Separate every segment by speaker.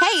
Speaker 1: Hey,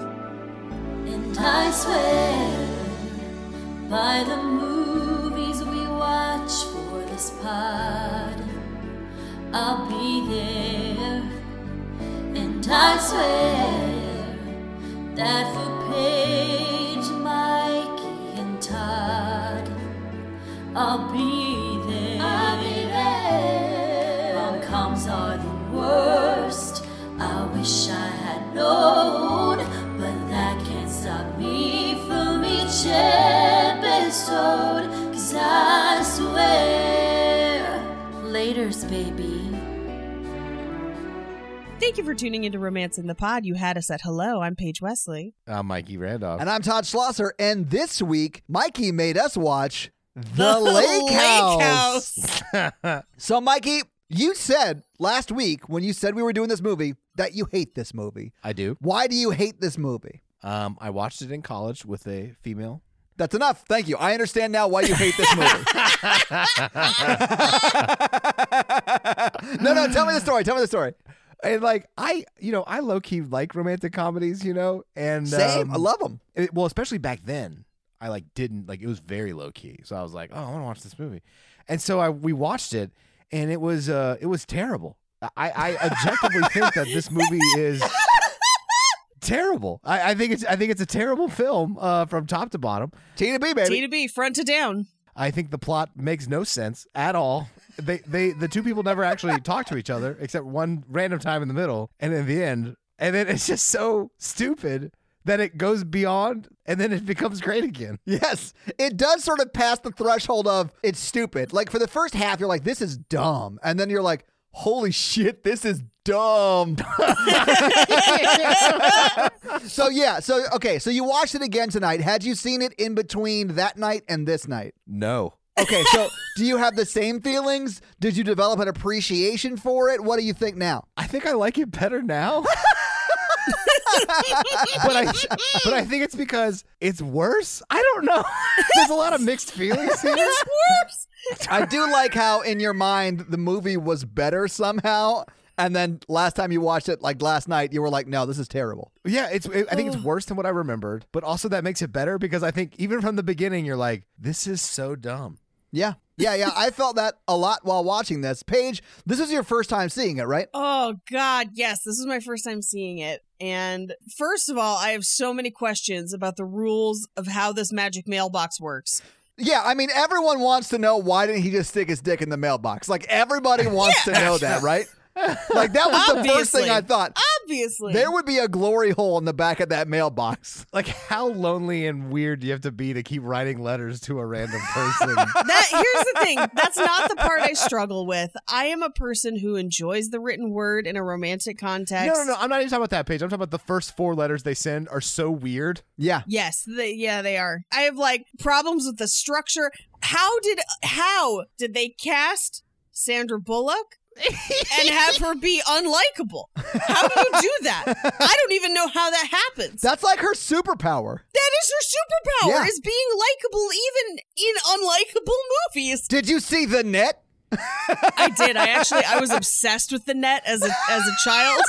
Speaker 2: And I swear by the movies we watch for this pod, I'll be there. And I swear that for Paige, Mikey, and Todd, I'll be there. I'll be there. Rom coms are the worst. I wish I had known, but that can't stop me from each episode. Cause I swear. Laters, baby.
Speaker 3: Thank you for tuning into Romance in the Pod. You had us at hello. I'm Paige Wesley.
Speaker 4: I'm Uh, Mikey Randolph.
Speaker 5: And I'm Todd Schlosser, and this week, Mikey made us watch The, Lake, House. So, Mikey, you said last week when you said we were doing this movie that you hate this movie.
Speaker 4: I do.
Speaker 5: Why do you hate this movie?
Speaker 4: Um, I watched it in college with a female.
Speaker 5: That's enough. Thank you. I understand now why you hate this movie. no, no, tell me the story. Tell me the story.
Speaker 4: And like I, you know, I low key like romantic comedies, you know, and
Speaker 5: Same.
Speaker 4: um,
Speaker 5: I love them.
Speaker 4: it- well, especially back then, I like didn't like it was very low key. So I was like, oh, I want to watch this movie, and so I we watched it, and it was uh it was terrible. I I objectively think that this movie is terrible. I, I think it's I think it's a terrible film uh, from top to bottom.
Speaker 5: T to B,
Speaker 3: T
Speaker 5: baby.
Speaker 3: to B, front to down.
Speaker 4: I think the plot makes no sense at all. They they the two people never actually talk to each other except one random time in the middle and in the end. And then it's just so stupid that it goes beyond and then it becomes great again.
Speaker 5: Yes, it does sort of pass the threshold of it's stupid. Like for the first half, you're like, this is dumb. And then you're like, holy shit, this is dumb. so, yeah, so, okay, so you watched it again tonight. Had you seen it in between that night and this night?
Speaker 4: No.
Speaker 5: Okay, so do you have the same feelings? Did you develop an appreciation for it? What do you think now?
Speaker 4: I think I like it better now. but I but I think it's because it's worse. I don't know. There's a lot of mixed feelings here.
Speaker 5: I do like how in your mind the movie was better somehow. And then last time you watched it, like last night, you were like, no, this is terrible.
Speaker 4: Yeah, it's. It, I think it's worse than what I remembered, but also that makes it better because I think even from the beginning you're like, this is so dumb.
Speaker 5: Yeah. Yeah, yeah. I felt that a lot while watching this. Paige, this is your first time seeing it, right?
Speaker 3: Oh God, yes. This is my first time seeing it. And first of all, I have so many questions about the rules of how this magic mailbox works.
Speaker 5: Yeah, I mean everyone wants to know why didn't he just stick his dick in the mailbox? Like everybody wants to know that, right? Like that was the first
Speaker 3: Obviously.
Speaker 5: thing I thought.
Speaker 3: Obviously.
Speaker 5: There would be a glory hole in the back of that mailbox.
Speaker 4: Like, how lonely and weird do you have to be to keep writing letters to a random person?
Speaker 3: that here's the thing. That's not the part I struggle with. I am a person who enjoys the written word in a romantic
Speaker 4: no,
Speaker 3: context.
Speaker 4: no, no. I'm not even talking about that page. I'm talking about the first four letters they send are so weird.
Speaker 5: Yeah.
Speaker 3: Yes, they, yeah, they are. I have like problems with the structure. How did how did they cast Sandra Bullock and have her be unlikable? How do you do that? I don't even know how that happens.
Speaker 5: That's like her superpower.
Speaker 3: that is her superpower
Speaker 5: Yeah.
Speaker 3: is being likable even in unlikable movies.
Speaker 5: Did you see the net?
Speaker 3: I did. I actually I was obsessed with the net as a as a child.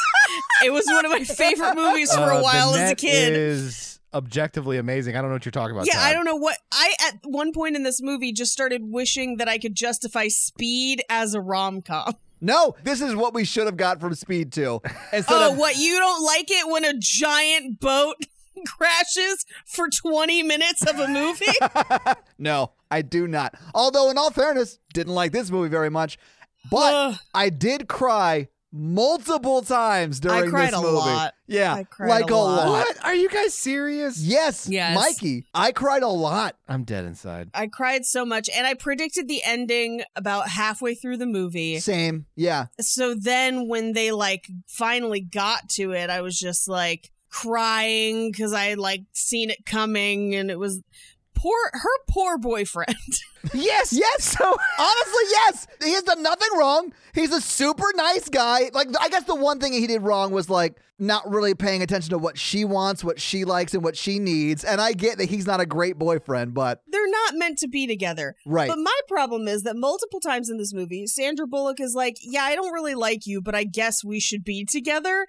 Speaker 3: It was one of my favorite movies for
Speaker 4: Uh,
Speaker 3: a
Speaker 4: The
Speaker 3: while as a
Speaker 4: net
Speaker 3: kid.
Speaker 4: is objectively amazing. I don't know what you're talking about.
Speaker 3: Yeah, I
Speaker 4: Todd.
Speaker 3: don't know what I at one point in this movie just started wishing that I could justify speed as a rom com.
Speaker 5: No, this is what we should have got from Speed 2. Instead
Speaker 3: Oh,
Speaker 5: of,
Speaker 3: what you don't like it when a giant boat crashes for 20 minutes of a movie?
Speaker 5: No, I do not. Although, in all fairness, didn't like this movie very much, but
Speaker 3: Ugh.
Speaker 5: I did cry multiple times during
Speaker 3: cried
Speaker 5: this
Speaker 3: a
Speaker 5: movie.
Speaker 3: lot.
Speaker 5: Yeah,
Speaker 3: I cried
Speaker 5: like
Speaker 3: a lot.
Speaker 4: What? Are you guys serious?
Speaker 5: Yes,
Speaker 3: Yes.
Speaker 5: Mikey, I cried a lot.
Speaker 4: I'm dead inside.
Speaker 3: I cried so much and I predicted the ending about halfway through the movie.
Speaker 5: Same, yeah.
Speaker 3: So then when they like finally got to it, I was just like crying cuz I had like seen it coming and it was poor her poor boyfriend.
Speaker 5: Yes, yes. So honestly, yes. He has done nothing wrong. He's a super nice guy. Like I guess the one thing he did wrong was like not really paying attention to what she wants, what she likes, and what she needs. And I get that he's not a great boyfriend, but
Speaker 3: They're not meant to be together.
Speaker 5: right.
Speaker 3: But my problem is that multiple times in this movie, Sandra Bullock is like, Yeah, I don't really like you, but I guess we should be together.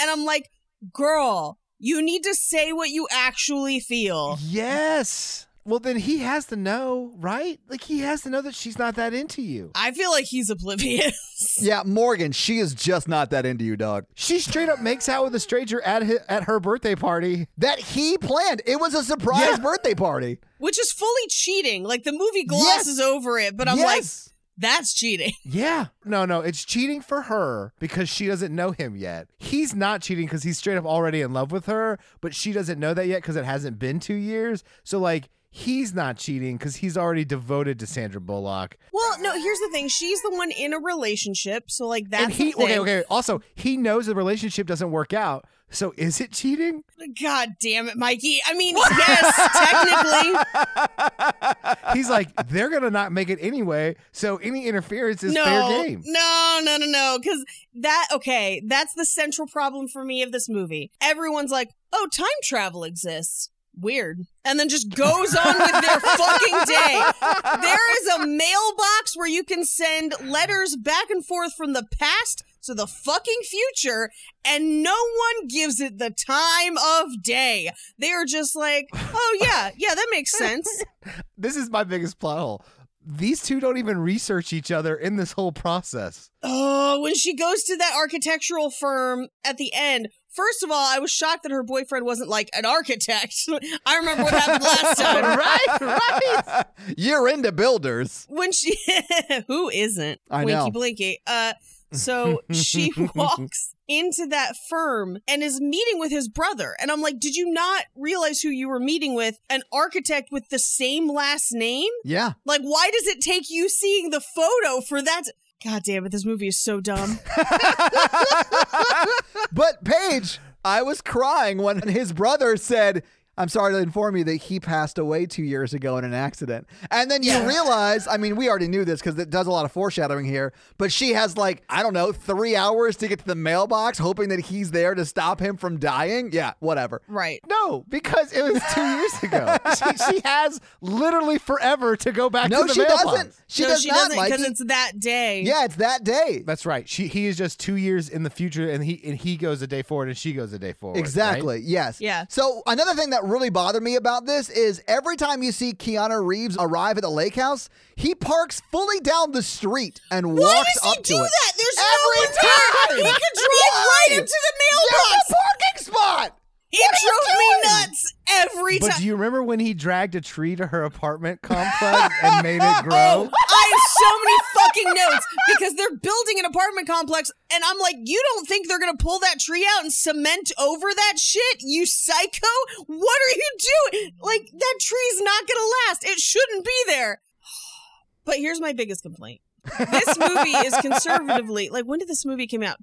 Speaker 3: And I'm like, Girl, you need to say what you actually feel.
Speaker 4: Yes. Well, then he has to know, right? Like he has to know that she's not that into you.
Speaker 3: I feel like he's oblivious.
Speaker 5: yeah, Morgan, she is just not that into you, dog.
Speaker 4: She straight up makes out with a stranger at hi- at her birthday party.
Speaker 5: That he planned. It was a surprise
Speaker 4: Yeah.
Speaker 5: birthday party.
Speaker 3: Which is fully cheating. Like the movie glosses over it, but I'm like,
Speaker 5: yes.
Speaker 3: that's cheating.
Speaker 4: Yeah. No, no, it's cheating for her because she doesn't know him yet. He's not cheating because he's straight up already in love with her, but she doesn't know that yet because it hasn't been two years. So, like, he's not cheating because he's already devoted to Sandra Bullock.
Speaker 3: Well, no, here's the thing. She's the one in a relationship, so like that's
Speaker 4: and he,
Speaker 3: the thing.
Speaker 4: okay, okay. Also, he knows the relationship doesn't work out. So, is it cheating?
Speaker 3: God damn it, Mikey. I mean, yes, technically.
Speaker 4: He's like, they're going to not make it anyway. So, any interference is
Speaker 3: no,
Speaker 4: fair game.
Speaker 3: No, no, no, no. Because that, okay, that's the central problem for me of this movie. Everyone's like, oh, time travel exists. Weird. And then just goes on with their fucking day. There is a mailbox where you can send letters back and forth from the past to the fucking future, and no one gives it the time of day. They are just like, oh, yeah, yeah, that makes sense.
Speaker 4: This is my biggest plot hole. These two don't even research each other in this whole process.
Speaker 3: Oh, when she goes to that architectural firm at the end. First of all, I was shocked that her boyfriend wasn't like an architect. I remember what happened last time.
Speaker 5: right, right. You're into builders.
Speaker 3: When she who isn't?
Speaker 5: I
Speaker 3: Winky
Speaker 5: know.
Speaker 3: blinky. Uh so she walks into that firm and is meeting with his brother. And I'm like, did you not realize who you were meeting with? An architect with the same last name?
Speaker 5: Yeah.
Speaker 3: Like, why does it take you seeing the photo for that? God damn it, this movie is so dumb.
Speaker 5: But Paige, I was crying when his brother said, I'm sorry to inform you that he passed away two years ago in an accident. And then you realize, I mean, we already knew this because it does a lot of foreshadowing here, but she has like, I don't know, three hours to get to the mailbox, hoping that he's there to stop him from dying. Yeah, whatever.
Speaker 3: right.
Speaker 4: No, because it was two years ago. she, she has literally forever to go back
Speaker 5: no,
Speaker 4: to the
Speaker 5: she
Speaker 4: mailbox.
Speaker 5: doesn't. She
Speaker 3: no,
Speaker 5: does
Speaker 3: she
Speaker 5: not,
Speaker 3: doesn't because
Speaker 5: Mikey.
Speaker 3: it's that day.
Speaker 5: Yeah, it's that day.
Speaker 4: That's right. She he is just two years in the future, and he and he goes a day forward, and she goes a day forward. right?
Speaker 5: Exactly. Yes.
Speaker 3: Yeah.
Speaker 5: So another thing that really bothered me about this is every time you see Keanu Reeves arrive at the lake house, he parks fully down the street and
Speaker 3: Why
Speaker 5: walks
Speaker 3: does he
Speaker 5: up
Speaker 3: do
Speaker 5: to it.
Speaker 3: that? There's
Speaker 5: every
Speaker 3: no one there.
Speaker 5: time.
Speaker 3: He could drive
Speaker 5: Why?
Speaker 3: right up to the
Speaker 5: There's
Speaker 3: mailbox.
Speaker 5: a parking spot.
Speaker 3: He
Speaker 5: What are you
Speaker 3: drove me
Speaker 5: doing?
Speaker 3: nuts every
Speaker 4: But
Speaker 3: time.
Speaker 4: do you remember when he dragged a tree to her apartment complex and made it grow?
Speaker 3: I have so many fucking notes because they're building an apartment complex, and I'm like, you don't think they're gonna pull that tree out and cement over that shit, you psycho? What are you doing? Like that tree's not gonna last. It shouldn't be there. But here's my biggest complaint. this movie is conservatively like when did this movie come out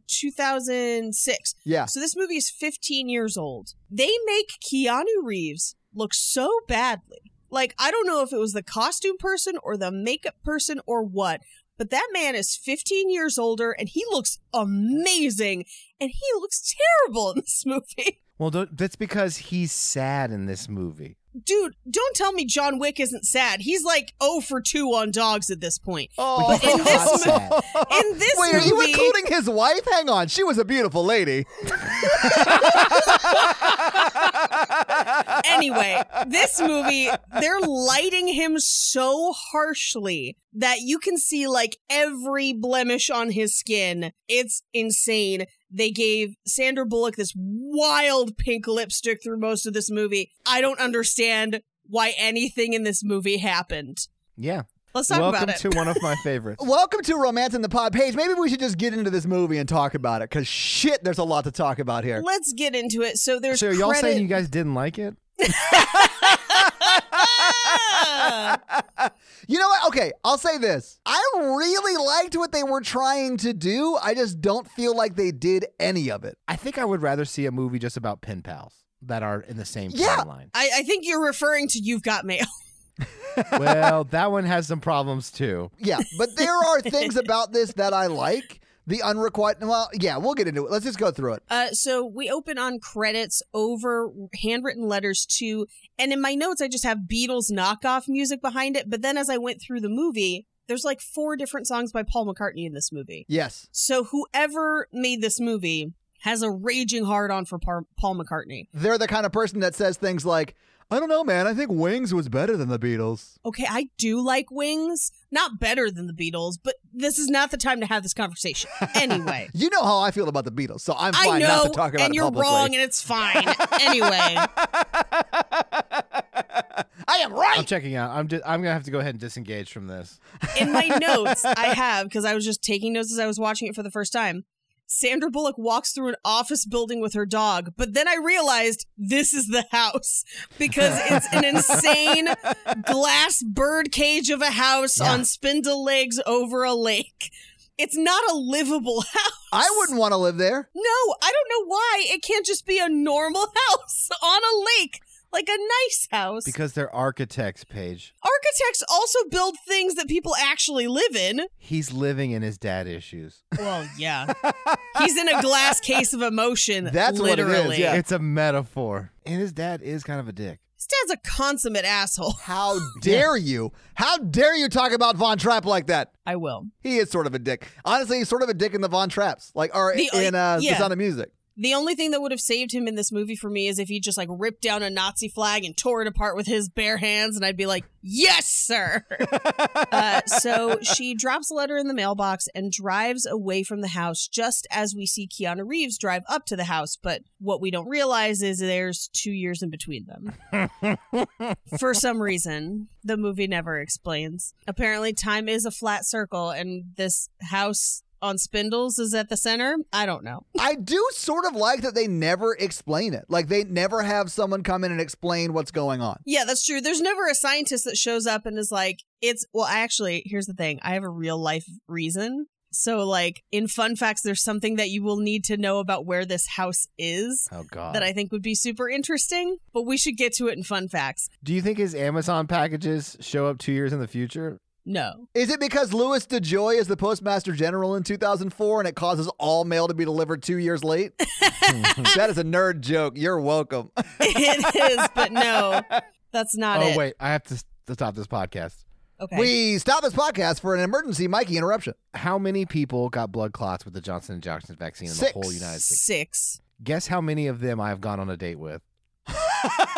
Speaker 3: 2006
Speaker 5: Yeah.
Speaker 3: so this movie is 15 years old they make keanu reeves look so badly like i don't know if it was the costume person or the makeup person or what but that man is 15 years older and he looks amazing and he looks terrible in this movie
Speaker 4: Well, don't, that's because he's sad in this movie.
Speaker 3: dude don't tell me john wick isn't sad he's like 0 for 2 on dogs at this point
Speaker 5: Oh,
Speaker 3: in this mo- in this
Speaker 5: Wait, are you
Speaker 3: movie
Speaker 5: including his wife? Hang on, she was a beautiful lady.
Speaker 3: anyway, this movie, they're lighting him so harshly that you can see like every blemish on his skin. It's insane. They gave Sandra Bullock this wild pink lipstick through most of this movie. I don't understand why anything in this movie happened.
Speaker 4: Yeah.
Speaker 3: Let's talk
Speaker 4: Welcome
Speaker 3: about it.
Speaker 4: to one of my favorites.
Speaker 5: Welcome to Romance in the Pod page. Maybe we should just get into this movie and talk about it because shit, there's a lot to talk about here.
Speaker 3: Let's get into it. So there's
Speaker 4: so y'all
Speaker 3: credit-
Speaker 4: saying you guys didn't like it?
Speaker 3: Ah!
Speaker 5: You know what? Okay, I'll say this. I really liked what they were trying to do. I just don't feel like they did any of it.
Speaker 4: I think I would rather see a movie just about pen pals that are in the same
Speaker 5: Yeah.
Speaker 4: timeline.
Speaker 3: I, I think you're referring to You've Got Mail.
Speaker 4: well, that one has some problems too.
Speaker 5: Yeah, but there are things about this that I like. The unrequited. Well, yeah, we'll get into it. Let's just go through it.
Speaker 3: Uh, so we open on credits over handwritten letters to, and in my notes, I just have Beatles knockoff music behind it. But then as I went through the movie, there's like four different songs by Paul McCartney in this movie.
Speaker 5: Yes.
Speaker 3: So whoever made this movie has a raging hard on for Par- Paul McCartney.
Speaker 5: They're the kind of person that says things like, I don't know, man. I think Wings was better than the Beatles.
Speaker 3: Okay, I do like Wings, not better than the Beatles, but this is not the time to have this conversation. Anyway.
Speaker 5: You know how I feel about the Beatles, so I'm
Speaker 3: I
Speaker 5: fine
Speaker 3: know,
Speaker 5: not to talk about
Speaker 3: and
Speaker 5: it
Speaker 3: you're
Speaker 5: publicly.
Speaker 3: wrong, and it's fine. anyway,
Speaker 5: I am right.
Speaker 4: I'm checking out. I'm just, I'm gonna have to go ahead and disengage from this.
Speaker 3: in my notes I have because I was just taking notes as I was watching it for the first time. Sandra Bullock walks through an office building with her dog, but then I realized this is the house because it's an insane glass bird cage of a house on spindle legs over a lake. It's not a livable house.
Speaker 5: I wouldn't want to live there.
Speaker 3: No, I don't know why it can't just be a normal house on a lake like a nice house.
Speaker 4: Because they're architects, Paige.
Speaker 3: Architects also build things that people actually live in.
Speaker 4: He's living in his dad issues.
Speaker 3: Well, yeah. He's in a glass case of emotion.
Speaker 5: That's what it is,
Speaker 3: literally.
Speaker 5: yeah.
Speaker 4: It's a metaphor. And his dad is kind of a dick.
Speaker 3: His dad's a consummate asshole.
Speaker 5: How dare you? How dare you talk about Von Trapp like that?
Speaker 3: I will.
Speaker 5: He is sort of a dick. Honestly, he's sort of a dick in the Von Trapps, like or
Speaker 3: The-
Speaker 5: in uh,
Speaker 3: yeah.
Speaker 5: The Sound of Music.
Speaker 3: The only thing that would have saved him in this movie for me is if he just like ripped down a Nazi flag and tore it apart with his bare hands, and I'd be like, "Yes, sir." uh, so she drops a letter in the mailbox and drives away from the house, just as we see Keanu Reeves drive up to the house. But what we don't realize is there's two years in between them. for some reason, the movie never explains. Apparently, time is a flat circle, and this house on spindles is at the center. I don't know.
Speaker 5: I do sort of like that they never explain it. Like they never have someone come in and explain what's going on.
Speaker 3: Yeah, that's true. There's never a scientist that shows up and is like, it's well, actually, here's the thing. I have a real life reason. So like in fun facts, there's something that you will need to know about where this house is
Speaker 4: Oh god.
Speaker 3: that I think would be super interesting, but we should get to it in fun facts.
Speaker 4: Do you think his Amazon packages show up two years in the future?
Speaker 3: No.
Speaker 5: Is it because Louis DeJoy is the Postmaster General in 2004 and it causes all mail to be delivered two years late? that is a nerd joke. You're welcome.
Speaker 3: it is, but no. That's not
Speaker 4: oh
Speaker 3: it.
Speaker 4: wait, I have to, s- to stop this podcast.
Speaker 3: Okay.
Speaker 5: We stop this podcast for an emergency Mikey interruption.
Speaker 4: How many people got blood clots with the Johnson and Johnson vaccine in
Speaker 5: Six.
Speaker 4: the whole United States?
Speaker 3: Six.
Speaker 4: Guess how many of them I have gone on a date with?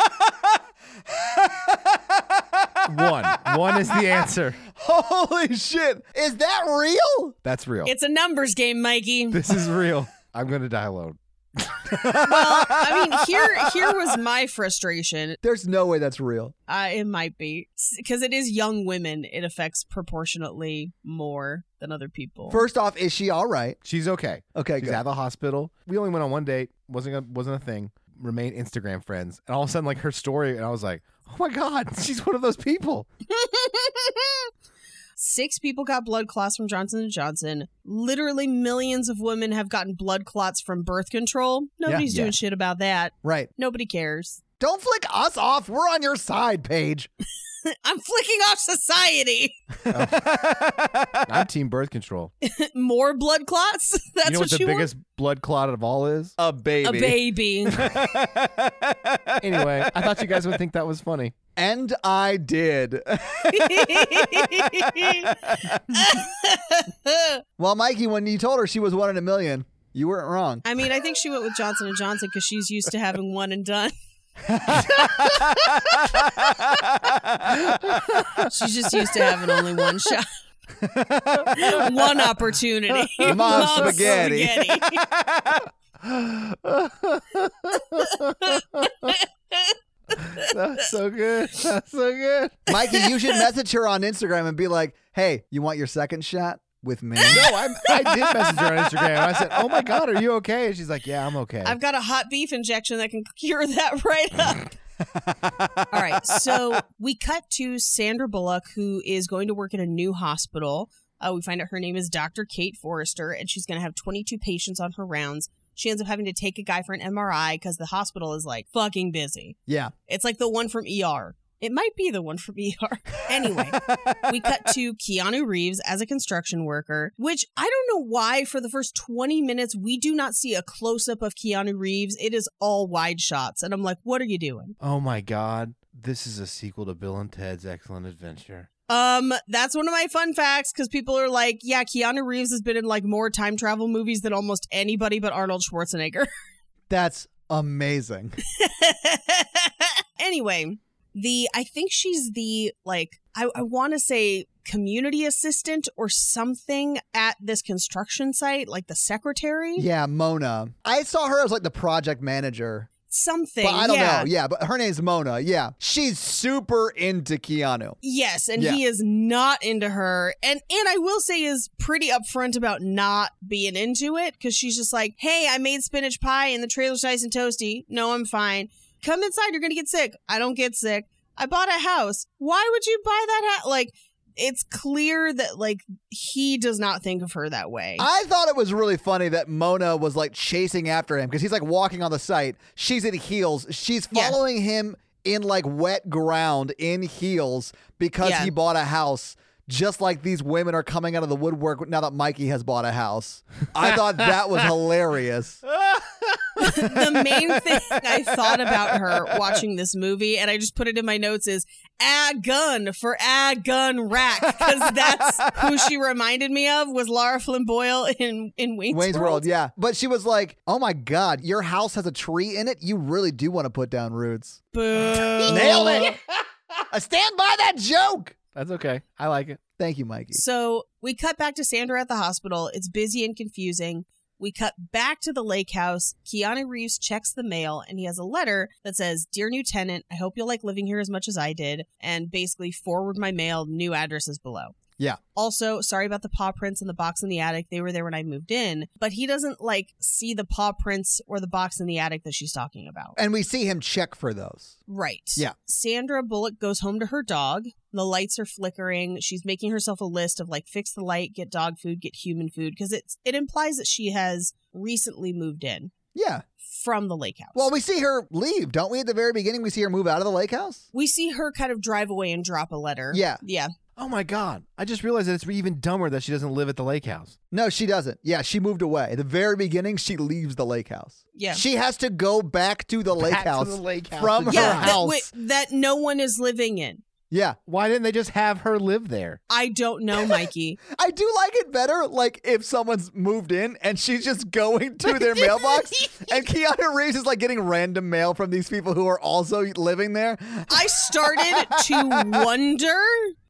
Speaker 4: One. One is the answer.
Speaker 5: Holy shit. Is that real?
Speaker 4: That's real.
Speaker 3: It's a numbers game, Mikey.
Speaker 4: this is real. I'm gonna die alone.
Speaker 3: well, I mean, here here was my frustration.
Speaker 5: There's no way that's real.
Speaker 3: Uh, it might be because it is young women. It affects proportionately more than other people.
Speaker 5: First off, is she all right?
Speaker 4: She's okay.
Speaker 5: Okay,
Speaker 4: She's
Speaker 5: good.
Speaker 4: at the hospital. We only went on one date. wasn't a, wasn't a thing. Remain Instagram friends. And all of a sudden, like her story, and I was like, oh my god, she's one of those people.
Speaker 3: Six people got blood clots from Johnson and Johnson. Literally, millions of women have gotten blood clots from birth control. Nobody's
Speaker 4: Yeah.
Speaker 3: doing shit about that.
Speaker 5: Right.
Speaker 3: Nobody cares.
Speaker 5: Don't flick us off. We're on your side, Paige.
Speaker 3: I'm flicking off society.
Speaker 4: I'm team birth control.
Speaker 3: More blood clots. That's
Speaker 4: you know
Speaker 3: what
Speaker 4: what, the
Speaker 3: you
Speaker 4: biggest blood clot of all is?
Speaker 5: A baby.
Speaker 3: want. A baby.
Speaker 4: anyway, I thought you guys would think that was funny.
Speaker 5: And I did. well, Mikey, when you told her she was one in a million, you weren't wrong.
Speaker 3: I mean, I think she went with Johnson and Johnson because she's used to having one and done. She's just used to having only one shot. one opportunity.
Speaker 5: Mom spaghetti.
Speaker 4: That's so good. That's so good.
Speaker 5: Mikey, you should message her on Instagram and be like, hey, you want your second shot with me?
Speaker 4: No, I, I did message her on Instagram. I said, "Oh my God, are you okay?" And she's like, "Yeah, I'm okay."
Speaker 3: I've got a hot beef injection that can cure that right up. All right. So we cut to Sandra Bullock, who is going to work at a new hospital. Uh, we find out her name is Dr. Kate Forrester, and she's going to have 22 patients on her rounds. She ends up having to take a guy for an MRI because the hospital is like fucking busy.
Speaker 5: Yeah.
Speaker 3: It's like the one from ER. It might be the one from ER. Anyway, we cut to Keanu Reeves as a construction worker, which I don't know why for the first 20 minutes we do not see a close up of Keanu Reeves. It is all wide shots. And I'm like, what are you doing?
Speaker 4: oh my God, this is a sequel to Bill and Ted's Excellent Adventure.
Speaker 3: Um, that's one of my fun facts because people are like, yeah, Keanu Reeves has been in like more time travel movies than almost anybody but Arnold Schwarzenegger.
Speaker 5: That's amazing.
Speaker 3: anyway, the I think she's the like I, I want to say community assistant or something at this construction site, like the secretary,
Speaker 5: Yeah, Mona. I saw her as like the project manager.
Speaker 3: something.
Speaker 5: But I don't
Speaker 3: yeah.
Speaker 5: know. Yeah, but her name's Mona. Yeah. She's super into Keanu.
Speaker 3: Yes, and
Speaker 5: Yeah.
Speaker 3: he is not into her, and and I will say is pretty upfront about not being into it because she's just like, hey, I made spinach pie and the trailer's nice and toasty. No, I'm fine. Come inside. You're gonna get sick. I don't get sick. I bought a house. Why would you buy that house? Like, it's clear that like he does not think of her that way.
Speaker 5: I thought it was really funny that Mona was like chasing after him because he's like walking on the site. She's in heels. She's
Speaker 3: Yeah.
Speaker 5: following him in like wet ground in heels because
Speaker 3: Yeah.
Speaker 5: he bought a house. Just like these women are coming out of the woodwork now that Mikey has bought a house. I thought that was hilarious.
Speaker 3: the main thing I thought about her watching this movie, and I just put it in my notes, is a gun for a gun rack because that's who she reminded me of was Laura Flynn Boyle in in Wayne's,
Speaker 5: Wayne's World, yeah. But she was like, "Oh my God, your house has a tree in it. You really do want to put down roots."
Speaker 3: Boo.
Speaker 5: Nailed it. I stand by that joke.
Speaker 4: That's okay. I like it.
Speaker 5: Thank you, Mikey.
Speaker 3: So we cut back to Sandra at the hospital. It's busy and confusing. We cut back to the lake house. Keanu Reeves checks the mail and he has a letter that says, Dear new tenant, I hope you'll like living here as much as I did. And basically, forward my mail, new addresses below.
Speaker 5: Yeah.
Speaker 3: Also, sorry about the paw prints and the box in the attic. They were there when I moved in, but he doesn't like see the paw prints or the box in the attic that she's talking about.
Speaker 5: And we see him check for those.
Speaker 3: Right.
Speaker 5: Yeah.
Speaker 3: Sandra Bullock goes home to her dog. The lights are flickering. She's making herself a list of like fix the light, get dog food, get human food because it's it implies that she has recently moved in
Speaker 5: Yeah.
Speaker 3: from the lake house.
Speaker 5: Well, we see her leave, don't we? At the very beginning, we see her move out of the lake house.
Speaker 3: we see her kind of drive away and drop a letter.
Speaker 5: Yeah.
Speaker 3: Yeah.
Speaker 4: Oh my God, I just realized that it's even dumber that she doesn't live at the lake house.
Speaker 5: No, she doesn't. Yeah, she moved away. At the very beginning, she leaves the lake house.
Speaker 3: Yeah.
Speaker 5: She has to go back to the, lake,
Speaker 4: Back to
Speaker 5: house
Speaker 4: the lake house
Speaker 5: from
Speaker 4: to
Speaker 5: her
Speaker 3: yeah.
Speaker 4: drive.
Speaker 3: That,
Speaker 5: house.
Speaker 3: wait, that no one is living in.
Speaker 5: yeah.
Speaker 4: Why didn't they just have her live there?
Speaker 3: I don't know, Mikey.
Speaker 5: I do like it better, like if someone's moved in and she's just going to their mailbox, and Keanu Reeves is like getting random mail from these people who are also living there.
Speaker 3: I started to wonder,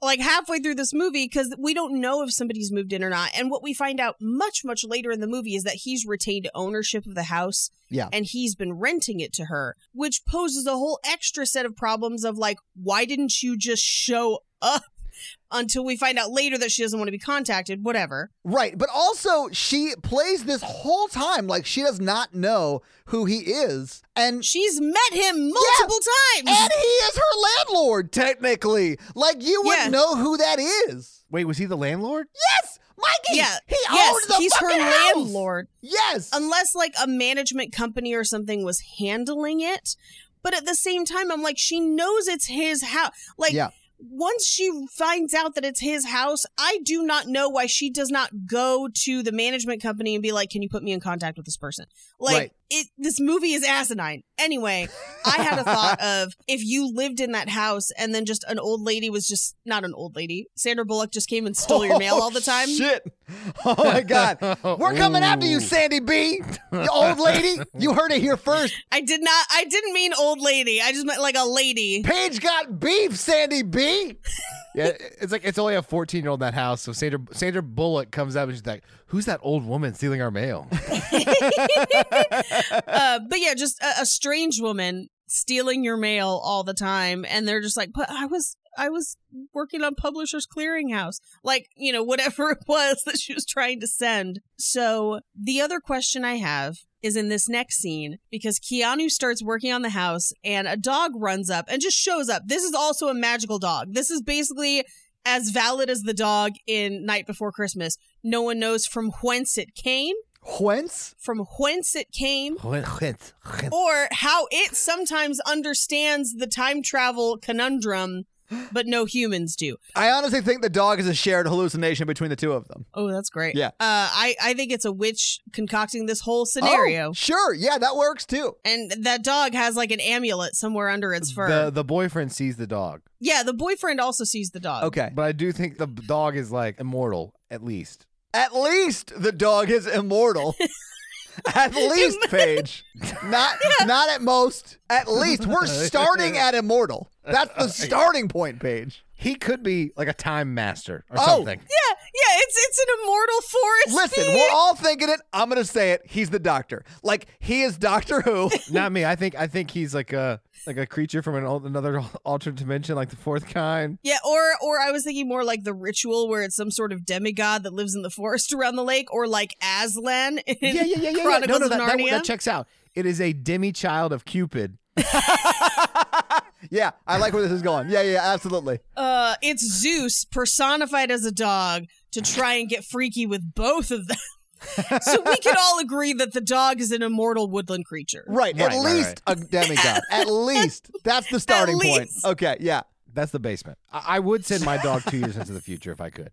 Speaker 3: like halfway through this movie, because we don't know if somebody's moved in or not. And what we find out much, much later in the movie is that he's retained ownership of the house
Speaker 5: Yeah.
Speaker 3: and he's been renting it to her, which poses a whole extra set of problems of like, why didn't you just show up? Until we find out later that she doesn't want to be contacted, whatever.
Speaker 5: Right, but also she plays this whole time like she does not know who he is, and
Speaker 3: She's met him multiple
Speaker 5: and
Speaker 3: times.
Speaker 5: he is her landlord technically. Like you would
Speaker 3: Yeah.
Speaker 5: not know who that is.
Speaker 4: Wait, was he the landlord?
Speaker 5: Yes, Mikey.
Speaker 3: yeah.
Speaker 5: he
Speaker 3: yes,
Speaker 5: owns the
Speaker 3: he's her
Speaker 5: fucking house!
Speaker 3: landlord.
Speaker 5: Yes,
Speaker 3: unless like a management company or something was handling it. But at the same time, I'm like, she knows it's his house. Like,
Speaker 5: Yeah.
Speaker 3: once she finds out that it's his house, I do not know why she does not go to the management company and be like, can you put me in contact with this person? Like,
Speaker 5: Right.
Speaker 3: it this movie is asinine. Anyway, I had a thought of if you lived in that house and then just an old lady was just not an old lady. Sandra Bullock just came and stole your mail
Speaker 5: Oh,
Speaker 3: all the time.
Speaker 5: Shit. Oh my God. We're coming after you,
Speaker 4: Ooh.
Speaker 5: Sandy B. You old lady. You heard it here first.
Speaker 3: I did not I didn't mean old lady. I just meant like a lady.
Speaker 5: Paige got beef, Sandy B.
Speaker 4: Yeah, it's like it's only a 14 year old in that house. So Sandra Sandra Bullock comes up and she's like, "Who's that old woman stealing our mail?"
Speaker 3: Uh, but yeah, just a, a strange woman stealing your mail all the time and they're just like, "But I was I was working on Publishers Clearinghouse." Like, you know, whatever it was that she was trying to send. So, the other question I have is in this next scene because Keanu starts working on the house and a dog runs up and just shows up. This is also a magical dog. This is basically as valid as the dog in Night Before Christmas. No one knows from whence it came,
Speaker 5: Whence?
Speaker 3: from whence it came,
Speaker 4: Wait,
Speaker 3: or how it sometimes understands the time travel conundrum, but no humans do.
Speaker 5: I honestly think the dog is a shared hallucination between the two of them.
Speaker 3: Oh, that's great.
Speaker 5: Yeah.
Speaker 3: Uh, I, I think it's a witch concocting this whole scenario.
Speaker 5: Oh, sure. Yeah, that works too.
Speaker 3: and that dog has like an amulet somewhere under its fur.
Speaker 4: the the boyfriend sees the dog,
Speaker 3: yeah, the boyfriend also sees the dog.
Speaker 5: Okay.
Speaker 4: but I do think the dog is like immortal at least.
Speaker 5: At least the dog is immortal. at least, Paige. Not not at most. At least we're starting at immortal. That's the starting point, Paige.
Speaker 4: He could be like a time master or
Speaker 5: Oh.
Speaker 4: something.
Speaker 3: Yeah, yeah, it's it's an immortal forest.
Speaker 5: Listen,
Speaker 3: bee.
Speaker 5: we're all thinking it. I'm gonna say it. He's the doctor. Like he is Doctor Who.
Speaker 4: Not me. I think I think he's like a like a creature from an al- another altered dimension, like the fourth kind.
Speaker 3: yeah, or or I was thinking more like the ritual where it's some sort of demigod that lives in the forest around the lake, or like Aslan in
Speaker 4: Yeah, yeah, yeah, yeah. yeah.
Speaker 3: Chronicles
Speaker 4: No, no, that,
Speaker 3: of
Speaker 4: that,
Speaker 3: Narnia.
Speaker 4: that checks out. It is a demi child of Cupid.
Speaker 5: yeah, I like where this is going. Yeah, yeah, absolutely.
Speaker 3: uh, it's Zeus personified as a dog to try and get freaky with both of them. so we can all agree that the dog is an immortal woodland creature.
Speaker 5: Right.
Speaker 4: Right,
Speaker 5: at
Speaker 4: right,
Speaker 5: least a demigod. At least that's the starting point.
Speaker 3: least.
Speaker 5: Okay. Yeah.
Speaker 4: That's the basement. I, I would send my dog two years into the future if I could.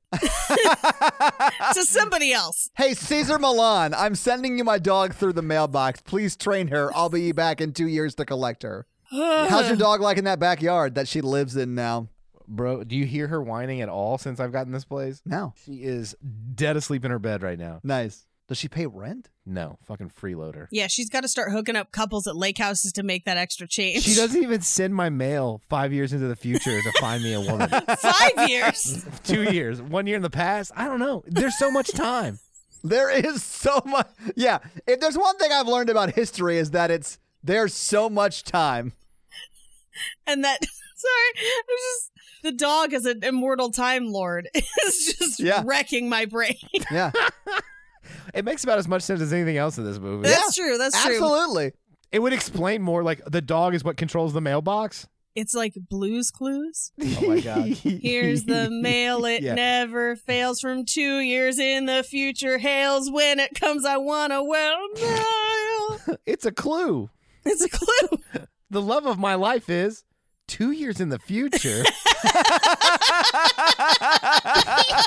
Speaker 3: To somebody else.
Speaker 5: Hey, Caesar Milan, I'm sending you my dog through the mailbox. Please train her. I'll be back in two years to collect her. How's your dog like in that backyard that she lives in now?
Speaker 4: Bro, do you hear her whining at all since I've gotten this place?
Speaker 5: No.
Speaker 4: She is dead asleep in her bed right now.
Speaker 5: Nice. Does she pay rent?
Speaker 4: No, fucking freeloader.
Speaker 3: Yeah, she's got to start hooking up couples at lake houses to make that extra change.
Speaker 4: She doesn't even send my mail five years into the future to find me a woman.
Speaker 3: Five years.
Speaker 4: Two years, one year in the past. I don't know. There's so much time.
Speaker 5: There is so much. Yeah. If there's one thing I've learned about history is that it's there's so much time.
Speaker 3: and that sorry i'm just the dog as an immortal time lord is just
Speaker 5: Yeah.
Speaker 3: wrecking my brain
Speaker 5: Yeah.
Speaker 4: It makes about as much sense as anything else in this movie.
Speaker 3: that's true that's true
Speaker 5: absolutely.
Speaker 4: It would explain more like the dog is what controls the mailbox.
Speaker 3: it's like blues clues
Speaker 4: Oh my god.
Speaker 3: here's the mail it
Speaker 4: Yeah.
Speaker 3: never fails from two years in the future hails when it comes i wanna well know.
Speaker 4: it's a clue.
Speaker 3: it's a clue
Speaker 4: The love of my life is two years in the future.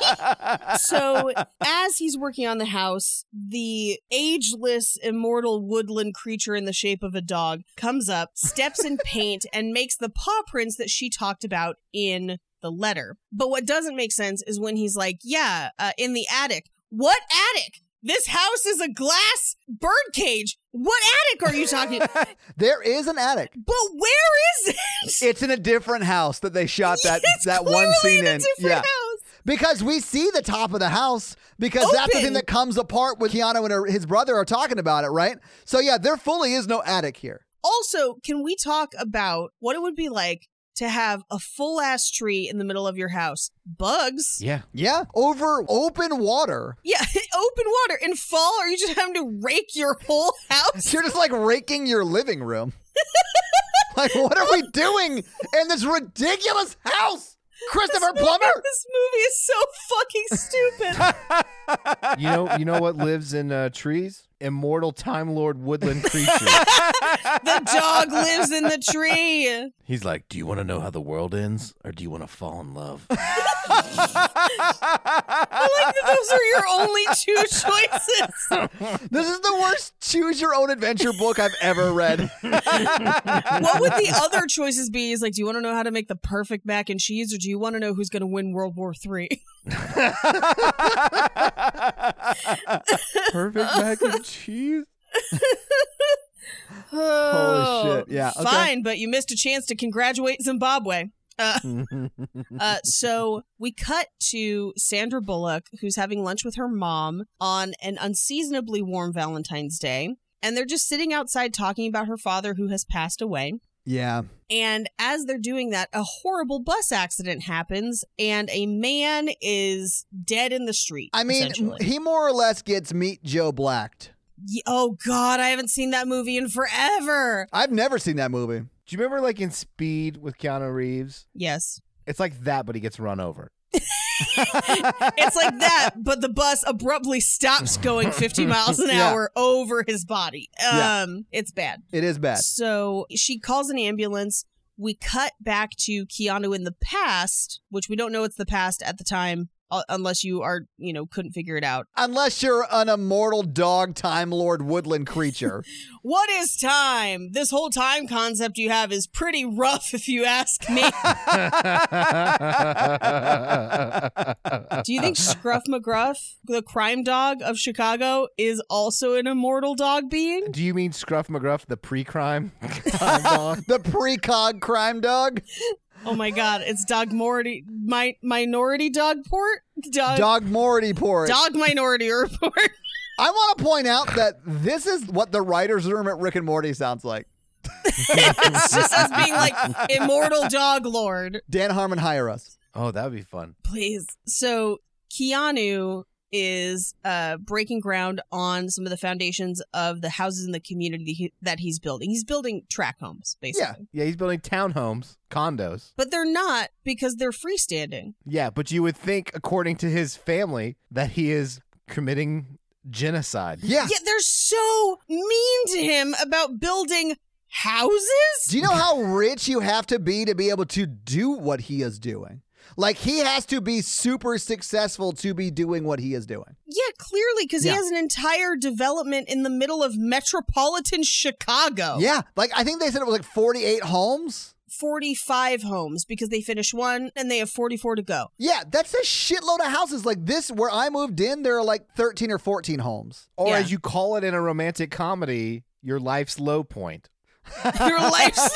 Speaker 3: so as he's working on the house, the ageless immortal woodland creature in the shape of a dog comes up, steps in paint, and makes the paw prints that she talked about in the letter. But what doesn't make sense is when he's like, "Yeah, uh, in the attic." What attic? This house is a glass birdcage. What attic are you talking? but
Speaker 5: There is an attic.
Speaker 3: where is it?
Speaker 5: It's in a different house that they shot that
Speaker 3: It's
Speaker 5: that one
Speaker 3: clearly
Speaker 5: scene
Speaker 3: in a different
Speaker 5: yeah.
Speaker 3: house.
Speaker 5: Because we see the top of the house because that's the thing
Speaker 3: Open.
Speaker 5: that comes apart when Keanu and her, his brother are talking about it, right? So yeah, there fully is no attic here.
Speaker 3: Also, can we talk about what it would be like to have a full ass tree in the middle of your house? Bugs.
Speaker 4: yeah.
Speaker 5: Yeah, over open water.
Speaker 3: Yeah, open water. In fall, are you just having to rake your whole house?
Speaker 5: You're just like raking your living room. like what are we doing in this ridiculous house? Christopher Plummer?
Speaker 3: This movie is so fucking stupid.
Speaker 4: You know you know what lives in uh, trees? immortal Time Lord woodland creature.
Speaker 3: The dog lives in the tree.
Speaker 4: He's like, Do you want to know how the world ends or do you want to fall in love?
Speaker 3: I like that those are your only two choices.
Speaker 5: This is the worst choose your own adventure book I've ever read.
Speaker 3: What would the other choices be? He's like, do you want to know how to make the perfect mac and cheese, or do you want to know who's going to win World War Three?
Speaker 4: Perfect mac and cheese.
Speaker 5: Holy shit. Yeah. Okay.
Speaker 3: Oh, Fine, but you missed a chance to congratulate Zimbabwe. Uh, uh, so we cut to Sandra Bullock, who's having lunch with her mom on an unseasonably warm Valentine's Day. And they're just sitting outside talking about her father who has passed away.
Speaker 5: Yeah.
Speaker 3: And as they're doing that, a horrible bus accident happens, and a man is dead in the street. Uh,
Speaker 5: I mean,
Speaker 3: essentially.
Speaker 5: he more or less gets Meet Joe Blacked.
Speaker 3: Ye- oh God, I haven't seen that movie in forever.
Speaker 5: I've never seen that movie.
Speaker 4: Do you remember like in Speed with Keanu Reeves?
Speaker 3: Yes,
Speaker 4: It's like that, but he gets run over.
Speaker 3: it's like that, but the bus abruptly stops going 50 miles an
Speaker 5: Yeah.
Speaker 3: hour over his body. Um,
Speaker 5: Yeah.
Speaker 3: it's bad.
Speaker 5: It is bad.
Speaker 3: So she calls an ambulance. We cut back to Keanu in the past, which we don't know it's the past at the time, u- unless you are, you know, couldn't figure it out.
Speaker 5: Unless you're an immortal dog, Time Lord, woodland creature.
Speaker 3: What is time? This whole time concept you have is pretty rough, if you ask me. Do you think Scruff McGruff, the crime dog of Chicago, is also an immortal dog being?
Speaker 4: Do you mean Scruff McGruff, the pre-crime? Time dog?
Speaker 5: the precog crime dog?
Speaker 3: Oh my god, it's dog minority my minority dog port dog dog,
Speaker 5: Dog Morty Porridge.
Speaker 3: minority report.
Speaker 5: I want to point out that this is what the writer's room at Rick and Morty sounds like.
Speaker 3: it's just us being like immortal dog lord,
Speaker 5: Dan Harmon, hire us.
Speaker 4: oh, that would be fun.
Speaker 3: please. So Keanu is uh, breaking ground on some of the foundations of the houses in the community he- that he's building. He's building track homes, basically.
Speaker 4: Yeah, he's building townhomes, condos.
Speaker 3: But they're not because they're freestanding.
Speaker 4: Yeah, but you would think, according to his family, that he is committing genocide.
Speaker 5: Yeah.
Speaker 3: Yet they're so mean to him about building houses.
Speaker 5: Do you know how rich you have to be to be able to do what he is doing? Like, he has to be super successful to be doing what he is doing.
Speaker 3: Yeah, clearly, because
Speaker 5: Yeah.
Speaker 3: he has an entire development in the middle of metropolitan Chicago.
Speaker 5: Yeah. Like, I think they said it was like 48 homes.
Speaker 3: 45 homes because they finished one and they have 44 to go.
Speaker 5: Yeah, that's a shitload of houses. Like this, where I moved in, there are like 13 or 14 homes.
Speaker 4: Or
Speaker 3: Yeah.
Speaker 4: as you call it in a romantic comedy, your life's low point.
Speaker 3: Your life's.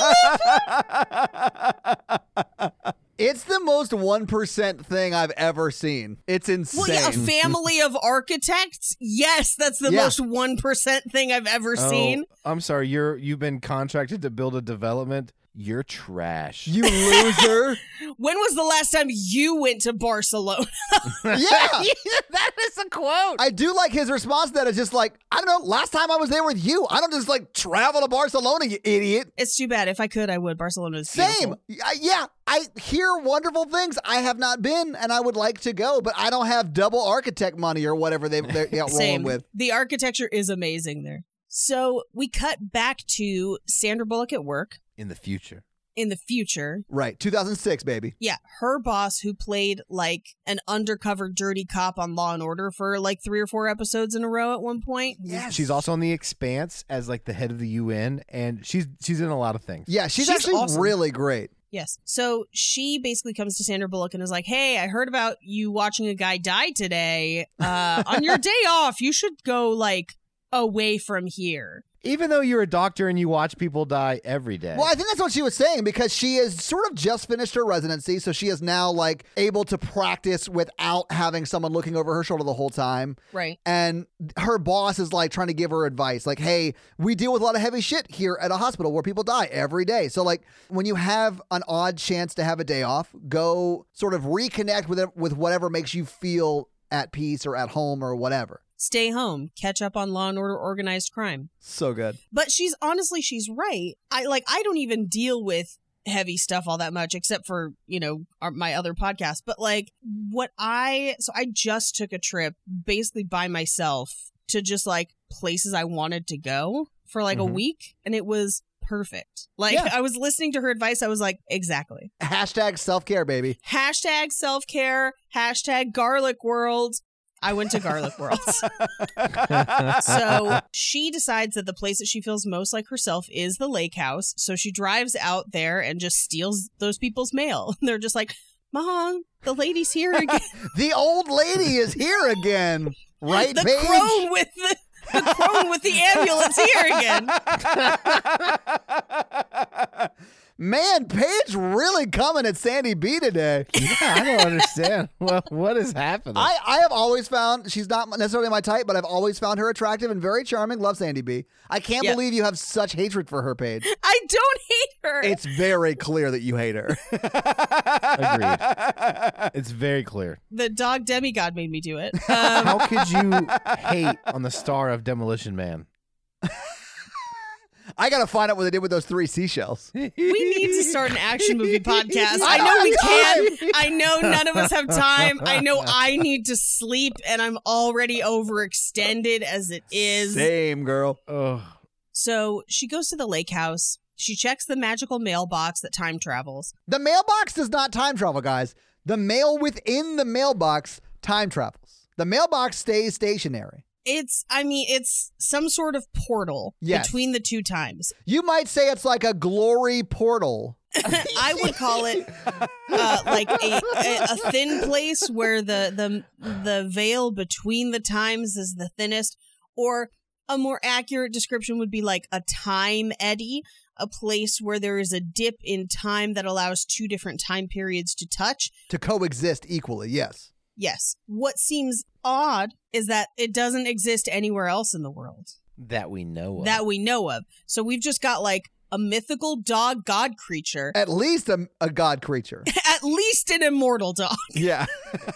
Speaker 5: It's the most 1% thing I've ever seen. It's insane.
Speaker 3: Well, yeah, a family of architects. Yes, that's the
Speaker 5: Yeah.
Speaker 3: most 1% thing I've ever seen.
Speaker 4: Oh, I'm sorry, you're you've been contracted to build a development. You're trash.
Speaker 5: you loser.
Speaker 3: When was the last time you went to Barcelona?
Speaker 5: yeah.
Speaker 4: that is a quote.
Speaker 5: I do like his response to that is just like, I don't know, last time I was there with you, I don't just like travel to Barcelona, you idiot.
Speaker 3: It's too bad. If I could, I would. Barcelona is
Speaker 5: Same.
Speaker 3: beautiful.
Speaker 5: I, yeah, I hear wonderful things. I have not been and I would like to go, but I don't have double architect money or whatever they, they're yeah, rolling
Speaker 3: Same.
Speaker 5: with.
Speaker 3: The architecture is amazing there. So we cut back to Sandra Bullock at work
Speaker 4: In the future.
Speaker 3: in the future.
Speaker 5: Right. 2006, baby.
Speaker 3: Yeah, her boss, who played like an undercover dirty cop on Law and Order for like three or four episodes in a row at one point.
Speaker 5: Yes.
Speaker 4: She's also on the Expanse as like the head of the UN, and she's she's in a lot of things.
Speaker 5: Yeah, she's,
Speaker 3: She's
Speaker 5: actually
Speaker 3: awesome.
Speaker 5: really great.
Speaker 3: Yes. So she basically comes to Sandra Bullock and is like, "Hey, I heard about you watching a guy die today. Uh, on your day off, you should go like away from here."
Speaker 4: Even though you're a doctor and you watch people die every day.
Speaker 5: Well, I think that's what she was saying because she has sort of just finished her residency, so she is now like able to practice without having someone looking over her shoulder the whole time.
Speaker 3: Right.
Speaker 5: And her boss is like trying to give her advice, like, "Hey, we deal with a lot of heavy shit here at a hospital where people die every day. So like, when you have an odd chance to have a day off, go sort of reconnect with with whatever makes you feel at peace or at home or whatever."
Speaker 3: Stay home. Catch up on Law and Order: Organized Crime.
Speaker 5: So good.
Speaker 3: But she's honestly, she's right. I like, I don't even deal with heavy stuff all that much, except for, you know, our, my other podcast. But like, what I, so I just took a trip basically by myself to just like places I wanted to go for like a
Speaker 4: Mhm.
Speaker 3: week, and it was perfect. Like
Speaker 5: Yeah.
Speaker 3: I was listening to her advice, I was like, exactly.
Speaker 5: Hashtag self care, baby.
Speaker 3: Hashtag self care. Hashtag Garlic World. I went to Garlic World. so she decides that the place that she feels most like herself is the lake house. So she drives out there and just steals those people's mail. And they're just like, Mom, the lady's here again.
Speaker 5: The old lady is here again, right,
Speaker 3: the
Speaker 5: Paige?
Speaker 3: crone with the, the crone with the ambulance here again.
Speaker 5: Man, Paige really coming at Sandy B today.
Speaker 4: yeah, I don't understand. Well, what is happening?
Speaker 5: I, I have always found she's not necessarily my type, but I've always found her attractive and very charming. Love Sandy B. I can't
Speaker 3: Yeah.
Speaker 5: believe you have such hatred for her, Paige.
Speaker 3: I don't hate her.
Speaker 5: It's very clear that you hate her.
Speaker 4: Agreed. It's very clear.
Speaker 3: the dog demigod made me do it. Um,
Speaker 4: How could you hate on the star of Demolition Man?
Speaker 5: I gotta find out what they did with those three seashells.
Speaker 3: we need to start an action movie podcast. I know we can. I know none of us have time. I know I need to sleep, and I'm already overextended as it is.
Speaker 5: Same girl.
Speaker 4: Oh,
Speaker 3: So she goes to the lake house. She checks the magical mailbox that time travels.
Speaker 5: The mailbox does not time travel, guys. The mail within the mailbox time travels. The mailbox stays stationary.
Speaker 3: It's, I mean, it's some sort of portal
Speaker 5: Yes.
Speaker 3: between the two times.
Speaker 5: You might say it's like a glory portal.
Speaker 3: I would call it uh, like a, a, a thin place where the, the the veil between the times is the thinnest, or a more accurate description would be like a time eddy, a place where there is a dip in time that allows two different time periods to touch.
Speaker 5: to coexist equally. Yes.
Speaker 3: Yes. What seems odd is that it doesn't exist anywhere else in the world
Speaker 4: that we know of.
Speaker 3: that we know of. So we've just got like a mythical dog god creature,
Speaker 5: At least a, a god creature.
Speaker 3: at least an immortal dog.
Speaker 5: yeah.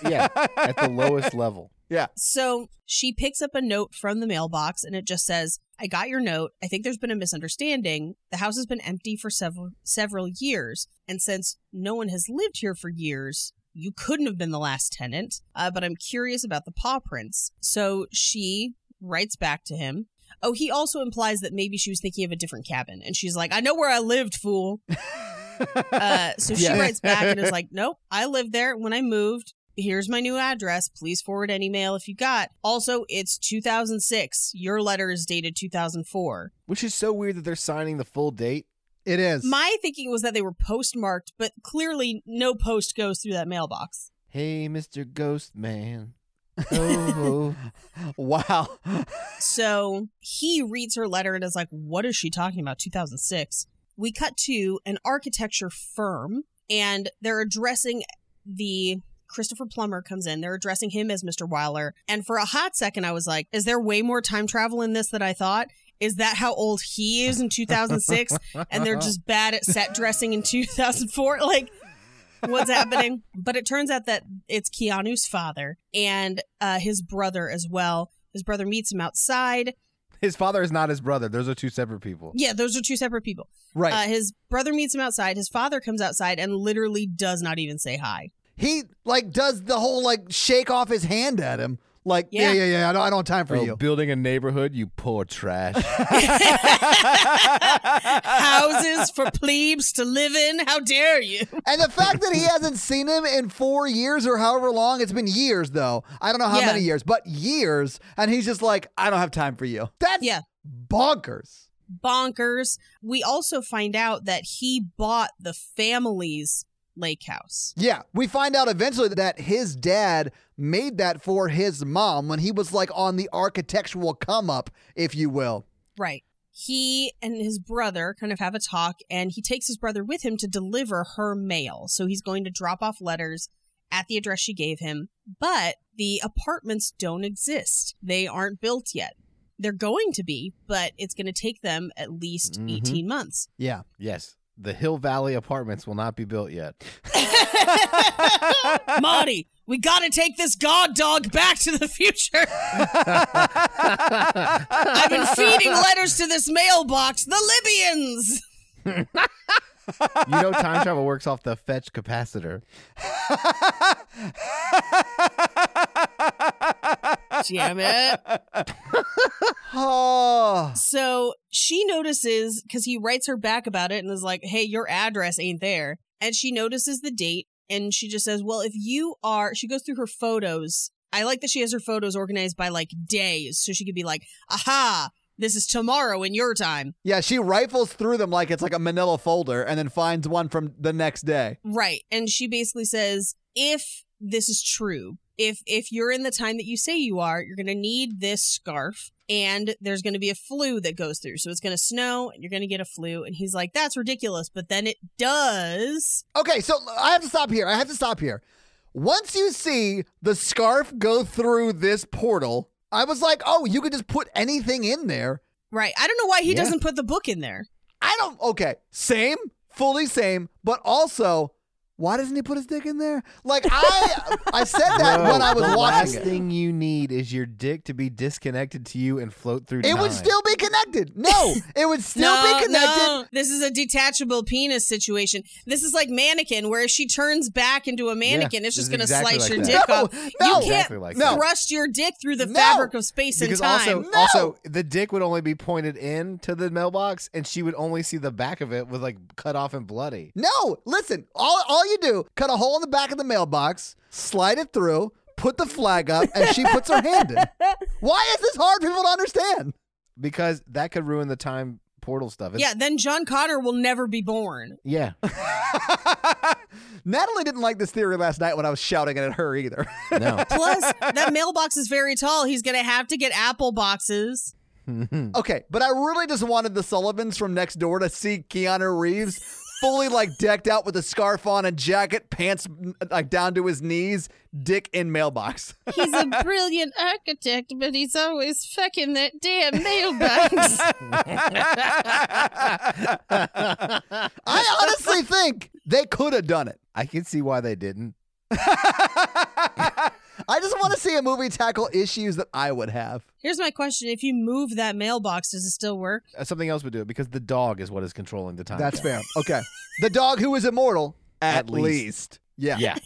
Speaker 4: yeah, at the lowest level.
Speaker 3: So she picks up a note from the mailbox and it just says, I got your note. I think there's been a misunderstanding. The house has been empty for several several years, and since no one has lived here for years, you couldn't have been the last tenant. Uh, but I'm curious about the paw prints. So she writes back to him. Oh, he also implies that maybe she was thinking of a different cabin, and she's like, "I know where I lived, fool." uh, so she
Speaker 5: Yeah.
Speaker 3: writes back and is like, "Nope, I lived there when I moved. Here's my new address. Please forward any mail if you got." Also, it's 2006. Your letter is dated 2004.
Speaker 4: Which is so weird that they're signing the full date.
Speaker 5: It is.
Speaker 3: My thinking was that they were postmarked, but clearly no post goes through that mailbox.
Speaker 4: Hey, Mr. Ghost Man. Oh,
Speaker 5: wow.
Speaker 3: So he reads her letter and is like, What is she talking about? 2006. We cut to an architecture firm and they're addressing the. Christopher Plummer comes in. They're addressing him as Mr. Weiler. And for a hot second, I was like, Is there way more time travel in this than I thought? Is that how old he is in 2006? and they're just bad at set dressing in 2004? Like, what's happening? But it turns out that it's Keanu's father and uh, his brother as well. His brother meets him outside.
Speaker 4: his father is not his brother. Those are two separate people.
Speaker 3: Yeah, those are two separate people.
Speaker 5: Right.
Speaker 3: Uh, his brother meets him outside. His father comes outside and literally does not even say hi.
Speaker 5: he like does the whole like shake off his hand at him. Like,
Speaker 3: Yeah.
Speaker 5: yeah, yeah, yeah. I, don't, I don't have time for
Speaker 4: Oh,
Speaker 5: you.
Speaker 4: building a neighborhood, you poor trash.
Speaker 3: Houses for plebes to live in. How dare you?
Speaker 5: and the fact that he hasn't seen him in four years or however long, it's been years though. I don't know how
Speaker 3: Yeah.
Speaker 5: many years, but years. And he's just like, I don't have time for you. That's
Speaker 3: Yeah.
Speaker 5: bonkers.
Speaker 3: Bonkers. We also find out that he bought the family's lake house.
Speaker 5: Yeah, we find out eventually that his dad made that for his mom when he was like on the architectural come up, if you will.
Speaker 3: Right. He and his brother kind of have a talk, and he takes his brother with him to deliver her mail. So he's going to drop off letters at the address she gave him, but the apartments don't exist. They aren't built yet. They're going to be, but it's going to take them at least
Speaker 4: Mhm.
Speaker 3: 18 months.
Speaker 5: Yeah.
Speaker 4: yes, the Hill Valley apartments will not be built yet.
Speaker 3: Marty, we got to take this god dog back to the future. I've been feeding letters to this mailbox, the Libyans.
Speaker 4: You know, time travel works off the fetch capacitor.
Speaker 3: Damn it.
Speaker 5: Oh.
Speaker 3: So she notices because he writes her back about it and is like, hey, your address ain't there. And she notices the date and she just says, well, if you are, she goes through her photos. I like that she has her photos organized by like days so she could be like, aha, this is tomorrow in your time.
Speaker 5: Yeah, she rifles through them like it's like a manila folder and then finds one from the next day.
Speaker 3: Right. And she basically says, if this is true, if if you're in the time that you say you are, you're going to need this scarf and there's going to be a flu that goes through. So it's going to snow and you're going to get a flu and he's like, that's ridiculous, but then it does.
Speaker 5: Okay, so I have to stop here. I have to stop here. Once you see the scarf go through this portal, I was like, oh, you could just put anything in there.
Speaker 3: Right. I don't know why he
Speaker 4: Yeah.
Speaker 3: doesn't put the book in there.
Speaker 5: I don't. Okay, same, fully same, but also, why doesn't he put his dick in there? Like I, I said that
Speaker 4: Bro,
Speaker 5: when I
Speaker 4: the
Speaker 5: was
Speaker 4: last
Speaker 5: watching it.
Speaker 4: thing you need is your dick to be disconnected to you and float through.
Speaker 5: It would
Speaker 4: time.
Speaker 5: still be connected. No, it would still be connected.
Speaker 3: no. This is a detachable penis situation. This is like mannequin, where if she turns back into a mannequin, it's
Speaker 4: this
Speaker 3: just
Speaker 4: is
Speaker 3: going to
Speaker 4: exactly
Speaker 3: slice
Speaker 4: like
Speaker 3: your
Speaker 4: that.
Speaker 3: dick off.
Speaker 5: No,
Speaker 3: you
Speaker 5: no.
Speaker 3: can't
Speaker 4: Exactly like
Speaker 5: that.
Speaker 3: thrust your dick through the
Speaker 5: No.
Speaker 3: fabric of space and
Speaker 4: because
Speaker 3: time.
Speaker 4: also, also the dick would only be pointed in to the mailbox, and she would only see the back of it with like cut off and bloody.
Speaker 5: No, listen. All all you do, cut a hole in the back of the mailbox, slide it through, put the flag up, and she puts her hand in. Why is this hard for people to understand?
Speaker 4: Because that could ruin the time portal stuff. It's-
Speaker 3: yeah, then John Connor will never be born.
Speaker 4: yeah.
Speaker 5: Natalie didn't like this theory last night when I was shouting it at her either.
Speaker 4: No.
Speaker 3: Plus, that mailbox is very tall. He's going to have to get apple boxes.
Speaker 5: okay, but I really just wanted the Sullivans from next door to see Keanu Reeves fully like decked out with a scarf on and jacket, pants mm, like down to his knees, dick in mailbox.
Speaker 2: He's a brilliant architect, but he's always fucking that damn mailbox.
Speaker 5: I honestly think they could have done it.
Speaker 4: I can see why they didn't.
Speaker 5: I just want to see a movie tackle issues that I would have.
Speaker 3: Here's my question. If you move that mailbox, does it still work?
Speaker 4: Uh, Something else would do it because the dog is what is controlling the time.
Speaker 5: That's
Speaker 4: travel.
Speaker 5: fair. Okay. The dog who is immortal, at,
Speaker 4: At
Speaker 5: least.
Speaker 4: least.
Speaker 5: Yeah.
Speaker 4: Yeah.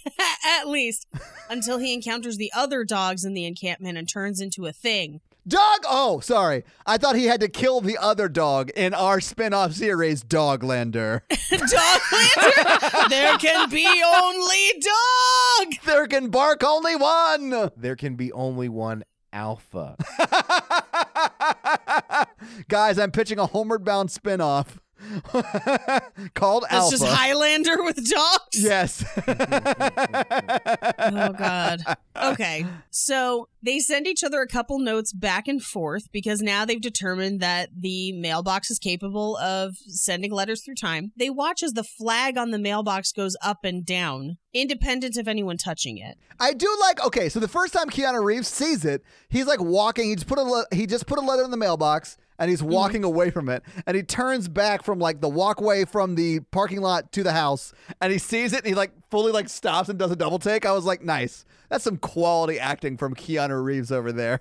Speaker 3: At least until he encounters the other dogs in the encampment and turns into a thing.
Speaker 5: Dog. Oh, sorry. I thought he had to kill the other dog in our spin off series, Doglander.
Speaker 3: dog lantern. there can be only dog.
Speaker 5: there can bark only one.
Speaker 4: There can be only one alpha.
Speaker 5: Guys, I'm pitching a homeward bound spin off called
Speaker 3: That's
Speaker 5: Alpha.
Speaker 3: just Highlander with dogs.
Speaker 5: yes.
Speaker 3: Oh God. Okay. So they send each other a couple notes back and forth because now they've determined that the mailbox is capable of sending letters through time. They watch as the flag on the mailbox goes up and down, independent of anyone touching it.
Speaker 5: I do like okay. So the first time Keanu Reeves sees it, he's like walking. He just put a le- he just put a letter in the mailbox, and he's walking away from it. And he turns back from like the walkway from the parking lot to the house, and he sees it. and He like fully like stops and does a double take. I was like, nice. That's some quality acting from Keanu Reeves over there.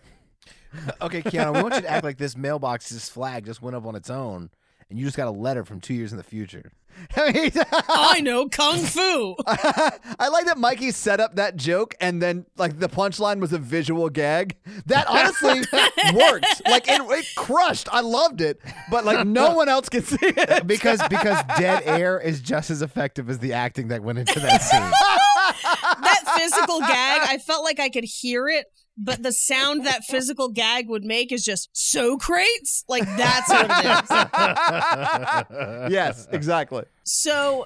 Speaker 4: okay, Keanu, we want you to act like this mailbox's flag just went up on its own and you just got a letter from two years in the future.
Speaker 5: I mean,
Speaker 3: I know kung fu.
Speaker 5: I like that Mikey set up that joke and then like the punchline was a visual gag. That honestly worked. Like it, it crushed. I loved it, but like no one else can see it.
Speaker 4: Because because dead air is just as effective as the acting that went into that scene.
Speaker 3: that physical gag, I felt like I could hear it, but the sound that physical gag would make is just so crates. Like that's what it is.
Speaker 5: yes, exactly.
Speaker 3: So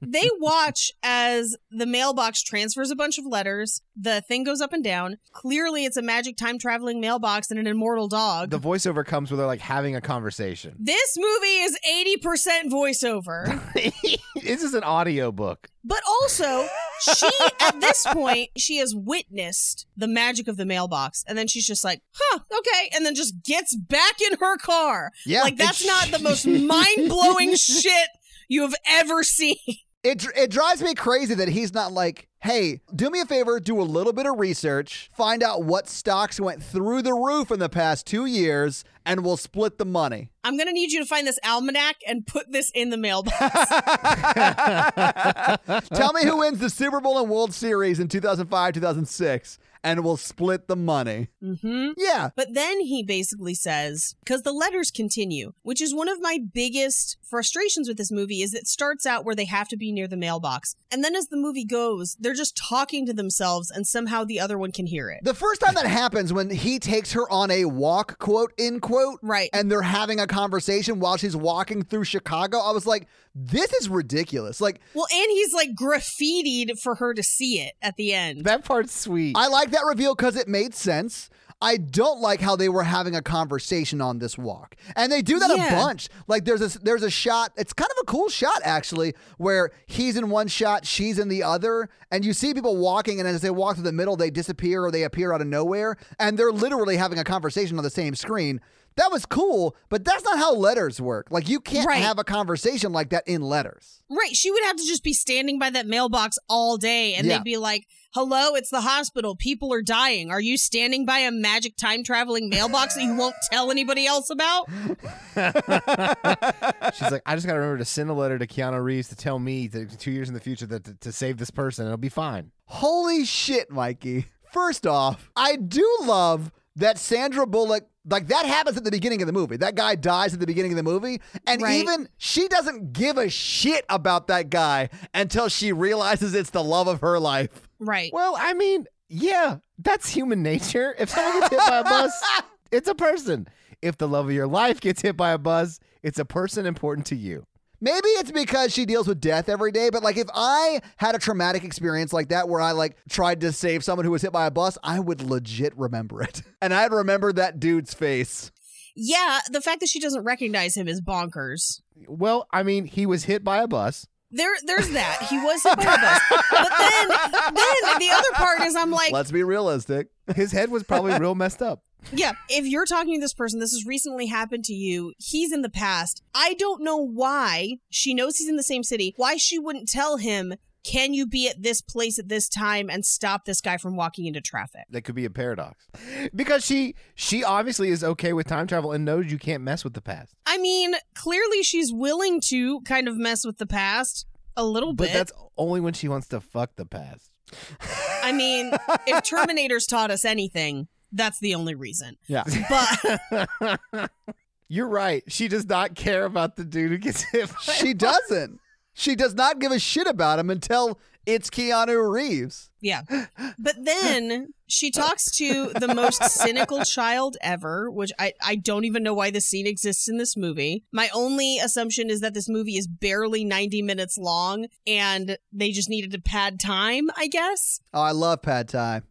Speaker 3: they watch as the mailbox transfers a bunch of letters. The thing goes up and down. Clearly, it's a magic time traveling mailbox and an immortal dog.
Speaker 4: The voiceover comes where they're like having a conversation.
Speaker 3: this movie is 80% voiceover.
Speaker 4: this is an audio book.
Speaker 3: But also, she at this point she has witnessed the magic of the mailbox, and then she's just like, "Huh, okay," and then just gets back in her car.
Speaker 5: Yeah.
Speaker 3: like that's not the most mind blowing shit you have ever seen.
Speaker 5: It dr- it drives me crazy that he's not like, hey, do me a favor, do a little bit of research, find out what stocks went through the roof in the past two years, and we'll split the money.
Speaker 3: I'm gonna need you to find this almanac and put this in the mailbox.
Speaker 5: Tell me who wins the Super Bowl and World Series in 2005, 2006, and we'll split the money.
Speaker 3: Mm-hmm.
Speaker 5: Yeah.
Speaker 3: But then he basically says, because the letters continue, which is one of my biggest frustrations with this movie, is it starts out where they have to be near the mailbox. And then as the movie goes, they're just talking to themselves and somehow the other one can hear it.
Speaker 5: The first time that happens when he takes her on a walk, quote, in quote,
Speaker 3: Right.
Speaker 5: and they're having a conversation while she's walking through Chicago, I was like, this is ridiculous. Like,
Speaker 3: Well, and he's like graffitied for her to see it at the end.
Speaker 4: That part's sweet.
Speaker 5: I like that reveal because it made sense. I don't like how they were having a conversation on this walk, and they do that a
Speaker 3: Yeah.
Speaker 5: bunch. Like there's a there's a shot. It's kind of a cool shot actually, where he's in one shot, she's in the other, and you see people walking, and as they walk through the middle, they disappear or they appear out of nowhere, and they're literally having a conversation on the same screen. That was cool, but that's not how letters work. Like you can't
Speaker 3: Right.
Speaker 5: have a conversation like that in letters.
Speaker 3: Right. She would have to just be standing by that mailbox all day and
Speaker 5: Yeah.
Speaker 3: they'd be like, Hello, it's the hospital. People are dying. Are you standing by a magic time traveling mailbox that you won't tell anybody else about?
Speaker 4: She's like, I just got to remember to send a letter to Keanu Reeves to tell me that two years in the future that to, to save this person, it'll be fine.
Speaker 5: Holy shit, Mikey. First off, I do love that Sandra Bullock, like that happens at the beginning of the movie. That guy dies at the beginning of the movie. And
Speaker 3: Right.
Speaker 5: even she doesn't give a shit about that guy until she realizes it's the love of her life.
Speaker 3: Right.
Speaker 4: Well, I mean, yeah, that's human nature. If someone gets hit by a bus, it's a person. If the love of your life gets hit by a bus, it's a person important to you.
Speaker 5: Maybe it's because she deals with death every day, but like if I had a traumatic experience like that where I like tried to save someone who was hit by a bus, I would legit remember it. And I'd remember that dude's face.
Speaker 3: Yeah, the fact that she doesn't recognize him is bonkers.
Speaker 4: Well, I mean, he was hit by a bus.
Speaker 3: There, there's that. He was hit by a bus. But then, then the other part is I'm like,
Speaker 5: Let's be realistic.
Speaker 4: His head was probably real messed up.
Speaker 3: yeah, if you're talking to this person, this has recently happened to you. He's in the past. I don't know why she knows he's in the same city. Why she wouldn't tell him, can you be at this place at this time and stop this guy from walking into traffic?
Speaker 4: That could be a paradox. Because she she obviously is okay with time travel and knows you can't mess with the past.
Speaker 3: I mean, clearly she's willing to kind of mess with the past a little
Speaker 4: But
Speaker 3: bit.
Speaker 4: that's only when she wants to fuck the past.
Speaker 3: I mean, if Terminators taught us anything, that's the only reason.
Speaker 5: Yeah.
Speaker 3: But
Speaker 4: You're right. She does not care about the dude who gets hit. By
Speaker 5: She doesn't. She does not give a shit about him until it's Keanu Reeves.
Speaker 3: Yeah. But then she talks to the most cynical child ever, which I, I don't even know why this scene exists in this movie. My only assumption is that this movie is barely 90 minutes long and they just needed to pad time, I guess.
Speaker 5: Oh, I love pad thai.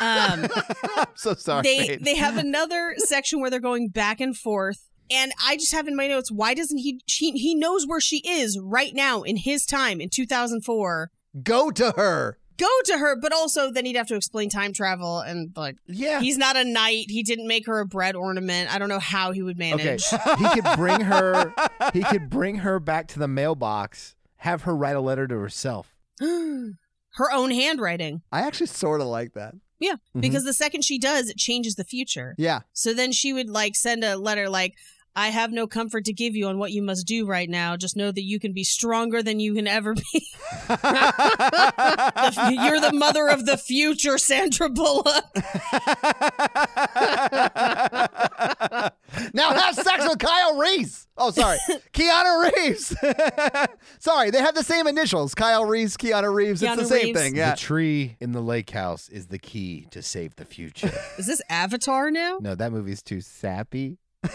Speaker 3: Um,
Speaker 5: I'm so sorry.
Speaker 3: they,
Speaker 5: Paige.
Speaker 3: they have another section where they're going back and forth. And I just have in my notes, why doesn't he? She, he knows where she is right now in his time in 2004.
Speaker 5: Go to her.
Speaker 3: Go to her, but also then he'd have to explain time travel and like
Speaker 4: yeah.
Speaker 3: He's not a knight. He didn't make her a bread ornament. I don't know how he would
Speaker 4: Okay.
Speaker 3: manage.
Speaker 4: he could bring her he could bring her back to the mailbox, have her write a letter to herself.
Speaker 3: her own handwriting.
Speaker 5: I actually sort of like that.
Speaker 3: Yeah,
Speaker 4: Mm-hmm.
Speaker 3: because the second she does, it changes the future.
Speaker 5: Yeah.
Speaker 3: So then she would like send a letter like, "I have no comfort to give you on what you must do right now. Just know that you can be stronger than you can ever be. The- You're the mother of the future, Sandra Bullock."
Speaker 5: now have sex with Kyle Reese. Oh, sorry. Keanu Reeves. sorry, they have the same initials. Kyle Reese, Keanu Reeves.
Speaker 3: Keanu
Speaker 5: it's the same
Speaker 3: Reeves.
Speaker 5: thing. Yeah.
Speaker 4: The tree in the lake house is the key to save the future.
Speaker 3: Is this Avatar now?
Speaker 4: no, that movie's too sappy.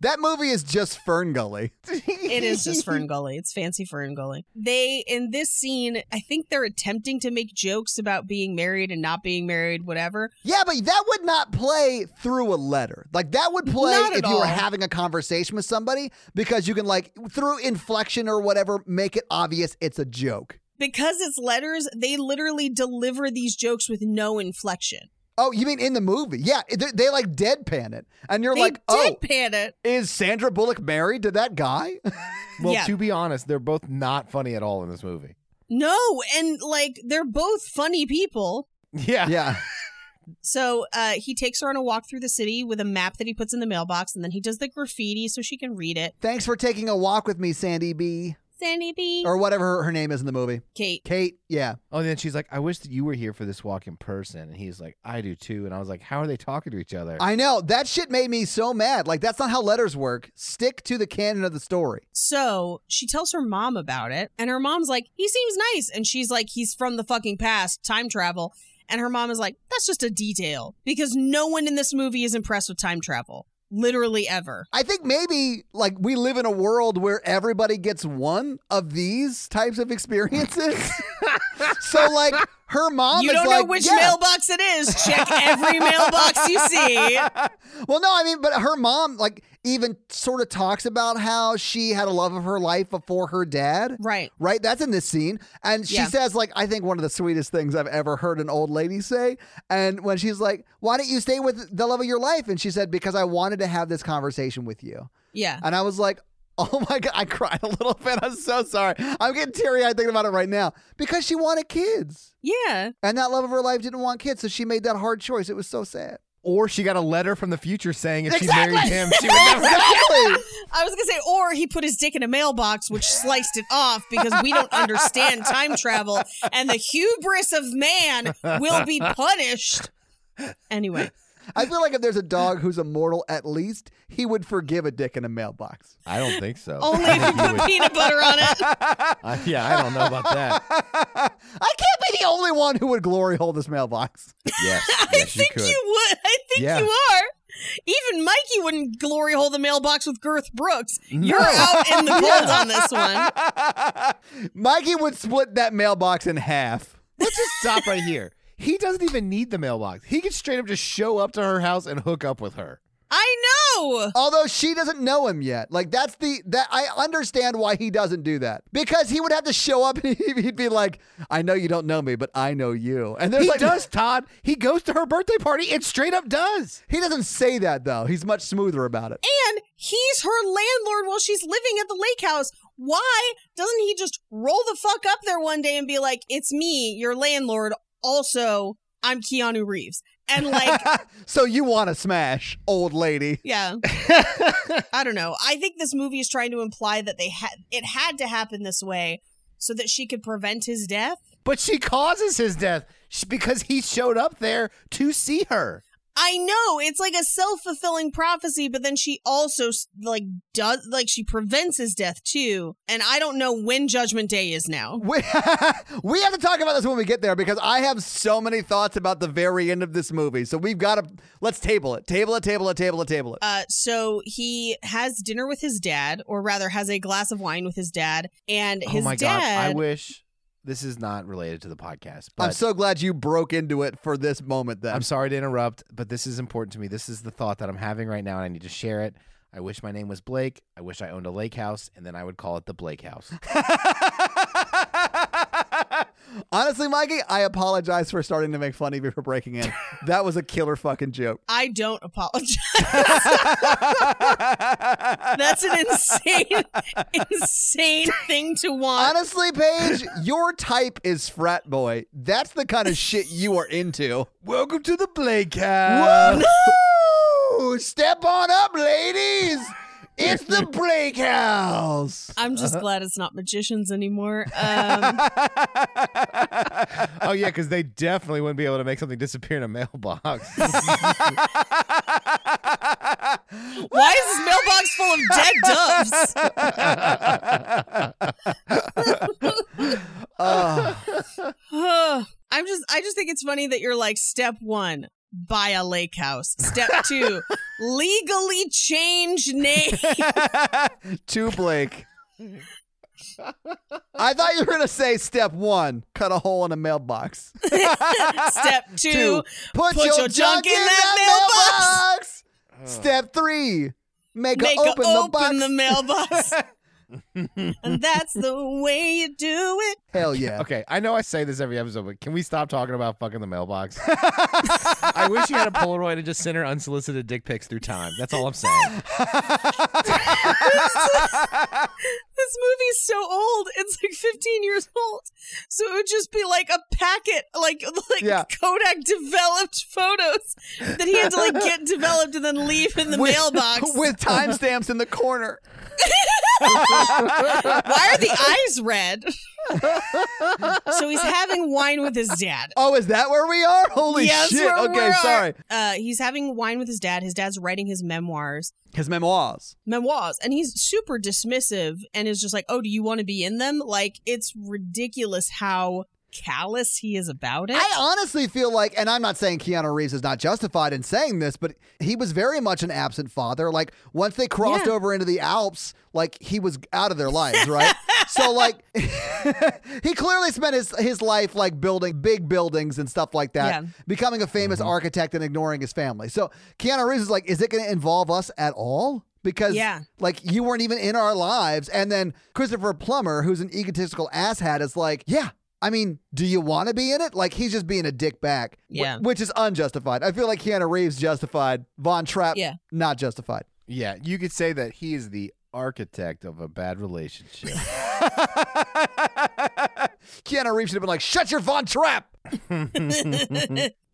Speaker 5: that movie is just Fern Gully.
Speaker 3: It is just Fern Gully. It's fancy Fern Gully. They in this scene, I think they're attempting to make jokes about being married and not being married, whatever.
Speaker 5: Yeah, but that would not play through a letter. Like that would play
Speaker 3: Not
Speaker 5: if
Speaker 3: at
Speaker 5: you were
Speaker 3: all.
Speaker 5: having a conversation with somebody because you can like through inflection or whatever make it obvious it's a joke.
Speaker 3: Because it's letters, they literally deliver these jokes with no inflection.
Speaker 5: Oh, you mean in the movie? Yeah, they, they like deadpan it, and you're
Speaker 3: They
Speaker 5: like, oh,
Speaker 3: deadpan it.
Speaker 5: is Sandra Bullock married to that guy?
Speaker 4: Well,
Speaker 3: Yeah.
Speaker 4: to be honest, they're both not funny at all in this movie.
Speaker 3: No, and like they're both funny people.
Speaker 4: Yeah.
Speaker 5: yeah,
Speaker 3: So uh, he takes her on a walk through the city with a map that he puts in the mailbox, and then he does the graffiti so she can read it.
Speaker 5: thanks for taking a walk with me, Sandy B.
Speaker 2: Sandy B.
Speaker 5: or whatever her, her name is in the movie.
Speaker 3: Kate.
Speaker 5: Kate, yeah.
Speaker 4: Oh, and then she's like, I wish that you were here for this walk in person. And he's like, I do too. And I was like, How are they talking to each other?
Speaker 5: I know. That shit made me so mad. Like, that's not how letters work. Stick to the canon of the story.
Speaker 3: So she tells her mom about it, and her mom's like, he seems nice. And she's like, he's from the fucking past, time travel. And her mom is like, that's just a detail because no one in this movie is impressed with time travel, literally ever.
Speaker 5: I think maybe, like, we live in a world where everybody gets one of these types of experiences. so, like, her mom
Speaker 3: you
Speaker 5: is
Speaker 3: don't
Speaker 5: like,
Speaker 3: know which
Speaker 5: yeah.
Speaker 3: mailbox it is. Check every mailbox you see.
Speaker 5: Well, no, I mean, but her mom, like, even sort of talks about how she had a love of her life before her dad.
Speaker 3: Right.
Speaker 5: Right? That's in this scene. And she
Speaker 3: Yeah.
Speaker 5: says, like, I think one of the sweetest things I've ever heard an old lady say. And when she's like, Why don't you stay with the love of your life? And she said, Because I wanted to have this conversation with you.
Speaker 3: Yeah.
Speaker 5: And I was like, Oh my God, I cried a little bit. I'm so sorry. I'm getting teary eyed thinking about it right now because she wanted kids.
Speaker 3: Yeah.
Speaker 5: And that love of her life didn't want kids. So she made that hard choice. It was so sad.
Speaker 4: Or she got a letter from the future saying if
Speaker 5: Exactly.
Speaker 4: she married him, she would never.
Speaker 5: Exactly.
Speaker 3: I was going to say, or he put his dick in a mailbox, which sliced it off because we don't understand time travel and the hubris of man will be punished. Anyway,
Speaker 5: I feel like if there's a dog who's immortal, at least he would forgive a dick in a mailbox.
Speaker 4: I don't think so.
Speaker 3: only if you put peanut butter on it.
Speaker 4: I- yeah, I don't know about that.
Speaker 5: I can't be the only one who would glory hole this mailbox.
Speaker 4: Yes,
Speaker 3: I
Speaker 4: yes, you
Speaker 3: think
Speaker 4: could.
Speaker 3: you would. I think
Speaker 4: Yeah.
Speaker 3: you are. Even Mikey wouldn't glory hole the mailbox with Girth Brooks. You're out in the cold on this one.
Speaker 5: Mikey would split that mailbox in half.
Speaker 4: Let's just stop right here. He doesn't even need the mailbox. He could straight up just show up to her house and hook up with her.
Speaker 3: I know.
Speaker 5: Although she doesn't know him yet. Like that's the that I understand why he doesn't do that. Because he would have to show up and he'd be like, "I know you don't know me, but I know you." And there's
Speaker 4: he
Speaker 5: like
Speaker 4: does, Todd. He goes to her birthday party and straight up does.
Speaker 5: he doesn't say that though. He's much smoother about it.
Speaker 3: And he's her landlord while she's living at the lake house. Why doesn't he just roll the fuck up there one day and be like, it's me, your landlord. Also, I'm Keanu Reeves. And like,
Speaker 5: So you want to smash, old lady?
Speaker 3: yeah. I don't know. I think this movie is trying to imply that they had it had to happen this way so that she could prevent his death.
Speaker 4: But she causes his death sh- because he showed up there to see her.
Speaker 3: I know it's like a self-fulfilling prophecy, but then she also s- like does like she prevents his death too. And I don't know when Judgment Day is now.
Speaker 5: We, we have to talk about this when we get there because I have so many thoughts about the very end of this movie. So we've got to let's table it, table it, table it, table it, table it.
Speaker 3: Uh, so he has dinner with his dad, or rather, has a glass of wine with his dad, and his
Speaker 4: oh my god!
Speaker 3: dad.
Speaker 4: I wish this is not related to the podcast. But
Speaker 5: I'm so glad you broke into it for this moment. Then
Speaker 4: I'm sorry to interrupt, but this is important to me. This is the thought that I'm having right now, and I need to share it. I wish my name was Blake. I wish I owned a lake house, and then I would call it the Blake House.
Speaker 5: Honestly, Mikey, I apologize for starting to make fun of you for breaking in. That was a killer fucking joke.
Speaker 3: I don't apologize. That's an insane, insane thing to want.
Speaker 5: Honestly, Paige, your type is frat boy. That's the kind of shit you are into.
Speaker 4: Welcome to the Blake House.
Speaker 5: Woo! Step on up, ladies. It's the Blake House.
Speaker 3: I'm
Speaker 4: Uh-huh.
Speaker 3: just glad it's not magicians anymore. Um,
Speaker 4: oh yeah, because they definitely wouldn't be able to make something disappear in a mailbox.
Speaker 3: why is this mailbox full of dead doves? Ugh. I'm just I just think it's funny that you're like step 1 buy a lake house. Step 2 legally change name.
Speaker 5: to Blake. I thought you were going to say step one cut a hole in a mailbox.
Speaker 3: Step 2,
Speaker 5: put, your, junk in that mailbox. Step three make,
Speaker 3: make
Speaker 5: her
Speaker 3: a
Speaker 5: open, the box.
Speaker 3: open the mailbox. and that's the way you do it.
Speaker 5: Hell yeah.
Speaker 4: Okay, I know I say this every episode, but can we stop talking about fucking the mailbox? I wish you had a Polaroid and just sent her unsolicited dick pics through time. That's all I'm saying.
Speaker 3: This this movie's so old. It's like 15 years old. So it would just be like a packet, like like
Speaker 4: Yeah.
Speaker 3: Kodak developed photos that he had to like get developed and then leave in the
Speaker 5: with,
Speaker 3: mailbox.
Speaker 5: with timestamps in the corner.
Speaker 3: Why are the eyes red? so he's having wine with his dad.
Speaker 5: Oh, is that where we are? Holy
Speaker 3: Yes,
Speaker 5: shit!
Speaker 3: we're-
Speaker 5: okay,
Speaker 3: we're-
Speaker 5: sorry.
Speaker 3: Uh, he's having wine with his dad. His dad's writing his memoirs.
Speaker 5: His memoirs.
Speaker 3: memoirs and he's super dismissive and is just like oh do you want to be in them like it's ridiculous how callous he is about it
Speaker 5: I honestly feel like, and I'm not saying Keanu Reeves is not justified in saying this, but he was very much an absent father. Like once they crossed
Speaker 3: Yeah.
Speaker 5: over into the Alps, like he was out of their lives, right? so like, he clearly spent his his life like building big buildings and stuff like that,
Speaker 3: Yeah.
Speaker 5: becoming a famous architect and ignoring his family. So Keanu Reeves is like, is it going to involve us at all? Because
Speaker 3: Yeah.
Speaker 5: like you weren't even in our lives. And then Christopher Plummer, who's an egotistical asshat, is like, yeah. I mean, do you want to be in it? Like he's just being a dick back, wh-
Speaker 3: Yeah.
Speaker 5: which is unjustified. I feel like Keanu Reeves justified, Von Trapp
Speaker 3: Yeah.
Speaker 5: not justified.
Speaker 4: Yeah, you could say that he is the architect of a bad relationship.
Speaker 5: Keanu Reeves should have been like, shut your Von Trapp.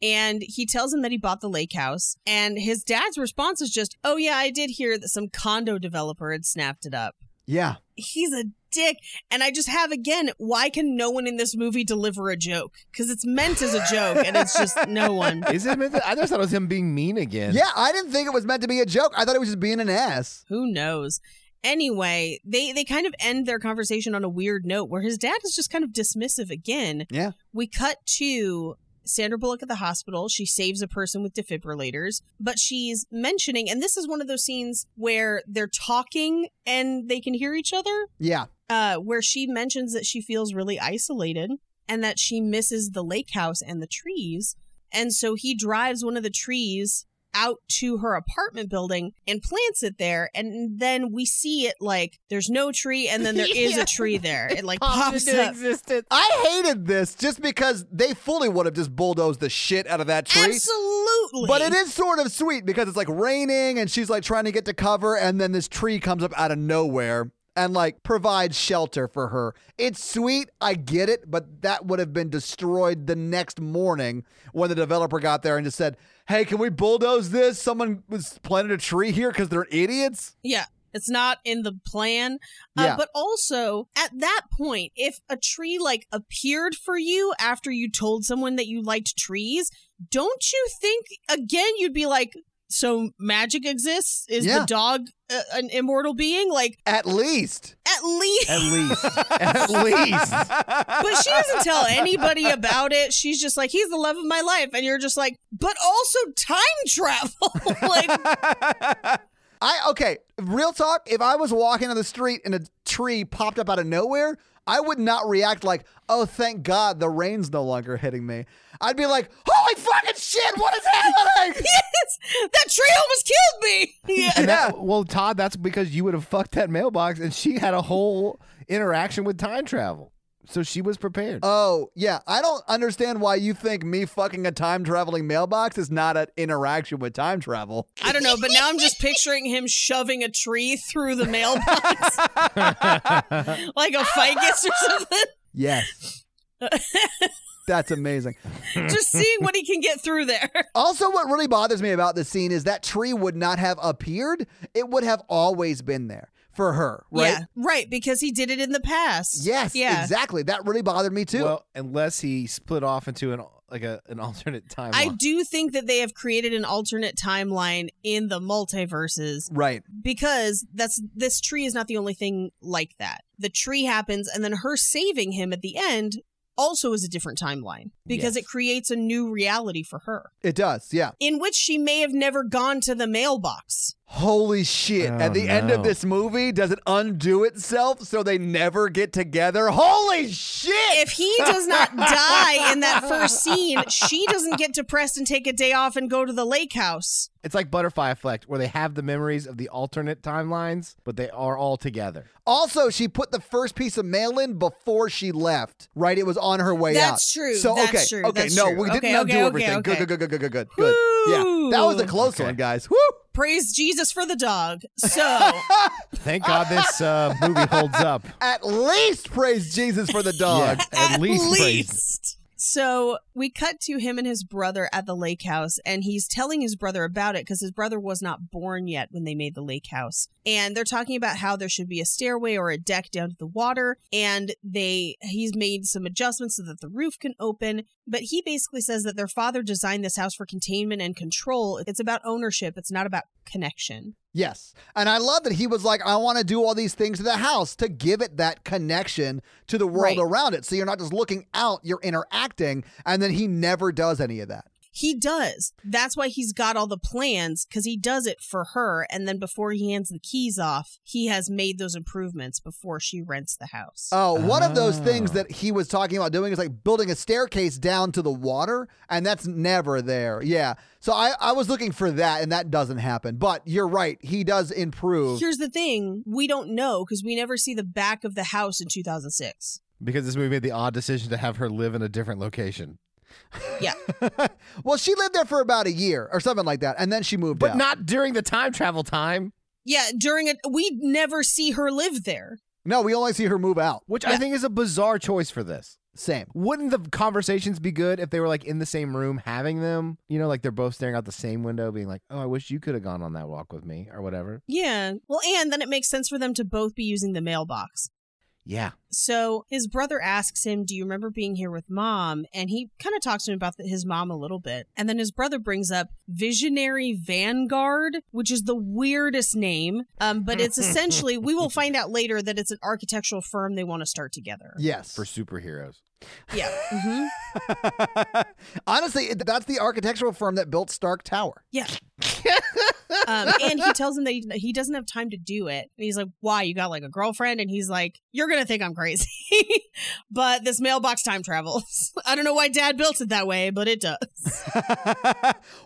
Speaker 3: and he tells him that he bought the lake house and his dad's response is just oh yeah i did hear that some condo developer had snapped it up
Speaker 5: Yeah,
Speaker 3: he's a dick and i just have again why can no one in this movie deliver a joke because it's meant as a joke and it's just no one
Speaker 4: is it? meant to- I just thought it was him being mean again.
Speaker 5: yeah. I didn't think it was meant to be a joke. I thought it was just being an ass.
Speaker 3: Who knows? Anyway, they they kind of end their conversation on a weird note where his dad is just kind of dismissive again.
Speaker 5: Yeah.
Speaker 3: We cut to Sandra Bullock at the hospital. She saves a person with defibrillators, but she's mentioning and this is one of those scenes where they're talking and they can hear each other,
Speaker 5: Yeah,
Speaker 3: uh where she mentions that she feels really isolated and that she misses the lake house and the trees. And so he drives one of the trees out to her apartment building and plants it there. And then we see it like there's no tree, and then there is
Speaker 4: Yeah.
Speaker 3: a tree there. It like
Speaker 4: Popped
Speaker 3: pops
Speaker 4: into
Speaker 3: up.
Speaker 4: existence.
Speaker 5: I hated this just because they fully would have just bulldozed the shit out of that tree.
Speaker 3: Absolutely.
Speaker 5: But it is sort of sweet because it's like raining and she's like trying to get to cover and then this tree comes up out of nowhere and like provides shelter for her. It's sweet, I get it, but that would have been destroyed the next morning when the developer got there and just said, "Hey, can we bulldoze this? Someone was planted a tree here cuz they're idiots."
Speaker 3: Yeah. It's not in the plan. Uh,
Speaker 5: Yeah.
Speaker 3: But also, at that point, if a tree like appeared for you after you told someone that you liked trees, don't you think again you'd be like, so magic exists? Is
Speaker 5: Yeah.
Speaker 3: the dog uh, an immortal being? Like,
Speaker 5: At least.
Speaker 3: at least.
Speaker 4: At least. At least.
Speaker 3: but she doesn't tell anybody about it. She's just like, he's the love of my life. And you're just like, but also time travel. like,
Speaker 5: I okay, real talk, if I was walking on the street and a tree popped up out of nowhere, I would not react like, "Oh, thank God, the rain's no longer hitting me." I'd be like, "Holy fucking shit, what is happening?"
Speaker 3: yes, that tree almost killed me. Yeah.
Speaker 4: And that- well, Todd, that's because you would have fucked that mailbox, and she had a whole interaction with time travel, so she was prepared.
Speaker 5: oh, yeah, I don't understand why you think me fucking a time traveling mailbox is not an interaction with time travel.
Speaker 3: I don't know, but now I'm just picturing him shoving a tree through the mailbox like a ficus or something.
Speaker 5: Yes. That's amazing.
Speaker 3: Just seeing what he can get through there.
Speaker 5: Also, what really bothers me about this scene is that tree would not have appeared. It would have always been there for her, right?
Speaker 3: Yeah, right, because he did it in the past.
Speaker 5: Yes,
Speaker 3: yeah.
Speaker 5: exactly. That really bothered me too.
Speaker 4: well, unless he split off into an like a, an alternate timeline.
Speaker 3: I do think that they have created an alternate timeline in the multiverses
Speaker 5: right.
Speaker 3: because that's this tree is not the only thing like that. The tree happens and then her saving him at the end also is a different timeline because
Speaker 4: Yes.
Speaker 3: it creates a new reality for her.
Speaker 5: It does, yeah.
Speaker 3: in which she may have never gone to the mailbox.
Speaker 5: Holy shit.
Speaker 4: Oh,
Speaker 5: At the end of
Speaker 4: no.
Speaker 5: this movie, does it undo itself so they never get together? Holy shit!
Speaker 3: If he does not die in that first scene, she doesn't get depressed and take a day off and go to the lake house.
Speaker 4: It's like butterfly effect, where they have the memories of the alternate timelines, but they are all together.
Speaker 5: also, she put the first piece of mail in before she left, right? It was on her way out.
Speaker 3: That's true.
Speaker 5: So,
Speaker 3: That's
Speaker 5: okay.
Speaker 3: true.
Speaker 5: Okay,
Speaker 3: That's
Speaker 5: no,
Speaker 3: true.
Speaker 5: we didn't
Speaker 3: Okay,
Speaker 5: undo
Speaker 3: okay, okay,
Speaker 5: everything.
Speaker 3: okay.
Speaker 5: Good, good, good, good, good, good, good. Yeah. That was a close
Speaker 4: Okay.
Speaker 5: one, guys. Woo!
Speaker 3: Praise Jesus for the dog. So
Speaker 4: Thank God this uh, movie holds up.
Speaker 5: At least praise Jesus for the dog.
Speaker 4: Yeah, Oh, at, least, praise-
Speaker 3: least. So we cut to him and his brother at the lake house, and he's telling his brother about it because his brother was not born yet when they made the lake house. And they're talking about how there should be a stairway or a deck down to the water, and they he's made some adjustments so that the roof can open. But he basically says that their father designed this house for containment and control. It's about ownership. It's not about connection.
Speaker 5: Yes. And I love that he was like, I want to do all these things to the house to give it that connection to the world
Speaker 3: Right.
Speaker 5: around it. So you're not just looking out, you're interacting. And then he never does any of that.
Speaker 3: He does. That's why he's got all the plans because he does it for her. And then before he hands the keys off, he has made those improvements before she rents the house.
Speaker 5: Oh, one of those things
Speaker 4: Oh.
Speaker 5: that he was talking about doing is like building a staircase down to the water, and that's never there. Yeah. So I, I was looking for that, and that doesn't happen. But you're right. He does improve.
Speaker 3: Here's the thing we don't know because we never see the back of the house in 2006.
Speaker 4: Because this movie made the odd decision to have her live in a different location.
Speaker 3: Yeah.
Speaker 5: well, she lived there for about a year or something like that, and then she moved
Speaker 4: But
Speaker 5: out.
Speaker 4: not during the time travel time,
Speaker 3: yeah. During it, we never see her live there.
Speaker 5: no, we only see her move out.
Speaker 4: which I think is a bizarre choice for this.
Speaker 5: Same.
Speaker 4: Wouldn't the conversations be good if they were like in the same room having them? You know, like they're both staring out the same window, being like, oh, I wish you could have gone on that walk with me or whatever.
Speaker 3: Yeah. Well, and then it makes sense for them to both be using the mailbox.
Speaker 4: Yeah.
Speaker 3: So his brother asks him, Do you remember being here with mom? And he kind of talks to him about the, his mom a little bit. And then his brother brings up Visionary Vanguard, which is the weirdest name. Um, but it's essentially, we will find out later that it's an architectural firm they want to start together.
Speaker 5: Yes.
Speaker 4: For superheroes.
Speaker 3: Yeah. hmm
Speaker 5: Honestly, it- that's the architectural firm that built Stark Tower.
Speaker 3: Yeah. um, and he tells him that he, that he doesn't have time to do it. And he's like, Why? You got like a girlfriend? And he's like, You're going to think I'm crazy. but this mailbox time travels. I don't know why dad built it that way, but it does.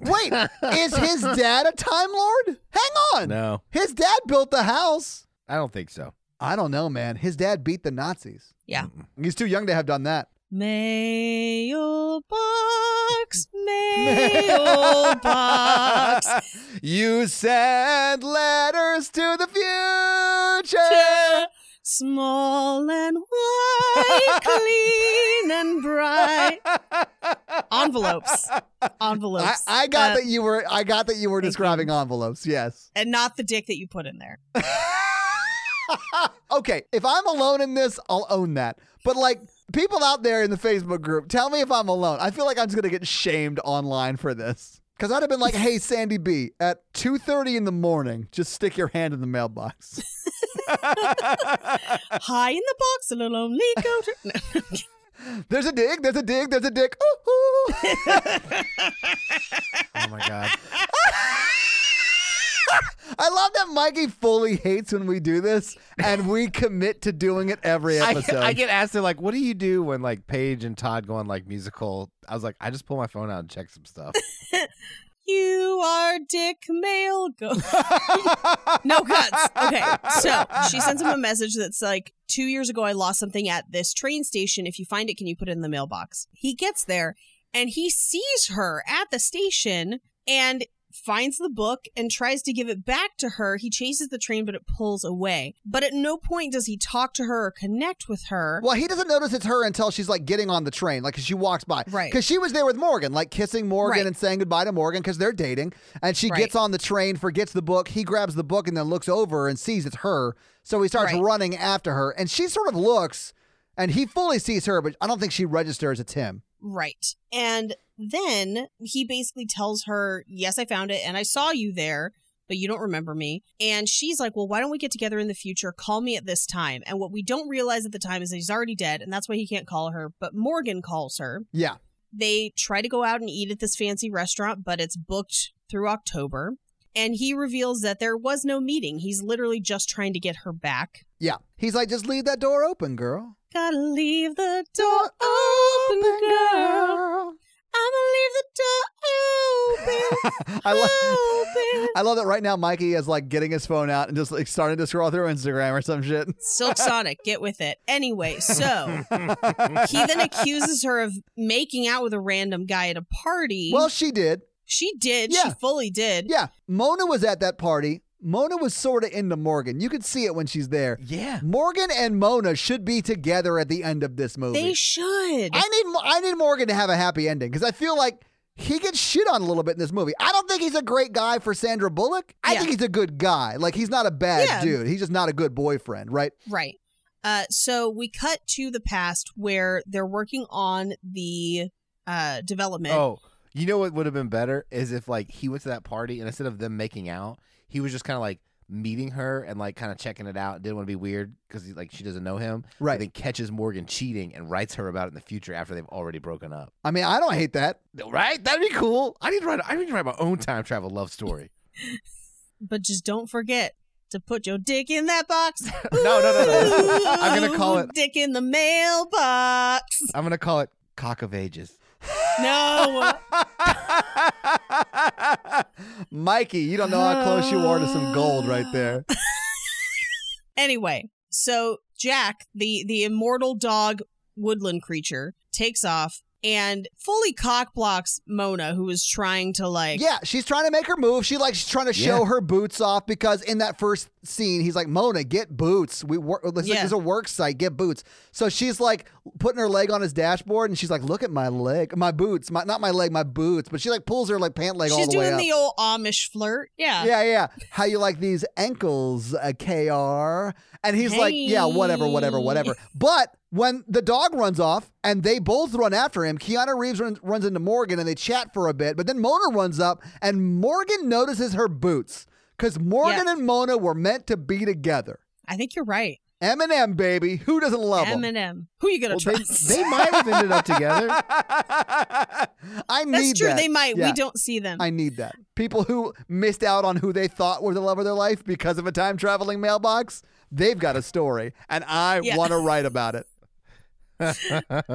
Speaker 5: Wait, is his dad a Time Lord? Hang on.
Speaker 4: No,
Speaker 5: His dad built the house.
Speaker 4: I don't think so.
Speaker 5: I don't know, man. His dad beat the Nazis.
Speaker 3: Yeah.
Speaker 5: He's too young to have done that.
Speaker 3: Mailbox, mailbox.
Speaker 5: You send letters to the future.
Speaker 3: Small and white, clean and bright. Envelopes.
Speaker 5: I,
Speaker 3: Envelopes.
Speaker 5: I got
Speaker 3: Uh,
Speaker 5: that you were I got that you were
Speaker 3: thank
Speaker 5: describing envelopes. Yes.
Speaker 3: And not the dick that you put in there.
Speaker 5: okay, if I'm alone in this, I'll own that. But like people out there in the Facebook group, tell me if I'm alone. I feel like I'm just gonna get shamed online for this. Cause I'd have been like, "Hey, Sandy B, at 2:30 in the morning, just stick your hand in the mailbox."
Speaker 3: High in the box, a little lonely goat. No.
Speaker 5: There's a dig. There's a dig. There's a dig. Ooh, ooh.
Speaker 4: Oh my God.
Speaker 5: I love that Mikey fully hates when we do this, and we commit to doing it every
Speaker 4: I,
Speaker 5: episode.
Speaker 4: I get asked, they're like, what do you do when like Paige and Todd go on like musical? I was like, I just pull my phone out and check some stuff.
Speaker 3: You are Dick Mail Goat. no cuts. Okay. So she sends him a message that's like, two years ago, I lost something at this train station. If you find it, can you put it in the mailbox? He gets there and he sees her at the station and finds the book and tries to give it back to her. He chases the train, but it pulls away. But at no point does he talk to her or connect with her.
Speaker 5: Well, he doesn't notice it's her until she's like getting on the train, like 'cause she walks by.
Speaker 3: Right.
Speaker 5: Because she was there with Morgan, like kissing Morgan
Speaker 3: Right.
Speaker 5: and saying goodbye to Morgan because they're dating. And she
Speaker 3: Right.
Speaker 5: gets on the train, forgets the book. He grabs the book and then looks over and sees it's her. So he starts
Speaker 3: Right.
Speaker 5: running after her. And she sort of looks and he fully sees her, but I don't think she registers it's him.
Speaker 3: Right. And then he basically tells her, Yes, I found it and I saw you there, but you don't remember me. And she's like, Well, why don't we get together in the future? Call me at this time. And what we don't realize at the time is that he's already dead and that's why he can't call her. But Morgan calls her.
Speaker 5: Yeah.
Speaker 3: They try to go out and eat at this fancy restaurant, but it's booked through October. And he reveals that there was no meeting. He's literally just trying to get her back.
Speaker 5: Yeah. He's like, just leave that door open, girl.
Speaker 3: Gotta leave the door open, girl. I'm gonna leave the door
Speaker 5: I love.
Speaker 3: open.
Speaker 5: I love that right now Mikey is like getting his phone out and just like starting to scroll through Instagram or some shit.
Speaker 3: Silk Sonic, get with it. Anyway, so he then accuses her of making out with a random guy at a party.
Speaker 5: Well, she did.
Speaker 3: She did. She
Speaker 5: Yeah.
Speaker 3: fully did.
Speaker 5: Yeah, Mona was at that party. Mona was sort of into Morgan. You could see it when she's there.
Speaker 4: Yeah.
Speaker 5: Morgan and Mona should be together at the end of this movie.
Speaker 3: They should.
Speaker 5: I need Mo- I need Morgan to have a happy ending because I feel like he gets shit on a little bit in this movie. I don't think he's a great guy for Sandra Bullock. I
Speaker 3: Yeah.
Speaker 5: think he's a good guy. Like he's not a bad
Speaker 3: Yeah.
Speaker 5: dude. He's just not a good boyfriend, right?
Speaker 3: Right. Uh, so we cut to the past where they're working on the uh, development.
Speaker 4: Oh, you know what would have been better is if like he went to that party and instead of them making out, he was just kind of like meeting her and like kind of checking it out. Didn't want to be weird because like she doesn't know him.
Speaker 5: Right.
Speaker 4: And then catches Morgan cheating and writes her about it in the future after they've already broken up.
Speaker 5: I mean, I don't hate that.
Speaker 4: Right? That'd be cool. I need to write. I need to write my own time travel love story.
Speaker 3: But just don't forget to put your dick in that box.
Speaker 4: no, no, no, no. I'm gonna call it.
Speaker 3: Dick in the mailbox.
Speaker 4: I'm gonna call it cock of ages.
Speaker 3: No.
Speaker 5: Mikey, you don't know how close you are to some gold right there.
Speaker 3: anyway, so Jack, the the immortal dog woodland creature, takes off and fully cock blocks Mona, who is trying to like
Speaker 5: Yeah, she's trying to make her move. She like she's trying to show
Speaker 4: Yeah.
Speaker 5: her boots off because in that first scene, he's like, "Mona, get boots. We work. This
Speaker 3: Yeah.
Speaker 5: is a work site. Get boots." So she's like putting her leg on his dashboard, and she's like, "Look at my leg, my boots. My not my leg, my boots." But she like pulls her like pant leg all
Speaker 3: she's
Speaker 5: the way
Speaker 3: doing
Speaker 5: up.
Speaker 3: the old Amish flirt. Yeah.
Speaker 5: yeah, yeah. How you like these ankles, uh, Kr? And he's like, "Yeah, whatever, whatever, whatever." But when the dog runs off and they both run after him, Keanu Reeves run, runs into Morgan and they chat for a bit. But then Mona runs up and Morgan notices her boots because Morgan
Speaker 3: Yeah.
Speaker 5: and Mona were meant to be together.
Speaker 3: I think you're right.
Speaker 5: Eminem, baby, who doesn't love him?
Speaker 3: Eminem. Who you gonna
Speaker 4: Well, they,
Speaker 3: trust?
Speaker 4: they might have ended up together.
Speaker 5: I need
Speaker 3: That's true.
Speaker 5: that.
Speaker 3: They might.
Speaker 5: Yeah,
Speaker 3: We don't see them.
Speaker 5: I need that. People who missed out on who they thought were the love of their life because of a time traveling mailbox, they've got a story, and I
Speaker 3: Yeah.
Speaker 5: want to write about it.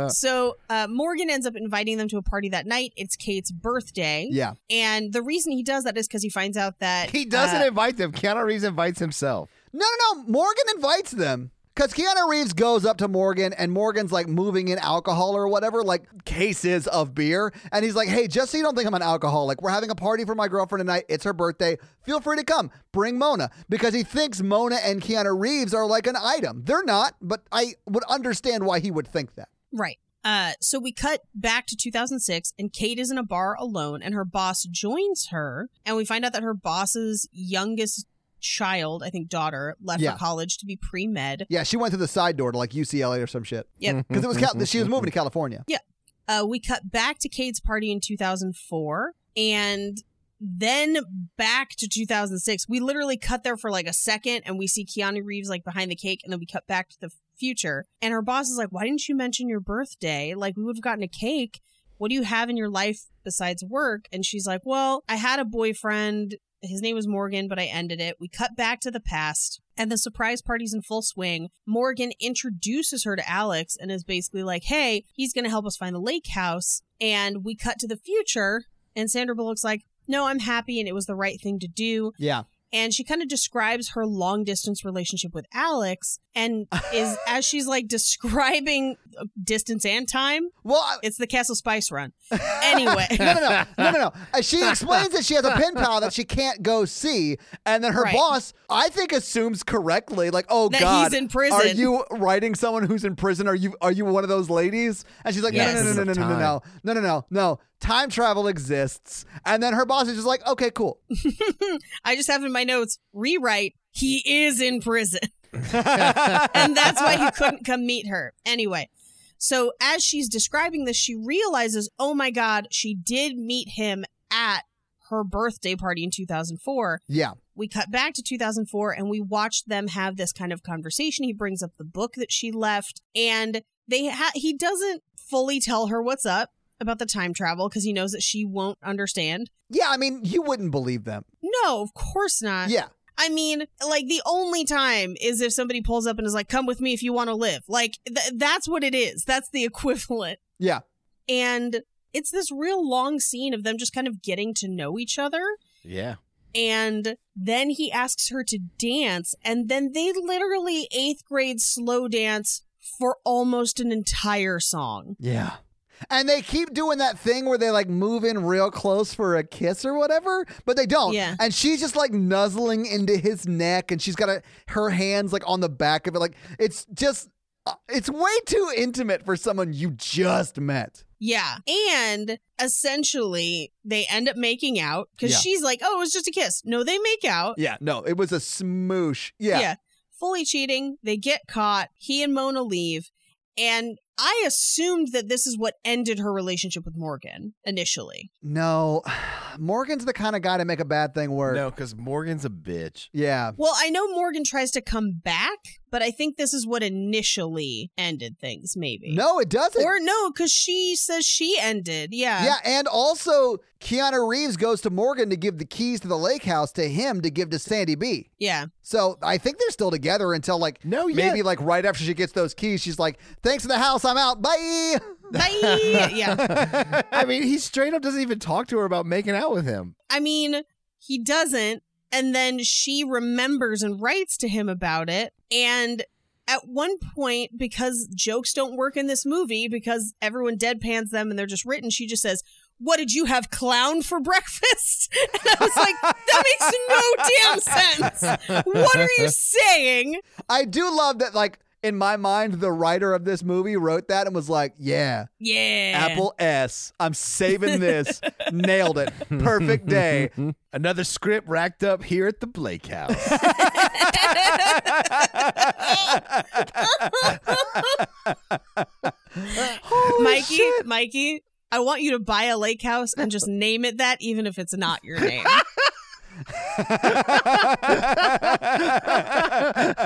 Speaker 3: so uh, Morgan ends up inviting them to a party that night. It's Kate's birthday.
Speaker 5: Yeah.
Speaker 3: And the reason he does that is because he finds out that
Speaker 4: He doesn't
Speaker 3: uh,
Speaker 4: invite them. Keanu Reeves invites himself.
Speaker 5: No, no, no. Morgan invites them. Because Keanu Reeves goes up to Morgan and Morgan's like moving in alcohol or whatever, like cases of beer. And he's like, hey, just so you don't think I'm an alcoholic, we're having a party for my girlfriend tonight. It's her birthday. Feel free to come. Bring Mona. Because he thinks Mona and Keanu Reeves are like an item. They're not, but I would understand why he would think that.
Speaker 3: Right. Uh, so we cut back to 2006, and Kate is in a bar alone, and her boss joins her, and we find out that her boss's youngest child, I think daughter, left
Speaker 5: Yeah.
Speaker 3: for college to be pre med.
Speaker 5: Yeah, she went through the side door to like UCLA or some shit.
Speaker 3: Yep.
Speaker 5: Because it was Cal- she was moving to California.
Speaker 3: Uh, we cut back to Kate's party in 2004, and then back to 2006. We literally cut there for like a second, and we see Keanu Reeves like behind the cake, and then we cut back to the future. And her boss is like, "Why didn't you mention your birthday? Like, we would have gotten a cake. What do you have in your life besides work?" And she's like, "Well, I had a boyfriend. His name was Morgan, but I ended it. We cut back to the past, and the surprise party's in full swing. Morgan introduces her to Alex and is basically like, hey, he's going to help us find the lake house. And we cut to the future, and Sandra Bullock's like, no, I'm happy, and it was the right thing to do.
Speaker 5: Yeah.
Speaker 3: And she kind of describes her long distance relationship with Alex, and is as she's like describing uh, distance and time,
Speaker 5: Well, I-
Speaker 3: it's the Castle Spice Run. Anyway.
Speaker 5: no, no, no, no, no, no. Uh, She explains that she has a pen pal that she can't go see, and then her
Speaker 3: Right.
Speaker 5: boss, I think, assumes correctly, like, "Oh
Speaker 3: That
Speaker 5: God,
Speaker 3: he's in prison.
Speaker 5: Are you writing someone who's in prison? Are you are you one of those ladies?" And she's like, "No,
Speaker 3: Yes.
Speaker 5: no, no, no, no, no, no, no, no, no, no. Time travel exists." And then her boss is just like, "Okay, cool."
Speaker 3: I just have in my notes rewrite. He is in prison, and that's why he couldn't come meet her. Anyway, so as she's describing this, she realizes, oh my god, she did meet him at her birthday party in 2004.
Speaker 5: Yeah,
Speaker 3: We cut back to 2004 and we watched them have this kind of conversation. He brings up the book that she left and they ha- he doesn't fully tell her what's up about the time travel because he knows that she won't understand.
Speaker 5: yeah. I mean, you wouldn't believe them.
Speaker 3: No, of course not.
Speaker 5: Yeah,
Speaker 3: I mean, like the only time is if somebody pulls up and is like, "Come with me if you want to live." Like th- that's what it is. That's the equivalent.
Speaker 5: yeah.
Speaker 3: And it's this real long scene of them just kind of getting to know each other.
Speaker 4: Yeah.
Speaker 3: And then he asks her to dance, and then they literally eighth grade slow dance for almost an entire song.
Speaker 5: Yeah. And they keep doing that thing where they like move in real close for a kiss or whatever, but they don't.
Speaker 3: Yeah.
Speaker 5: And she's just like nuzzling into his neck and she's got a, her hands like on the back of it. Like it's just, uh, it's way too intimate for someone you just met.
Speaker 3: Yeah. And essentially, they end up making out because
Speaker 5: Yeah.
Speaker 3: she's like, oh, it was just a kiss. No, they make out.
Speaker 5: Yeah. No, it was a smoosh. Yeah.
Speaker 3: Fully cheating. They get caught. He and Mona leave. And I assumed that this is what ended her relationship with Morgan initially.
Speaker 5: No, Morgan's the kind of guy to make a bad thing work.
Speaker 4: No, because Morgan's a bitch.
Speaker 5: Yeah.
Speaker 3: Well, I know Morgan tries to come back, but I think this is what initially ended things, maybe.
Speaker 5: No, it doesn't.
Speaker 3: Or no, because she says she ended. Yeah.
Speaker 5: yeah, and also Keanu Reeves goes to Morgan to give the keys to the lake house to him to give to Sandy B.
Speaker 3: Yeah.
Speaker 5: So I think they're still together until like
Speaker 4: No, yeah.
Speaker 5: maybe like right after she gets those keys, she's like, "Thanks for the house, I'm out, bye."
Speaker 3: Bye. yeah.
Speaker 4: I mean, he straight up doesn't even talk to her about making out with him.
Speaker 3: I mean, he doesn't. And then she remembers and writes to him about it. And at one point, because jokes don't work in this movie, because everyone deadpans them and they're just written, she just says, What did you have, clown, for breakfast? And I was like, That makes no damn sense. What are you saying?
Speaker 5: I do love that. Like in my mind, the writer of this movie wrote that and was like, "Yeah,
Speaker 3: Yeah.
Speaker 5: Apple S, I'm saving this, nailed it, perfect day."
Speaker 4: Another script racked up here at the Blake house.
Speaker 3: Mikey, Mikey, I want you to buy a lake house and just name it that, even if it's not your name.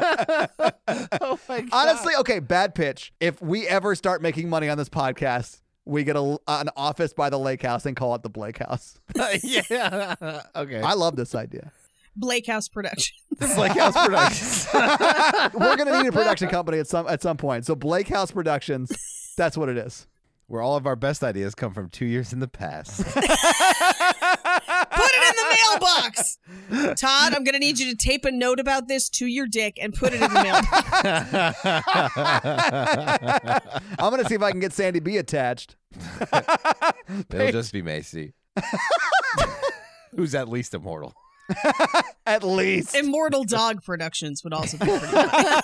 Speaker 4: oh my god!
Speaker 5: Honestly, okay, bad pitch. If we ever start making money on this podcast, we get a, an office by the lake house and call it the Blake House.
Speaker 4: yeah. Okay.
Speaker 5: I love this idea.
Speaker 3: Blake House Production.
Speaker 4: This Blake House Productions.
Speaker 5: We're gonna need a production company at some at some point. So Blake House Productions, that's what it is.
Speaker 4: Where all of our best ideas come from two years in the past.
Speaker 3: Put it in the mailbox. Todd, I'm going to need you to tape a note about this to your dick and put it in the mailbox.
Speaker 5: I'm gonna see if I can get Sandy B attached.
Speaker 4: It'll just be Macy. Who's at least immortal.
Speaker 5: At least.
Speaker 3: Immortal Dog Productions would also be pretty fun.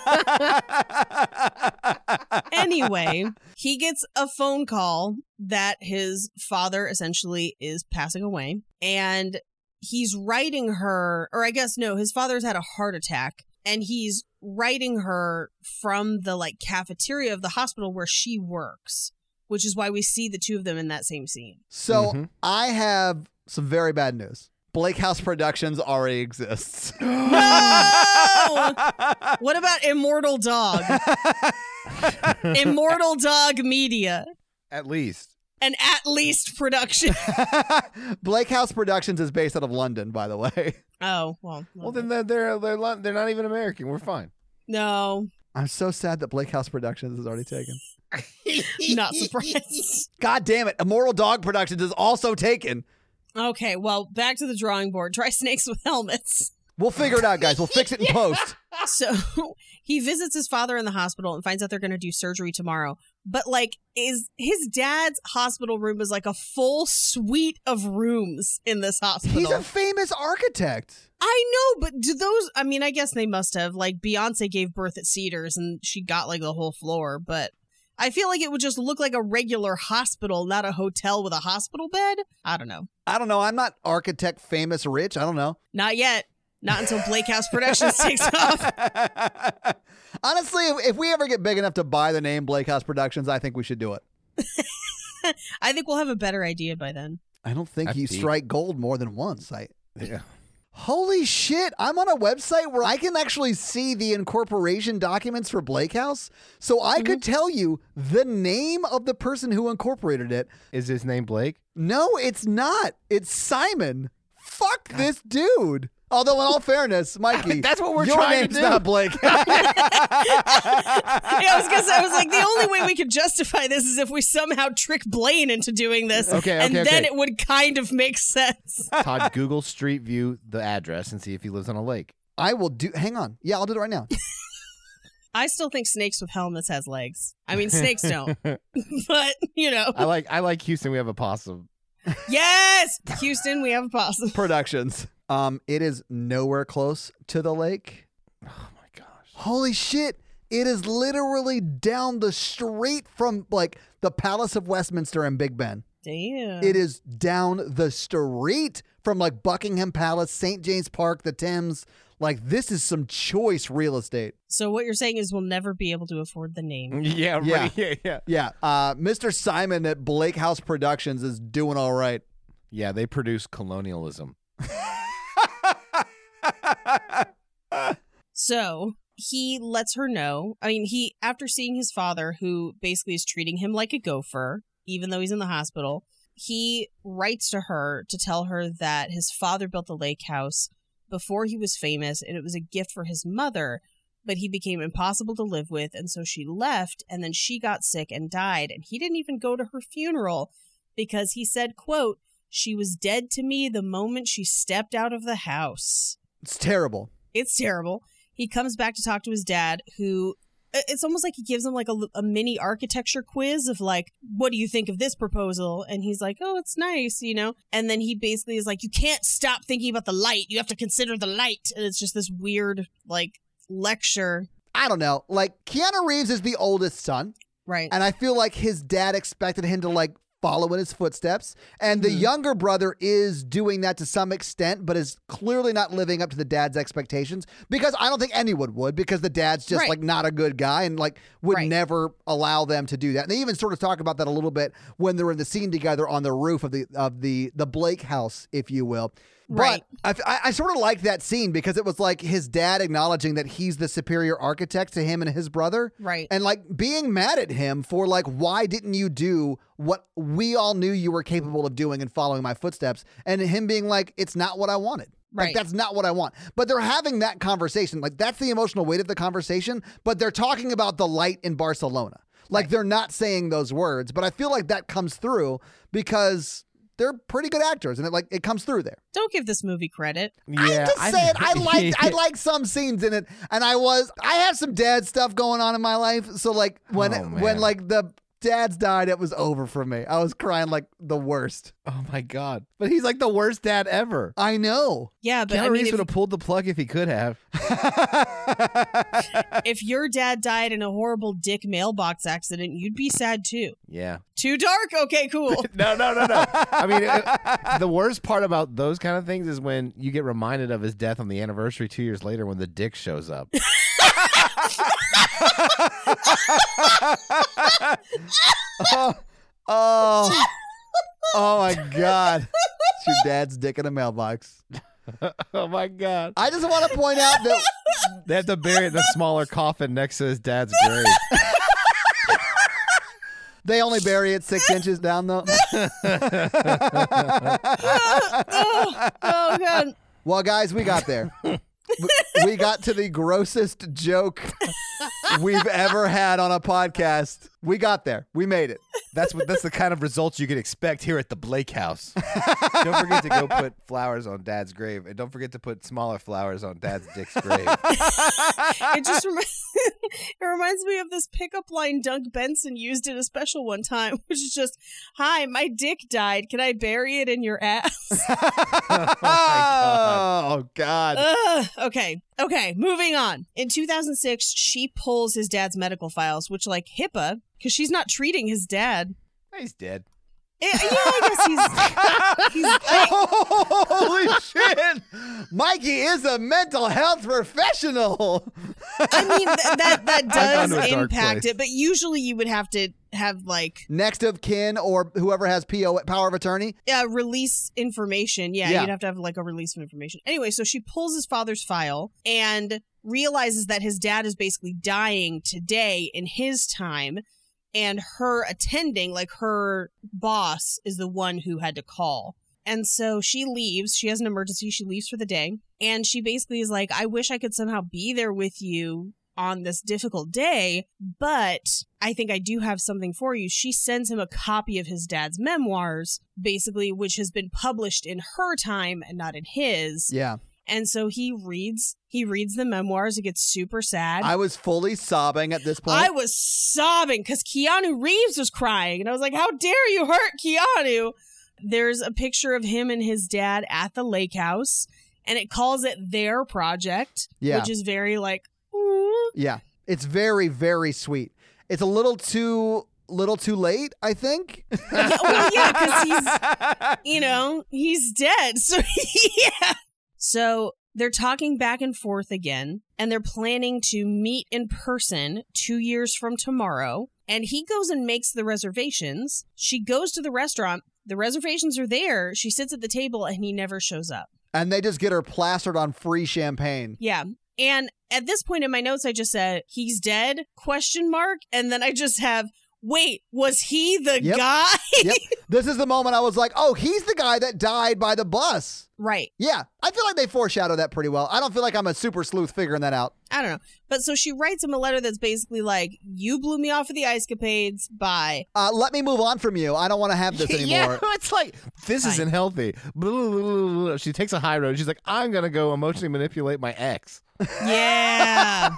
Speaker 3: Anyway, he gets a phone call that his father essentially is passing away and he's writing her or I guess no, his father's had a heart attack and he's writing her from the like cafeteria of the hospital where she works, which is why we see the two of them in that same scene.
Speaker 5: So
Speaker 4: Mhm.
Speaker 5: I have some very bad news. Blake House Productions already exists.
Speaker 3: No! Oh, what about Immortal Dog? Immortal Dog Media
Speaker 4: At least.
Speaker 3: and At Least Production.
Speaker 5: Blake House Productions is based out of London, by the way.
Speaker 3: Oh, well.
Speaker 4: Well, then they're they're they're not, they're not even American. We're fine.
Speaker 3: No,
Speaker 5: I'm so sad that Blake House Productions is already taken.
Speaker 3: not surprised.
Speaker 5: God damn it. Immortal Dog Productions is also taken.
Speaker 3: okay, well, back to the drawing board. Try snakes with helmets.
Speaker 5: We'll figure it out, guys. We'll fix it in post.
Speaker 3: So he visits his father in the hospital and finds out they're going to do surgery tomorrow. But like, is his dad's hospital room is like a full suite of rooms in this hospital?
Speaker 5: He's a famous architect.
Speaker 3: I know, but do those? I mean, I guess they must have. Like Beyonce gave birth at Cedars, and she got like the whole floor. But I feel like it would just look like a regular hospital, not a hotel with a hospital bed. I don't know.
Speaker 5: I don't know. I'm not architect famous rich. I don't know.
Speaker 3: Not yet. Not until Blake House Productions takes off.
Speaker 5: Honestly, if, if we ever get big enough to buy the name Blake House Productions, I think we should do it.
Speaker 3: I think we'll have a better idea by then.
Speaker 5: I don't think
Speaker 4: That'd
Speaker 5: you
Speaker 4: be-
Speaker 5: strike gold more than once. I
Speaker 4: Yeah.
Speaker 5: Holy shit, I'm on a website where I can actually see the incorporation documents for Blake House. So I could
Speaker 4: Mm-hmm.
Speaker 5: tell you the name of the person who incorporated it.
Speaker 4: Is his name Blake?
Speaker 5: No, it's not. It's Simon. Fuck this dude. Although, in all fairness, Mikey,
Speaker 4: that's what we're
Speaker 5: your
Speaker 4: trying to
Speaker 5: name's
Speaker 4: do.
Speaker 5: not Blake.
Speaker 3: Yeah, I was gonna say, I was like, the only way we could justify this is if we somehow trick Blaine into doing this,
Speaker 4: Okay,
Speaker 3: and
Speaker 4: okay,
Speaker 3: then
Speaker 4: okay.
Speaker 3: it would kind of make sense.
Speaker 4: Todd, Google Street View the address and see if he lives on a lake.
Speaker 5: I will do. Hang on. Yeah, I'll do it right now.
Speaker 3: I still think snakes with helmets has legs. I mean, snakes don't, but you know,
Speaker 4: I like I like Houston. We have a possum.
Speaker 3: yes, Houston, we have a possum.
Speaker 5: Productions. Um, it is nowhere close to the lake.
Speaker 4: Oh my gosh.
Speaker 5: Holy shit! It is literally down the street from like the Palace of Westminster and Big Ben.
Speaker 3: Damn.
Speaker 5: It is down the street from like Buckingham Palace, St. James Park, the Thames. Like this is some choice real estate.
Speaker 3: so what you're saying is we'll never be able to afford the name.
Speaker 4: Yeah, right.
Speaker 5: Yeah.
Speaker 4: Yeah, yeah, yeah.
Speaker 5: Yeah, uh, Mr. Simon at Blake House Productions is doing all right.
Speaker 4: they produce colonialism.
Speaker 3: So he lets her know. I mean, he after seeing his father, who basically is treating him like a gopher, even though he's in the hospital, he writes to her to tell her that his father built the lake house before he was famous, and it was a gift for his mother. But he became impossible to live with, and so she left, and then she got sick and died, and he didn't even go to her funeral because he said, "quote She was dead to me the moment she stepped out of the house."
Speaker 5: It's terrible.
Speaker 3: It's terrible. He comes back to talk to his dad, who i- it's almost like he gives him like a, l- a mini architecture quiz of like, what do you think of this proposal? And he's like, oh, it's nice, you know? And then he basically is like, you can't stop thinking about the light. You have to consider the light. And it's just this weird, like, lecture.
Speaker 5: I don't know. Like Keanu Reeves is the oldest son,
Speaker 3: Right.
Speaker 5: and I feel like his dad expected him to like follow in his footsteps. And the
Speaker 3: Hmm.
Speaker 5: younger brother is doing that to some extent, but is clearly not living up to the dad's expectations because I don't think anyone would because the dad's just
Speaker 3: Right.
Speaker 5: like not a good guy and like would
Speaker 3: Right.
Speaker 5: never allow them to do that. And they even sort of talk about that a little bit when they're in the scene together on the roof of the of the the Blake house, if you will.
Speaker 3: Right.
Speaker 5: But I, I, I sort of like that scene because it was like his dad acknowledging that he's the superior architect to him and his brother.
Speaker 3: Right.
Speaker 5: And like being mad at him for like, why didn't you do what we all knew you were capable of doing and following my footsteps? And him being like, it's not what I wanted. Like,
Speaker 3: Right.
Speaker 5: that's not what I want. But they're having that conversation. Like, that's the emotional weight of the conversation. But they're talking about the light in Barcelona. Like, they're not saying those words. But I feel like that comes through because they're pretty good actors and it like it comes through there.
Speaker 3: Don't give this movie credit.
Speaker 5: I'm
Speaker 4: Yeah,
Speaker 5: just saying I liked I
Speaker 4: Yeah.
Speaker 5: liked some scenes in it, and I was I have some dad stuff going on in my life, so like when
Speaker 4: Oh,
Speaker 5: when
Speaker 4: man.
Speaker 5: like the dads died, it was over for me. I was crying like the worst.
Speaker 4: Oh my god! But he's like the worst dad ever.
Speaker 5: I know.
Speaker 3: Yeah, but
Speaker 4: Keanu
Speaker 3: I mean,
Speaker 4: Reeves
Speaker 3: if,
Speaker 4: would have pulled the plug if he could have.
Speaker 3: if your dad died in a horrible dick mailbox accident, you'd be sad too.
Speaker 4: Yeah.
Speaker 3: Too dark? Okay, cool.
Speaker 4: No, no, no, no. I mean, it- the worst part about those kind of things is when you get reminded of his death on the anniversary two years later when the dick shows up.
Speaker 5: Oh, oh, oh my god. It's your dad's dick in a mailbox.
Speaker 4: oh my god!
Speaker 5: I just want to point out that
Speaker 4: They have to bury it in a smaller coffin next to his dad's grave.
Speaker 5: they only bury it six inches down though.
Speaker 3: oh, oh, God.
Speaker 5: Well, guys, we got there. W- we got to the grossest joke we've ever had on a podcast. We got there. We made it.
Speaker 4: That's what. That's the kind of results you could expect here at the Blake House. don't forget to go put flowers on Dad's grave, and don't forget to put smaller flowers on Dad's dick's grave.
Speaker 3: it just remi- it reminds me of this pickup line Doug Benson used in a special one time, which is just, "Hi, my dick died. Can I bury it in your ass?"
Speaker 5: Oh, God.
Speaker 3: Ugh. okay, okay. Moving on. In 2006, she pulls his dad's medical files, which like HIPAA, because she's not treating his dad.
Speaker 4: He's dead.
Speaker 3: Eh, yeah, I guess he's. he's I-
Speaker 5: Oh, Holy shit. Mikey is a mental health professional.
Speaker 3: I mean, th- that that
Speaker 4: gone
Speaker 3: does
Speaker 4: to a dark
Speaker 3: impact
Speaker 4: place.
Speaker 3: it, but usually you would have to have like
Speaker 5: Next of kin or whoever has PO power of attorney.
Speaker 3: uh, release information. Yeah,
Speaker 5: Yeah.
Speaker 3: you'd have to have like a release of information. Anyway, so she pulls his father's file and realizes that his dad is basically dying today in his time. And her attending, like her boss, is the one who had to call. And so she leaves. She has an emergency. She leaves for the day. And she basically is like, I wish I could somehow be there with you on this difficult day, but I think I do have something for you. She sends him a copy of his dad's memoirs, basically, which has been published in her time and not in his.
Speaker 5: Yeah.
Speaker 3: And so he reads he reads the memoirs. He gets super sad.
Speaker 5: I was fully sobbing at this point.
Speaker 3: I was sobbing because Keanu Reeves was crying. And I was like, how dare you hurt Keanu? There's a picture of him and his dad at the lake house, and it calls it their project,
Speaker 5: Yeah.
Speaker 3: which is very like, ooh.
Speaker 5: yeah, it's very very sweet. It's a little too little too late, I think.
Speaker 3: Yeah, well, yeah, because he's, you know, he's dead. So, yeah. So they're talking back and forth again, and they're planning to meet in person two years from tomorrow. And he goes and makes the reservations. She goes to the restaurant. The reservations are there. She sits at the table, and he never shows up.
Speaker 5: and they just get her plastered on free champagne.
Speaker 3: Yeah. And at this point in my notes, I just said, he's dead? Question mark. And then I just have, wait, was he the
Speaker 5: Yep.
Speaker 3: guy?
Speaker 5: yep. This is the moment I was like, "Oh, he's the guy that died by the bus."
Speaker 3: right.
Speaker 5: Yeah, I feel like they foreshadow that pretty well. I don't feel like I'm a super sleuth figuring that out.
Speaker 3: I don't know. But so she writes him a letter that's basically like, You blew me off of the ice capades. Bye.
Speaker 5: Uh, let me move on from you. I don't want to have this
Speaker 4: yeah,
Speaker 5: anymore.
Speaker 4: it's like this
Speaker 3: Fine.
Speaker 4: isn't healthy. Blah, blah, blah, blah, blah. She takes a high road. She's like, I'm gonna go emotionally manipulate my ex.
Speaker 3: Yeah.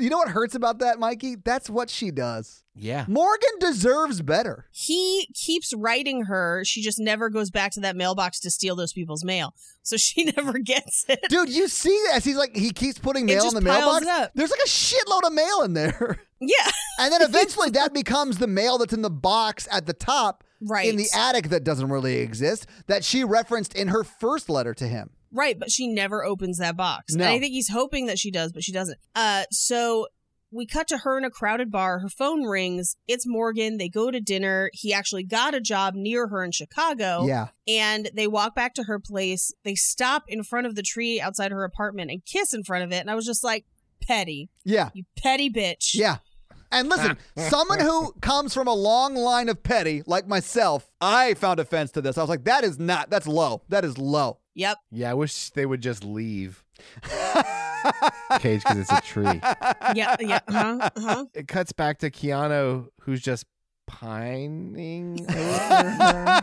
Speaker 5: You know what hurts about that, Mikey? That's what she does.
Speaker 4: Yeah,
Speaker 5: Morgan deserves better.
Speaker 3: he keeps writing her. She just never goes back to that mailbox to steal those people's mail. So she never gets it.
Speaker 5: Dude, you see as he's like he keeps putting
Speaker 3: It
Speaker 5: mail in
Speaker 3: just
Speaker 5: the
Speaker 3: piles
Speaker 5: mailbox.
Speaker 3: it up.
Speaker 5: There's like a shitload of mail in there.
Speaker 3: Yeah.
Speaker 5: And then eventually that becomes the mail that's in the box at the top
Speaker 3: Right.
Speaker 5: in the attic that doesn't really exist that she referenced in her first letter to him.
Speaker 3: Right, but she never opens that box.
Speaker 5: No.
Speaker 3: And I think he's hoping that she does, but she doesn't. Uh so we cut to her in a crowded bar. Her phone rings. It's Morgan. They go to dinner. He actually got a job near her in Chicago.
Speaker 5: Yeah.
Speaker 3: and they walk back to her place. They stop in front of the tree outside her apartment and kiss in front of it. And I was just like, petty,
Speaker 5: Yeah.
Speaker 3: you petty bitch.
Speaker 5: Yeah. And listen, someone who comes from a long line of petty like myself, I found offense to this. I was like, that is not, that's low. That is low.
Speaker 3: Yep.
Speaker 4: yeah. I wish they would just leave Cage because it's a tree.
Speaker 3: Yeah. Yeah. uh-huh, Huh. Huh.
Speaker 4: It cuts back to Keanu, who's just pining over her.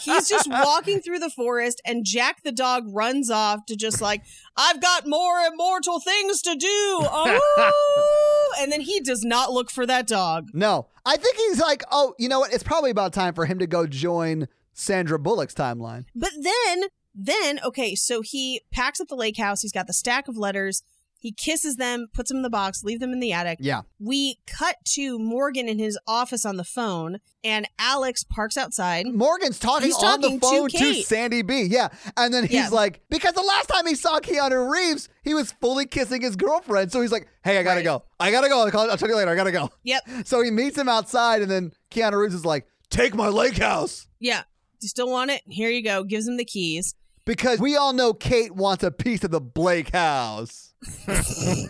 Speaker 3: He's just walking through the forest, and Jack the dog runs off to just like, I've got more immortal things to do. Oh. And then he does not look for that dog.
Speaker 5: No, I think he's like, oh, you know what? It's probably about time for him to go join Sandra Bullock's timeline.
Speaker 3: But then, then, okay, so he packs up the lake house. He's got the stack of letters. He kisses them, puts them in the box, leave them in the attic.
Speaker 5: Yeah.
Speaker 3: We cut to Morgan in his office on the phone, and Alex parks outside.
Speaker 5: Morgan's talking,
Speaker 3: He's
Speaker 5: on
Speaker 3: talking to
Speaker 5: the phone to,
Speaker 3: Kate.
Speaker 5: Sandy B. Yeah. And then he's
Speaker 3: Yeah.
Speaker 5: like, because the last time he saw Keanu Reeves, he was fully kissing his girlfriend. So he's like, hey, I got to go. I got to go. I'll, call, I'll talk to you later. I got to go.
Speaker 3: Yep.
Speaker 5: So he meets him outside, and then Keanu Reeves is like, take my lake house.
Speaker 3: Yeah. Do you still want it? Here you go. Gives him the keys.
Speaker 5: Because we all know Kate wants a piece of the Blake house.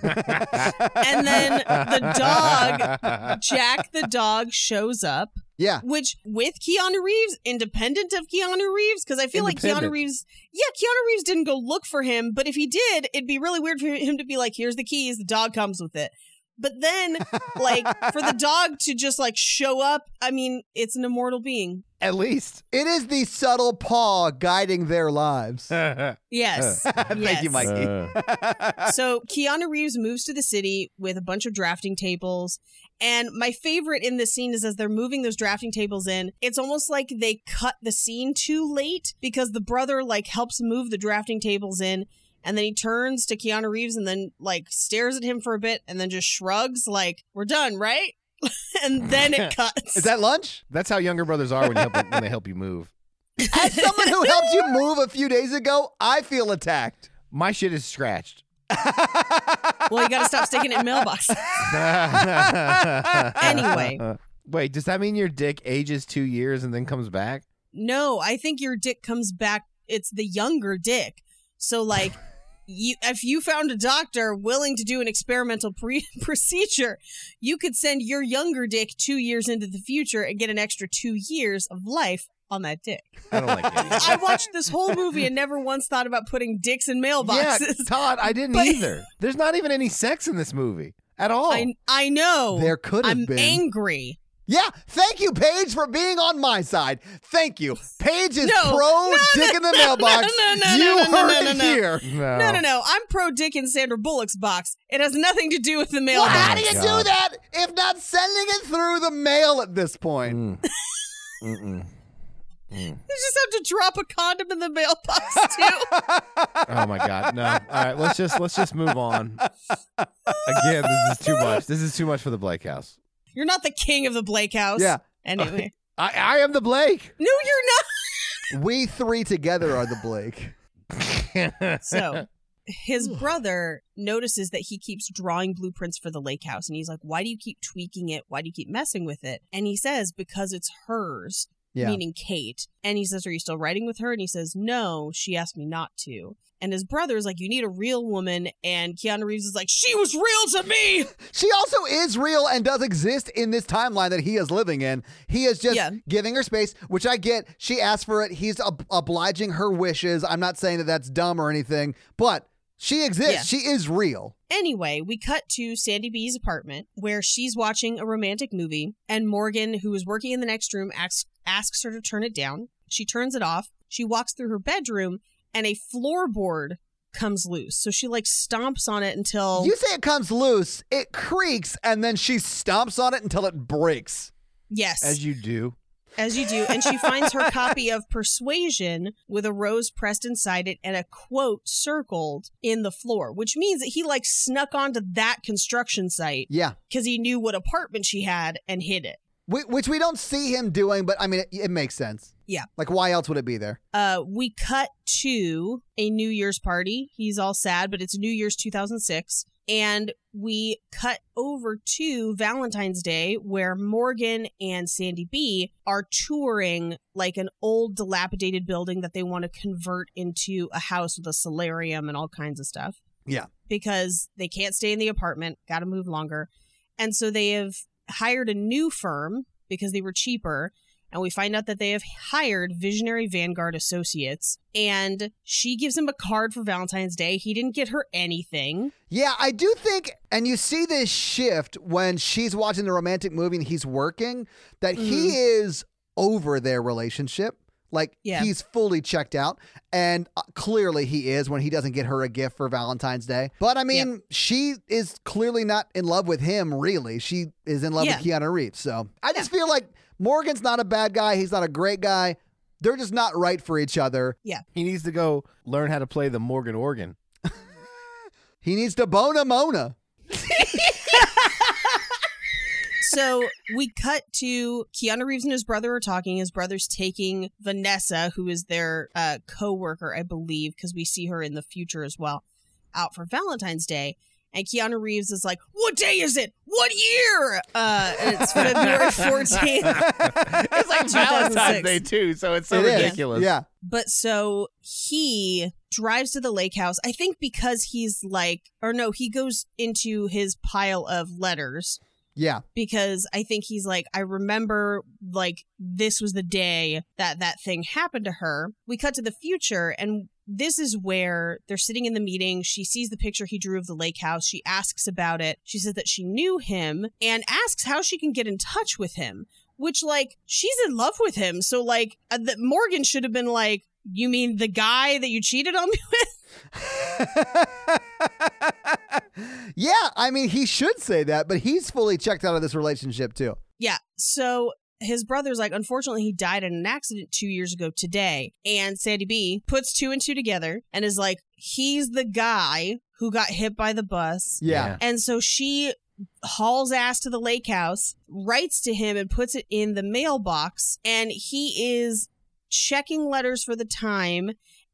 Speaker 3: And then the dog, Jack the dog, shows up,
Speaker 5: Yeah.
Speaker 3: which with Keanu Reeves, independent of Keanu Reeves, because I feel like Keanu
Speaker 4: Independent.
Speaker 3: Reeves, yeah, Keanu Reeves didn't go look for him, but if he did, it'd be really weird for him to be like, here's the keys, the dog comes with it. But then, like, for the dog to just like show up, I mean, it's an immortal being.
Speaker 4: At least.
Speaker 5: It is the subtle paw guiding their lives.
Speaker 3: Yes.
Speaker 5: Thank you,
Speaker 3: Yes.
Speaker 5: Mikey.
Speaker 3: so Keanu Reeves moves to the city with a bunch of drafting tables. And my favorite in this scene is as they're moving those drafting tables in, it's almost like they cut the scene too late because the brother like helps move the drafting tables in and then he turns to Keanu Reeves and then like stares at him for a bit and then just shrugs like, We're done, right? and then it cuts.
Speaker 5: Is that lunch?
Speaker 4: That's how younger brothers are when, you help, when they help you move.
Speaker 5: As someone who helped you move a few days ago, I feel attacked.
Speaker 4: My shit is scratched.
Speaker 3: well, you gotta stop sticking it in mailbox. Anyway.
Speaker 4: Wait, does that mean your dick ages two years and then comes back?
Speaker 3: No, I think your dick comes back. It's the younger dick. So like, you if you found a doctor willing to do an experimental pre- procedure, you could send your younger dick two years into the future and get an extra two years of life on that dick.
Speaker 4: I don't like it.
Speaker 3: I watched this whole movie and never once thought about putting dicks in mailboxes.
Speaker 4: Yeah, Todd, I didn't
Speaker 3: But-
Speaker 4: either. There's not even any sex in this movie at all.
Speaker 3: I I know.
Speaker 5: There could have
Speaker 3: I'm
Speaker 5: been.
Speaker 3: angry.
Speaker 5: Yeah, thank you, Paige, for being on my side. Thank you. Paige is
Speaker 3: No.
Speaker 5: pro
Speaker 3: No,
Speaker 5: dick
Speaker 3: no,
Speaker 5: in the
Speaker 3: no,
Speaker 5: mailbox.
Speaker 3: no, no, no,
Speaker 5: you
Speaker 3: no, no,
Speaker 5: heard
Speaker 3: no,
Speaker 5: it
Speaker 3: no, no.
Speaker 5: here.
Speaker 4: No.
Speaker 5: Oh.
Speaker 3: No, no, no. I'm pro dick in Sandra Bullock's box. It has nothing to do with the
Speaker 5: Well,
Speaker 3: mailbox.
Speaker 5: how do you
Speaker 4: God.
Speaker 5: do that if not sending it through the mail at this point?
Speaker 4: Mm. Mm-mm.
Speaker 3: You just have to drop a condom in the mailbox too.
Speaker 4: Oh my god, no! All right, let's just let's just move on. Again, this is too much. This is too much for the Blake house.
Speaker 3: You're not the king of the Blake house.
Speaker 5: Yeah.
Speaker 3: Anyway.
Speaker 4: I I am the Blake.
Speaker 3: no, you're not.
Speaker 5: We three together are the Blake.
Speaker 3: So his brother notices that he keeps drawing blueprints for the lake house and he's like, Why do you keep tweaking it? Why do you keep messing with it? And he says, Because it's hers,
Speaker 5: Yeah.
Speaker 3: meaning Kate. And he says, Are you still writing with her? And he says, No, she asked me not to. And his brother's like, You need a real woman. And Keanu Reeves is like, She was real to me.
Speaker 5: She also is real and does exist in this timeline that he is living in. He is just
Speaker 3: Yeah.
Speaker 5: giving her space, which I get. She asked for it. He's ob- obliging her wishes. I'm not saying that that's dumb or anything, but she exists. She is real.
Speaker 3: Anyway, we cut to Sandy B's apartment where she's watching a romantic movie, and Morgan, who is working in the next room, asks, asks her to turn it down. She turns it off. She walks through her bedroom, and a floorboard comes loose. So she like stomps on it until
Speaker 5: You say it comes loose, it creaks, and then she stomps on it until it breaks.
Speaker 3: yes,
Speaker 4: As you do.
Speaker 3: as you do, and she finds her copy of Persuasion with a rose pressed inside it and a quote circled in the floor, which means that he like snuck onto that construction site
Speaker 5: Yeah.
Speaker 3: because he knew what apartment she had and hid it.
Speaker 5: Whi- Which we don't see him doing, but I mean, it, it makes sense.
Speaker 3: Yeah.
Speaker 5: Like, why else would it be there?
Speaker 3: Uh, we cut to a New Year's party. He's all sad, but it's New Year's 2006. And we cut over to Valentine's Day, where Morgan and Sandy B are touring like an old dilapidated building that they want to convert into a house with a solarium and all kinds of stuff.
Speaker 5: Yeah.
Speaker 3: Because they can't stay in the apartment, got to move longer. And so they have hired a new firm because they were cheaper and we find out that they have hired Visionary Vanguard Associates. And she gives him a card for Valentine's Day. He didn't get her anything.
Speaker 5: Yeah, I do think, and you see this shift when she's watching the romantic movie and he's working, that he is over their relationship. Like,
Speaker 3: Yeah.
Speaker 5: he's fully checked out. And uh, clearly he is when he doesn't get her a gift for Valentine's Day. But I mean, she is clearly not in love with him, really. She is in love with Keanu Reeves. So I just feel like Morgan's not a bad guy. He's not a great guy. They're just not right for each other.
Speaker 4: He needs to go learn how to play the Morgan organ.
Speaker 5: He needs to bone a Mona.
Speaker 3: So we cut to Keanu Reeves and his brother are talking. His brother's taking Vanessa, who is their uh, co worker, I believe, because we see her in the future as well, out for Valentine's Day. And Keanu Reeves is like, What day is it? What year? Uh, and it's February 14th.
Speaker 4: it's like
Speaker 3: 2006.
Speaker 4: Valentine's Day too, so it's so
Speaker 5: It is.
Speaker 4: ridiculous.
Speaker 5: Yeah.
Speaker 3: But so he drives to the lake house, I think because he's like, or no, he goes into his pile of letters
Speaker 5: Yeah.
Speaker 3: because I think he's like, I remember like this was the day that that thing happened to her. We cut to the future and this is where they're sitting in the meeting. She sees the picture he drew of the lake house. She asks about it. She says that she knew him and asks how she can get in touch with him, which, like, she's in love with him. So, like, uh, that Morgan should have been like, You mean the guy that you cheated on me with?
Speaker 5: yeah, I mean, he should say that, but he's fully checked out of this relationship too.
Speaker 3: Yeah. So his brother's like, unfortunately, he died in an accident two years ago today. And Sandy B puts two and two together and is like, he's the guy who got hit by the bus.
Speaker 5: Yeah.
Speaker 3: And so she hauls ass to the lake house, writes to him, and puts it in the mailbox. And he is checking letters for the time.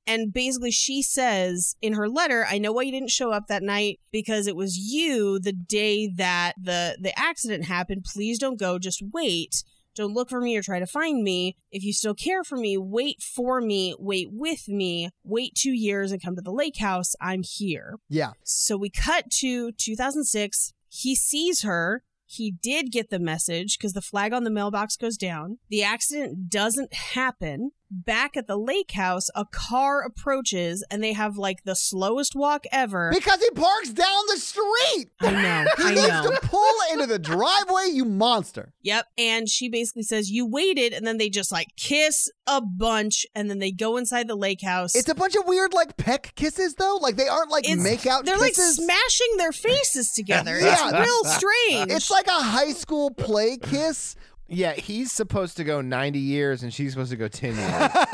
Speaker 3: And basically, she says in her letter, "I know why you didn't show up that night because it was you the day that the the accident happened. Please don't go. Just wait. Don't look for me or try to find me. If you still care for me, wait for me. Wait with me. Wait two years and come to the lake house. I'm here."
Speaker 5: Yeah.
Speaker 3: So we cut to 2006. He sees her. He did get the message because the flag on the mailbox goes down. The accident doesn't happen, back at the lake house, a car approaches and they have like the slowest walk ever.
Speaker 5: Because he parks down the street.
Speaker 3: I know.
Speaker 5: He
Speaker 3: I
Speaker 5: needs
Speaker 3: know.
Speaker 5: to pull into the driveway, you monster.
Speaker 3: Yep. And she basically says, You waited. And then they just like kiss a bunch and then they go inside the lake house.
Speaker 5: It's a bunch of weird like peck kisses though. Like they aren't like
Speaker 3: It's-
Speaker 5: make out
Speaker 3: They're
Speaker 5: kisses.
Speaker 3: like smashing their faces together. It's
Speaker 5: Yeah.
Speaker 3: real strange.
Speaker 5: it's like a high school play kiss.
Speaker 4: Yeah, he's supposed to go 90 years and she's supposed to go 10 years.
Speaker 3: what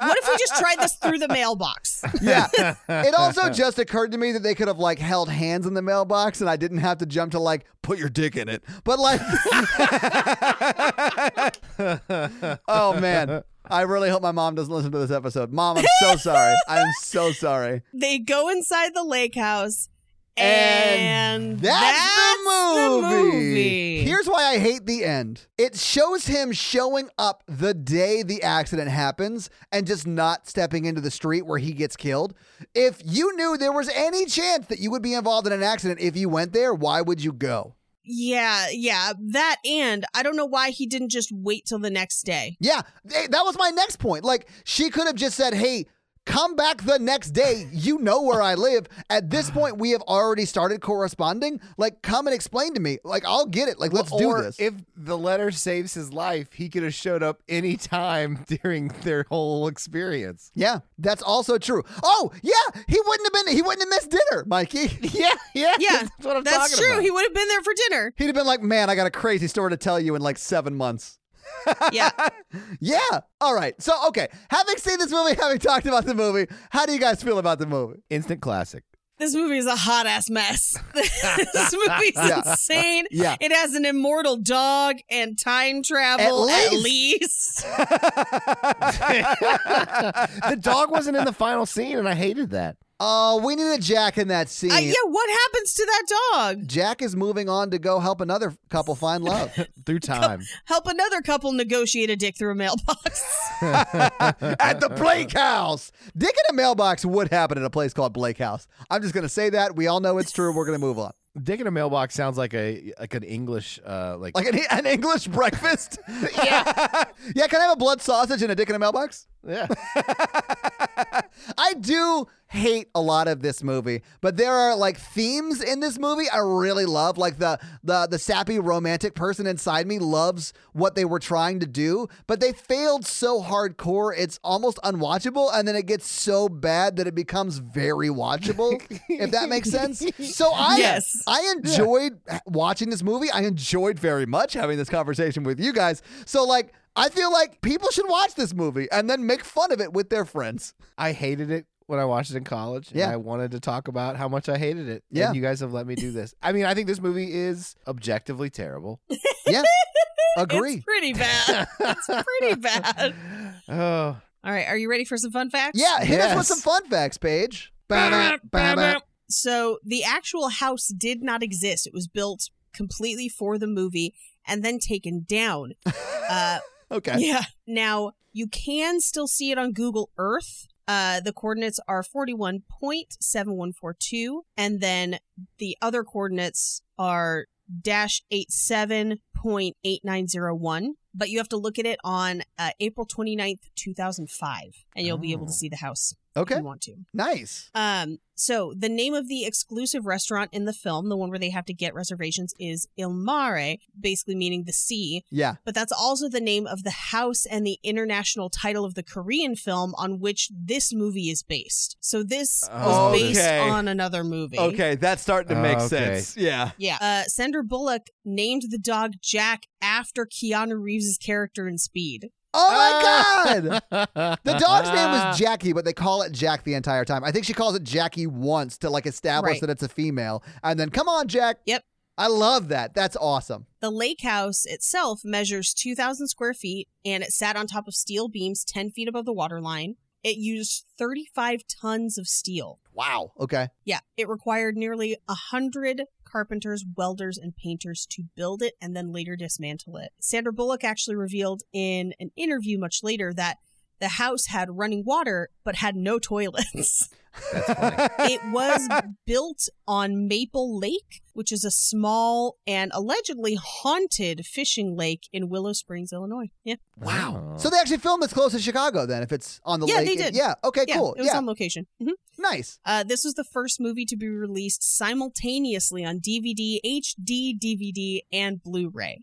Speaker 3: if we just tried this through the mailbox?
Speaker 5: Yeah. it also just occurred to me that they could have like held hands in the mailbox and I didn't have to jump to like put your dick in it. But like Oh man. I really hope my mom doesn't listen to this episode. Mom, I'm so sorry. I'm so sorry.
Speaker 3: they go inside the lake house
Speaker 5: And
Speaker 3: and,
Speaker 5: That's, the, movie.
Speaker 3: movie.
Speaker 5: Here's why I hate the end. It shows him showing up the day the accident happens and just not stepping into the street where he gets killed. If you knew there was any chance that you would be involved in an accident if you went there, why would you go?
Speaker 3: yeah, yeah. That and I don't know why he didn't just wait till the next day.
Speaker 5: Yeah, th- that was my next point. Like, she could have just said, hey, come back the next day. You know where I live. At this point, we have already started corresponding. Like, come and explain to me. Like, I'll get it. Like, let's
Speaker 4: or
Speaker 5: do this.
Speaker 4: if the letter saves his life, he could have showed up any time during their whole experience.
Speaker 5: Yeah, that's also true. Oh, yeah, he wouldn't have been. He wouldn't have missed dinner, Mikey.
Speaker 4: Yeah, yeah.
Speaker 3: Yeah,
Speaker 4: That's what I'm
Speaker 3: that's
Speaker 4: talking
Speaker 3: true.
Speaker 4: about.
Speaker 3: He would have been there for dinner.
Speaker 5: He'd have been like, "Man, I got a crazy story to tell you in like seven months."
Speaker 3: Yeah,
Speaker 5: Yeah. All right. So, okay, having seen this movie, having talked about the movie, how do you guys feel about the movie?
Speaker 4: Instant classic.
Speaker 3: this movie is a hot ass mess. this movie's
Speaker 5: Yeah.
Speaker 3: insane.
Speaker 5: Yeah.
Speaker 3: It has an immortal dog and time travel
Speaker 5: At
Speaker 3: at
Speaker 5: least.
Speaker 3: least.
Speaker 4: the dog wasn't in the final scene, and I hated that.
Speaker 5: Oh, we need a Jack in that scene.
Speaker 3: Uh, yeah, what happens to that dog?
Speaker 5: Jack is moving on to go help another couple find love.
Speaker 4: Through time.
Speaker 3: Help another couple negotiate a dick through a mailbox.
Speaker 5: at the Blake House. Dick in a mailbox would happen at a place called Blake House. I'm just going to say that. We all know it's true. We're going to move on.
Speaker 4: Dick in a mailbox sounds like a like an English uh like,
Speaker 5: Like an, an English breakfast? yeah. yeah, can I have a blood sausage and a dick in a mailbox?
Speaker 4: yeah.
Speaker 5: I do hate a lot of this movie, but there are like themes in this movie I really love. Like the the the sappy romantic person inside me loves what they were trying to do, but they failed so hardcore it's almost unwatchable and then it gets so bad that it becomes very watchable, if that makes sense. So I
Speaker 3: Yes.
Speaker 5: I enjoyed watching this movie. I enjoyed very much having this conversation with you guys. So like I feel like people should watch this movie and then make fun of it with their friends.
Speaker 4: I hated it when I watched it in college. and
Speaker 5: Yeah.
Speaker 4: I wanted to talk about how much I hated it.
Speaker 5: Yeah.
Speaker 4: And you guys have let me do this. I mean, I think this movie is objectively terrible.
Speaker 5: Yeah. Agree.
Speaker 3: It's pretty bad. It's pretty bad.
Speaker 4: Oh.
Speaker 3: All right, are you ready for some fun facts?
Speaker 5: Yeah, hit us with
Speaker 4: Yes.
Speaker 5: some fun facts, Paige. Ba-da, ba-da.
Speaker 3: So the actual house did not exist. It was built completely for the movie and then taken down. Uh,
Speaker 5: Okay.
Speaker 3: yeah. Now you can still see it on Google Earth. Uh, the coordinates are 41.7142, and then the other coordinates are dash 87.8901. But you have to look at it on uh, April 29th, 2005, and you'll be able to see the house if
Speaker 5: Oh. Okay.
Speaker 3: you want to.
Speaker 5: Nice.
Speaker 3: Um, so the name of the exclusive restaurant in the film, the one where they have to get reservations, is Il Mare, basically meaning the sea.
Speaker 5: Yeah.
Speaker 3: But that's also the name of the house and the international title of the Korean film on which this movie is based. So this was based
Speaker 5: Okay.
Speaker 3: on another movie.
Speaker 5: that's starting
Speaker 4: to make sense.
Speaker 5: Yeah.
Speaker 3: Yeah. Uh, Sandra Bullock named the dog Jack after Keanu Reeves' character in Speed.
Speaker 5: Oh my god.
Speaker 3: Ah.
Speaker 5: The dog's name was Jackie, but they call it Jack the entire time. I think she calls it Jackie once to like establish
Speaker 3: Right.
Speaker 5: that it's a female, and then come on, Jack.
Speaker 3: Yep.
Speaker 5: I love that. That's awesome.
Speaker 3: The lake house itself measures 2,000 square feet and it sat on top of steel beams 10 feet above the waterline. It used 35 tons of steel.
Speaker 5: Wow. Okay.
Speaker 3: Yeah, it required nearly 100 carpenters, welders, and painters to build it and then later dismantle it. Sandra Bullock actually revealed in an interview much later that the house had running water but had no toilets. it was built on Maple Lake, which is a small and allegedly haunted fishing lake in Willow Springs, Illinois. Yeah.
Speaker 4: Wow.
Speaker 5: So they actually filmed this close to Chicago then, if it's on the
Speaker 3: Yeah,
Speaker 5: lake.
Speaker 3: they did.
Speaker 5: Yeah. Okay,
Speaker 3: yeah,
Speaker 5: cool.
Speaker 3: It was
Speaker 5: yeah.
Speaker 3: on location. Mhm.
Speaker 5: nice.
Speaker 3: Uh, this was the first movie to be released simultaneously on DVD, HD DVD, and Blu ray.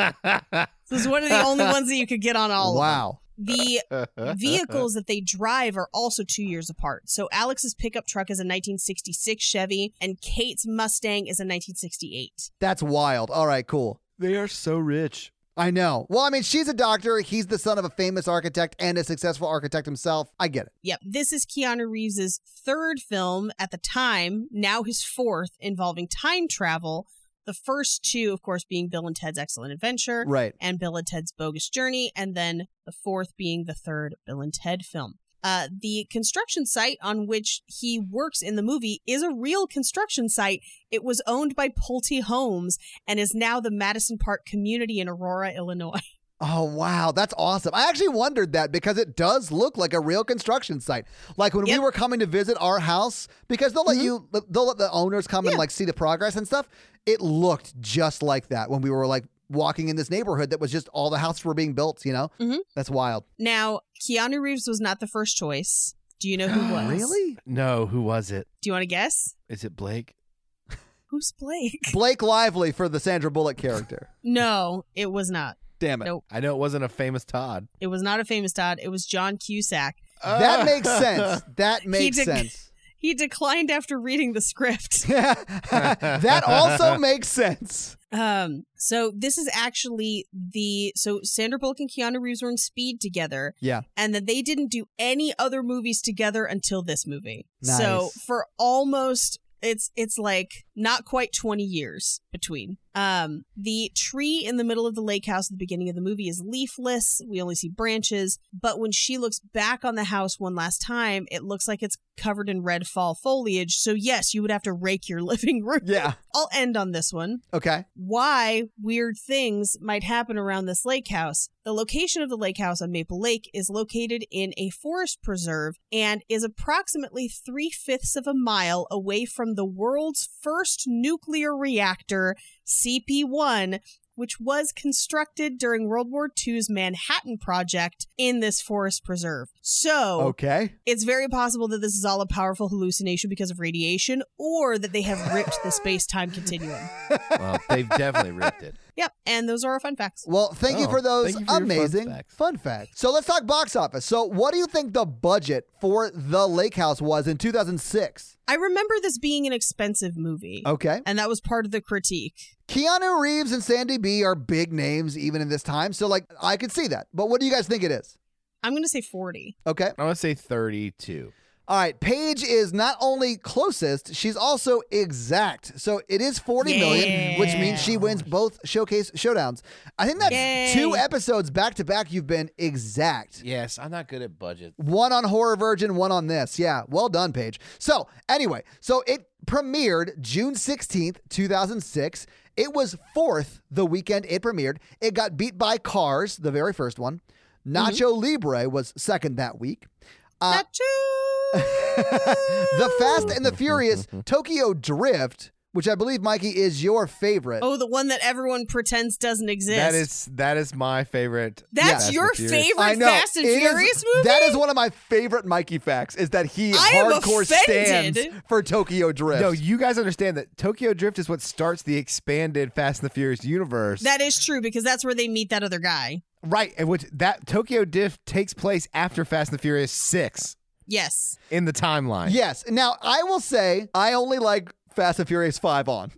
Speaker 3: This is one of the only ones that you could get on all of them.
Speaker 5: wow.
Speaker 3: The vehicles that they drive are also two years apart. So Alex's pickup truck is a 1966 Chevy, and Kate's Mustang is a 1968.
Speaker 5: That's wild. All right, cool.
Speaker 4: they are so rich.
Speaker 5: I know. Well, I mean, she's a doctor. He's the son of a famous architect and a successful architect himself. I get it.
Speaker 3: Yep, this is Keanu Reeves's third film at the time, now his fourth, involving time travel. The first two, of course, being Bill and Ted's Excellent Adventure.
Speaker 5: Right.
Speaker 3: and Bill and Ted's Bogus Journey, and then the fourth being the third Bill and Ted film. Uh, the construction site on which he works in the movie is a real construction site. It was owned by Pulte Homes and is now the Madison Park community in Aurora, Illinois.
Speaker 5: Oh, wow. That's awesome. I actually wondered that because it does look like a real construction site. Like when
Speaker 3: Yep. Mm-hmm.
Speaker 5: we were coming to visit our house, because they'll let you, they'll let the owners come and
Speaker 3: Yeah.
Speaker 5: like see the progress and stuff. It looked just like that when we were like walking in this neighborhood that was just all the houses were being built, you know?
Speaker 3: Mhm.
Speaker 5: That's wild.
Speaker 3: Now, Keanu Reeves was not the first choice. Do you know who was?
Speaker 5: Really?
Speaker 4: No, who was it?
Speaker 3: Do you want to guess?
Speaker 4: Is it Blake?
Speaker 3: Who's Blake?
Speaker 5: Blake Lively for the Sandra Bullock character.
Speaker 3: No, it was not.
Speaker 5: Damn it.
Speaker 3: Nope.
Speaker 4: I know it wasn't a famous Todd.
Speaker 3: It was not a famous Todd. It was John Cusack. Uh.
Speaker 5: That makes sense. That makes
Speaker 3: dec-
Speaker 5: sense.
Speaker 3: He declined after reading the script.
Speaker 5: that also makes sense.
Speaker 3: Um, so this is actually the so Sandra Bullock and Keanu Reeves were in Speed together,
Speaker 5: Yeah.
Speaker 3: and that they didn't do any other movies together until this movie. So
Speaker 5: Nice.
Speaker 3: for almost it's it's like not quite 20 years between. Um, the tree in the middle of the lake house at the beginning of the movie is leafless. We only see branches, but when she looks back on the house one last time, it looks like it's covered in red fall foliage. So yes, you would have to rake your living room.
Speaker 5: Yeah.
Speaker 3: I'll end on this one
Speaker 5: Okay.
Speaker 3: why weird things might happen around this lake house. The location of the lake house on Maple Lake is located in a forest preserve and is approximately three fifths of a mile away from the world's first nuclear reactor, CP1. Which was constructed during World War II's Manhattan Project in this forest preserve. So,
Speaker 5: Okay.
Speaker 3: it's very possible that this is all a powerful hallucination because of radiation, or that they have ripped the space time continuum.
Speaker 4: Well, they've definitely ripped it.
Speaker 3: Yep. And those are our fun facts.
Speaker 5: Well, thank you
Speaker 4: Oh,
Speaker 5: for those
Speaker 4: thank you for your fun
Speaker 5: amazing fun facts.
Speaker 4: facts.
Speaker 5: So let's talk box office. So, what do you think the budget for The Lake House was in 2006?
Speaker 3: I remember this being an expensive movie.
Speaker 5: Okay.
Speaker 3: And that was part of the critique.
Speaker 5: Keanu Reeves and Sandy B are big names even in this time. So, like, I could see that. But what do you guys think it is?
Speaker 3: I'm going to say 40.
Speaker 5: Okay.
Speaker 4: I want to say 32.
Speaker 5: All right, Paige is not only closest, she's also exact. So it is forty million, which means she wins both showcase showdowns. I think that's
Speaker 3: Yay.
Speaker 5: two episodes back to back you've been exact.
Speaker 4: Yes, I'm not good at budget.
Speaker 5: One on Horror Virgin, one on this. Yeah, well done, Paige. So, anyway, so it premiered June 16th, 2006. It was fourth the weekend it premiered. It got beat by Cars, the very first one. Nacho
Speaker 3: Mm-hmm.
Speaker 5: Libre was second that week. Uh, the Fast and the Furious Tokyo Drift, which I believe, Mikey, is your favorite.
Speaker 3: Oh, the one that everyone pretends doesn't exist.
Speaker 4: That is that is my favorite.
Speaker 3: That's
Speaker 4: Fast
Speaker 3: your
Speaker 4: and Furious.
Speaker 3: favorite Fast and
Speaker 5: It is-
Speaker 3: Furious movie?
Speaker 5: That is one of my favorite Mikey facts is that he
Speaker 3: I am
Speaker 5: hardcore
Speaker 3: offended.
Speaker 5: stands for Tokyo Drift.
Speaker 4: No, you guys understand that Tokyo Drift is what starts the expanded Fast and the Furious universe.
Speaker 3: that is true because that's where they meet that other guy.
Speaker 4: right, and which that Tokyo Drift takes place after Fast and the Furious 6
Speaker 3: Yes.
Speaker 4: in the timeline.
Speaker 5: yes. Now, I will say I only like Fast and Furious 5 on.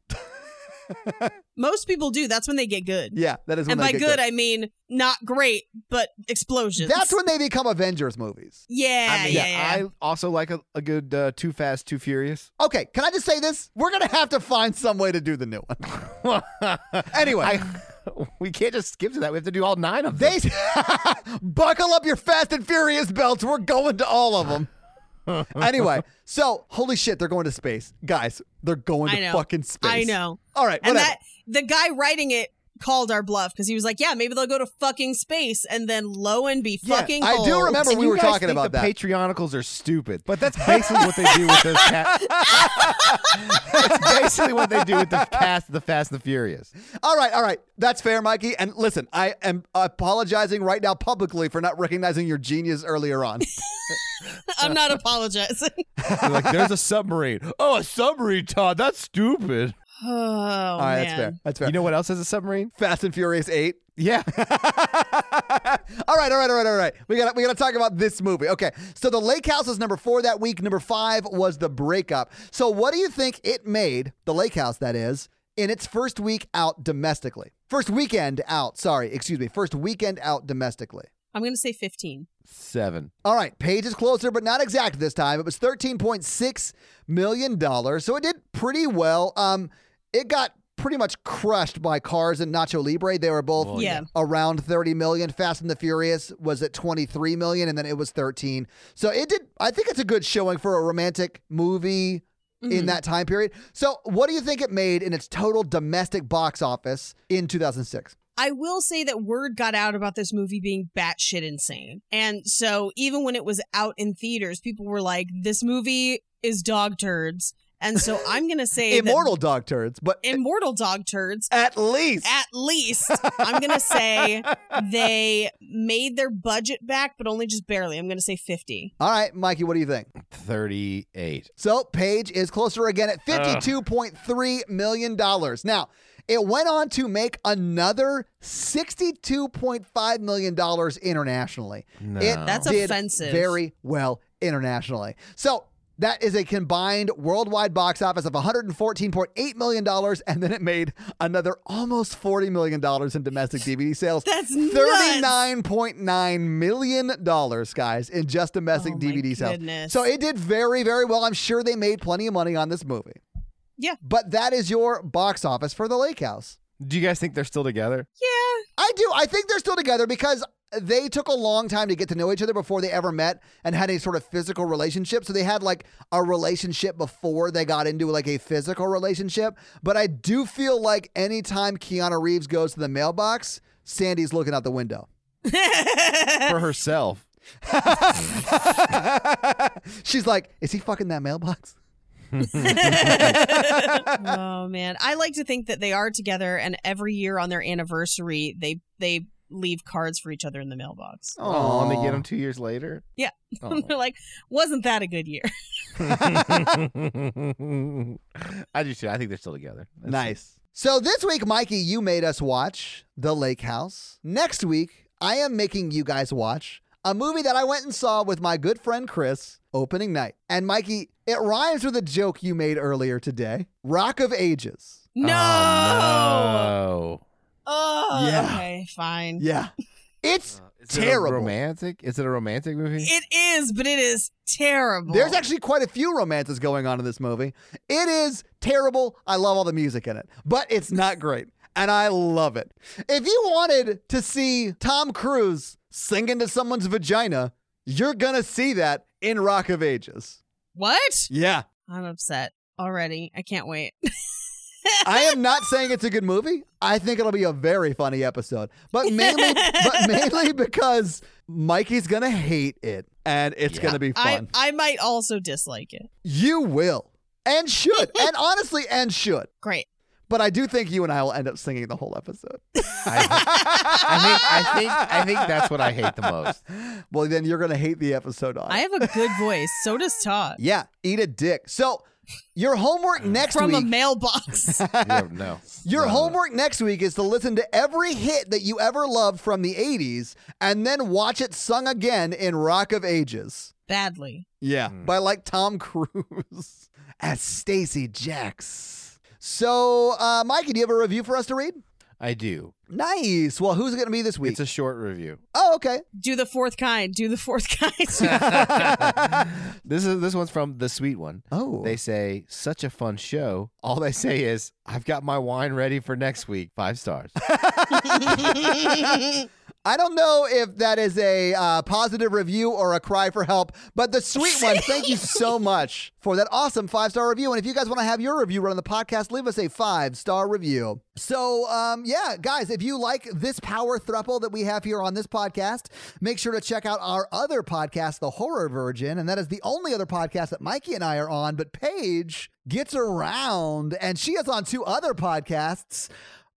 Speaker 3: Most people do. That's when they get good.
Speaker 5: yeah, that is when
Speaker 3: and
Speaker 5: they
Speaker 3: by
Speaker 5: get
Speaker 3: good, I mean not great, but explosions.
Speaker 5: That's when they become Avengers movies.
Speaker 3: Yeah,
Speaker 4: I mean,
Speaker 3: yeah, yeah.
Speaker 4: I also like a, a good uh, Too Fast, Too Furious.
Speaker 5: Okay, can I just say this? We're going to have to find some way to do the new one.
Speaker 4: anyway, we can't just skip to that. We have to do all nine of them.
Speaker 5: They buckle up your Fast and Furious belts. We're going to all of them. anyway, so holy shit, they're going to space, guys. They're going
Speaker 3: I
Speaker 5: to
Speaker 3: know.
Speaker 5: fucking space.
Speaker 3: I know.
Speaker 5: All right,
Speaker 3: And
Speaker 5: whatever.
Speaker 3: that the guy writing it called our bluff because he was like, "Yeah, maybe they'll go to fucking space and then low and be
Speaker 4: Yeah,
Speaker 3: fucking."
Speaker 5: I do
Speaker 3: cold."
Speaker 5: remember
Speaker 4: And
Speaker 5: we
Speaker 4: you
Speaker 5: were
Speaker 4: guys
Speaker 5: talking
Speaker 4: think
Speaker 5: about
Speaker 4: the
Speaker 5: that.
Speaker 4: Patreonicals are stupid, but that's basically what they do with those. Ca- that's basically what they do with the cast, of the Fast and the Furious.
Speaker 5: All right, all right. That's fair, Mikey. And listen, I am apologizing right now publicly for not recognizing your genius earlier on.
Speaker 3: I'm not apologizing.
Speaker 4: They're like, there's a submarine. Oh, a submarine, Todd. That's stupid.
Speaker 3: oh
Speaker 5: all right,
Speaker 3: man.
Speaker 5: that's fair. That's fair.
Speaker 4: You know what else has a submarine?
Speaker 5: Fast and Furious 8.
Speaker 4: Yeah.
Speaker 5: all right, all right, all right, all right. We got to we got to talk about this movie. Okay, so the Lake House is number four that week. Number five was the breakup. So, what do you think it made the Lake House? That is in its first week out domestically. First weekend out. Sorry, excuse me. First weekend out domestically.
Speaker 3: I'm gonna say 15.
Speaker 4: Seven.
Speaker 5: All right, Page is closer, but not exact this time. It was $13.6 million, so it did pretty well. Um, it got pretty much crushed by Cars and Nacho Libre. They were both
Speaker 3: Well, yeah.
Speaker 5: around 30 million. Fast and the Furious was at 23 million, and then it was 13. So it did, I think it's a good showing for a romantic movie
Speaker 3: Mm-hmm.
Speaker 5: in that time period. So what do you think it made in its total domestic box office in 2006?
Speaker 3: I will say that word got out about this movie being batshit insane. And so even when it was out in theaters, people were like, this movie is dog turds. And so I'm going to say that-
Speaker 5: Immortal Dog Turds, but
Speaker 3: immortal dog turds.
Speaker 5: at least.
Speaker 3: At least I'm going to say they made their budget back, but only just barely. I'm going to say 50.
Speaker 5: All right, Mikey, what do you think?
Speaker 4: 38.
Speaker 5: So Page is closer again at $52.3 million. Now, it went on to make another $62.5 million internationally. It
Speaker 3: That's
Speaker 5: did
Speaker 3: offensive.
Speaker 5: Very well internationally. So that is a combined worldwide box office of $114.8 million, and then it made another almost $40 million in domestic DVD sales.
Speaker 3: That's nuts.
Speaker 5: $39.9 million, guys, in just domestic
Speaker 3: Oh my
Speaker 5: DVD sales.
Speaker 3: goodness.
Speaker 5: So it did very, very well. I'm sure they made plenty of money on this movie.
Speaker 3: Yeah.
Speaker 5: But that is your box office for The Lake House.
Speaker 4: Do you guys think they're still together?
Speaker 3: Yeah.
Speaker 5: I do. I think they're still together because they took a long time to get to know each other before they ever met and had any sort of physical relationship. So they had like a relationship before they got into like a physical relationship. But I do feel like anytime Keanu Reeves goes to the mailbox, Sandy's looking out the window.
Speaker 4: For herself.
Speaker 5: She's like, "Is he fucking that mailbox?"
Speaker 3: oh man. I like to think that they are together and every year on their anniversary, they, they leave cards for each other in the mailbox.
Speaker 4: Oh, and they get them two years later? Oh
Speaker 3: Yeah.
Speaker 4: Aw.
Speaker 3: They're like, wasn't that a good year?
Speaker 4: I do too. I think they're still together. That's-
Speaker 5: nice. So this week, Mikey, you made us watch The Lake House. Next week, I am making you guys watch a movie that I went and saw with my good friend Chris opening night. And Mikey, it rhymes with a joke you made earlier today Rock of Ages.
Speaker 3: No.
Speaker 4: Oh,
Speaker 3: Oh,
Speaker 5: Yeah.
Speaker 3: okay, fine.
Speaker 5: Yeah. It's
Speaker 4: no. Uh, Is it a
Speaker 5: terrible.
Speaker 4: romantic? Is it a romantic movie?
Speaker 3: It is, but it is terrible.
Speaker 5: There's actually quite a few romances going on in this movie. It is terrible. I love all the music in it, but it's not great. And I love it. If you wanted to see Tom Cruise singing to someone's vagina, you're going to see that in Rock of Ages.
Speaker 3: what?
Speaker 5: Yeah.
Speaker 3: I'm upset already. I can't wait.
Speaker 5: I am not saying it's a good movie. I think it'll be a very funny episode, but mainly, but mainly because Mikey's going to hate it and it's
Speaker 4: Yeah.
Speaker 5: going to be fun.
Speaker 3: I I might also dislike it.
Speaker 5: you will and should, and honestly, and should.
Speaker 3: Great.
Speaker 5: But I do think you and I will end up singing the whole episode.
Speaker 4: I, think, I think I think that's what I hate the most.
Speaker 5: Well, then you're going to hate the episode on.
Speaker 3: I
Speaker 5: it.
Speaker 3: have a good voice. So does Todd.
Speaker 5: yeah, eat a dick. So, your homework next
Speaker 3: From a
Speaker 5: week.
Speaker 3: mailbox.
Speaker 4: Yeah, no.
Speaker 5: your
Speaker 4: No, no, no.
Speaker 5: homework next week is to listen to every hit that you ever loved from the 80s and then watch it sung again in Rock of Ages.
Speaker 3: Badly.
Speaker 5: Yeah. By like Tom Cruise as Stacy Jacks. So, uh, Mikey, do you have a review for us to read?
Speaker 4: I do.
Speaker 5: Nice. Well, who's it going to be this week?
Speaker 4: It's a short review.
Speaker 5: oh, okay.
Speaker 3: Do the fourth kind. Do the fourth kind.
Speaker 4: This is this one's from the sweet one.
Speaker 5: Oh.
Speaker 4: They say such a fun show. All they say is I've got my wine ready for next week. Five stars.
Speaker 5: I don't know if that is a uh, positive review or a cry for help, but the sweet one, thank you so much for that awesome five star review. And if you guys want to have your review run on the podcast, leave us a five star review. So, um, yeah, guys, if you like this power thruple that we have here on this podcast, make sure to check out our other podcast, The Horror Virgin. And that is the only other podcast that Mikey and I are on, but Paige gets around and she is on two other podcasts.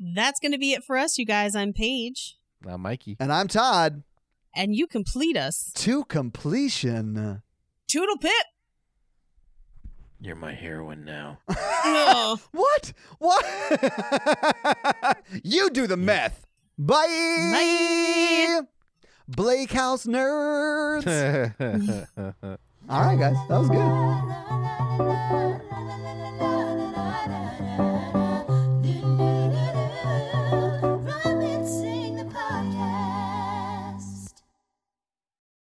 Speaker 3: That's going to be it for us, you guys. I'm Paige,
Speaker 4: Now, Mikey.
Speaker 5: And I'm Todd
Speaker 3: and you complete us.
Speaker 5: to completion.
Speaker 3: Toodle pip.
Speaker 4: You're my heroine now.
Speaker 3: Oh.
Speaker 5: What? What? you do the meth. Bye. Bye. Blake House Nerds. All right, guys. That was good.
Speaker 6: la la la la la la la la la la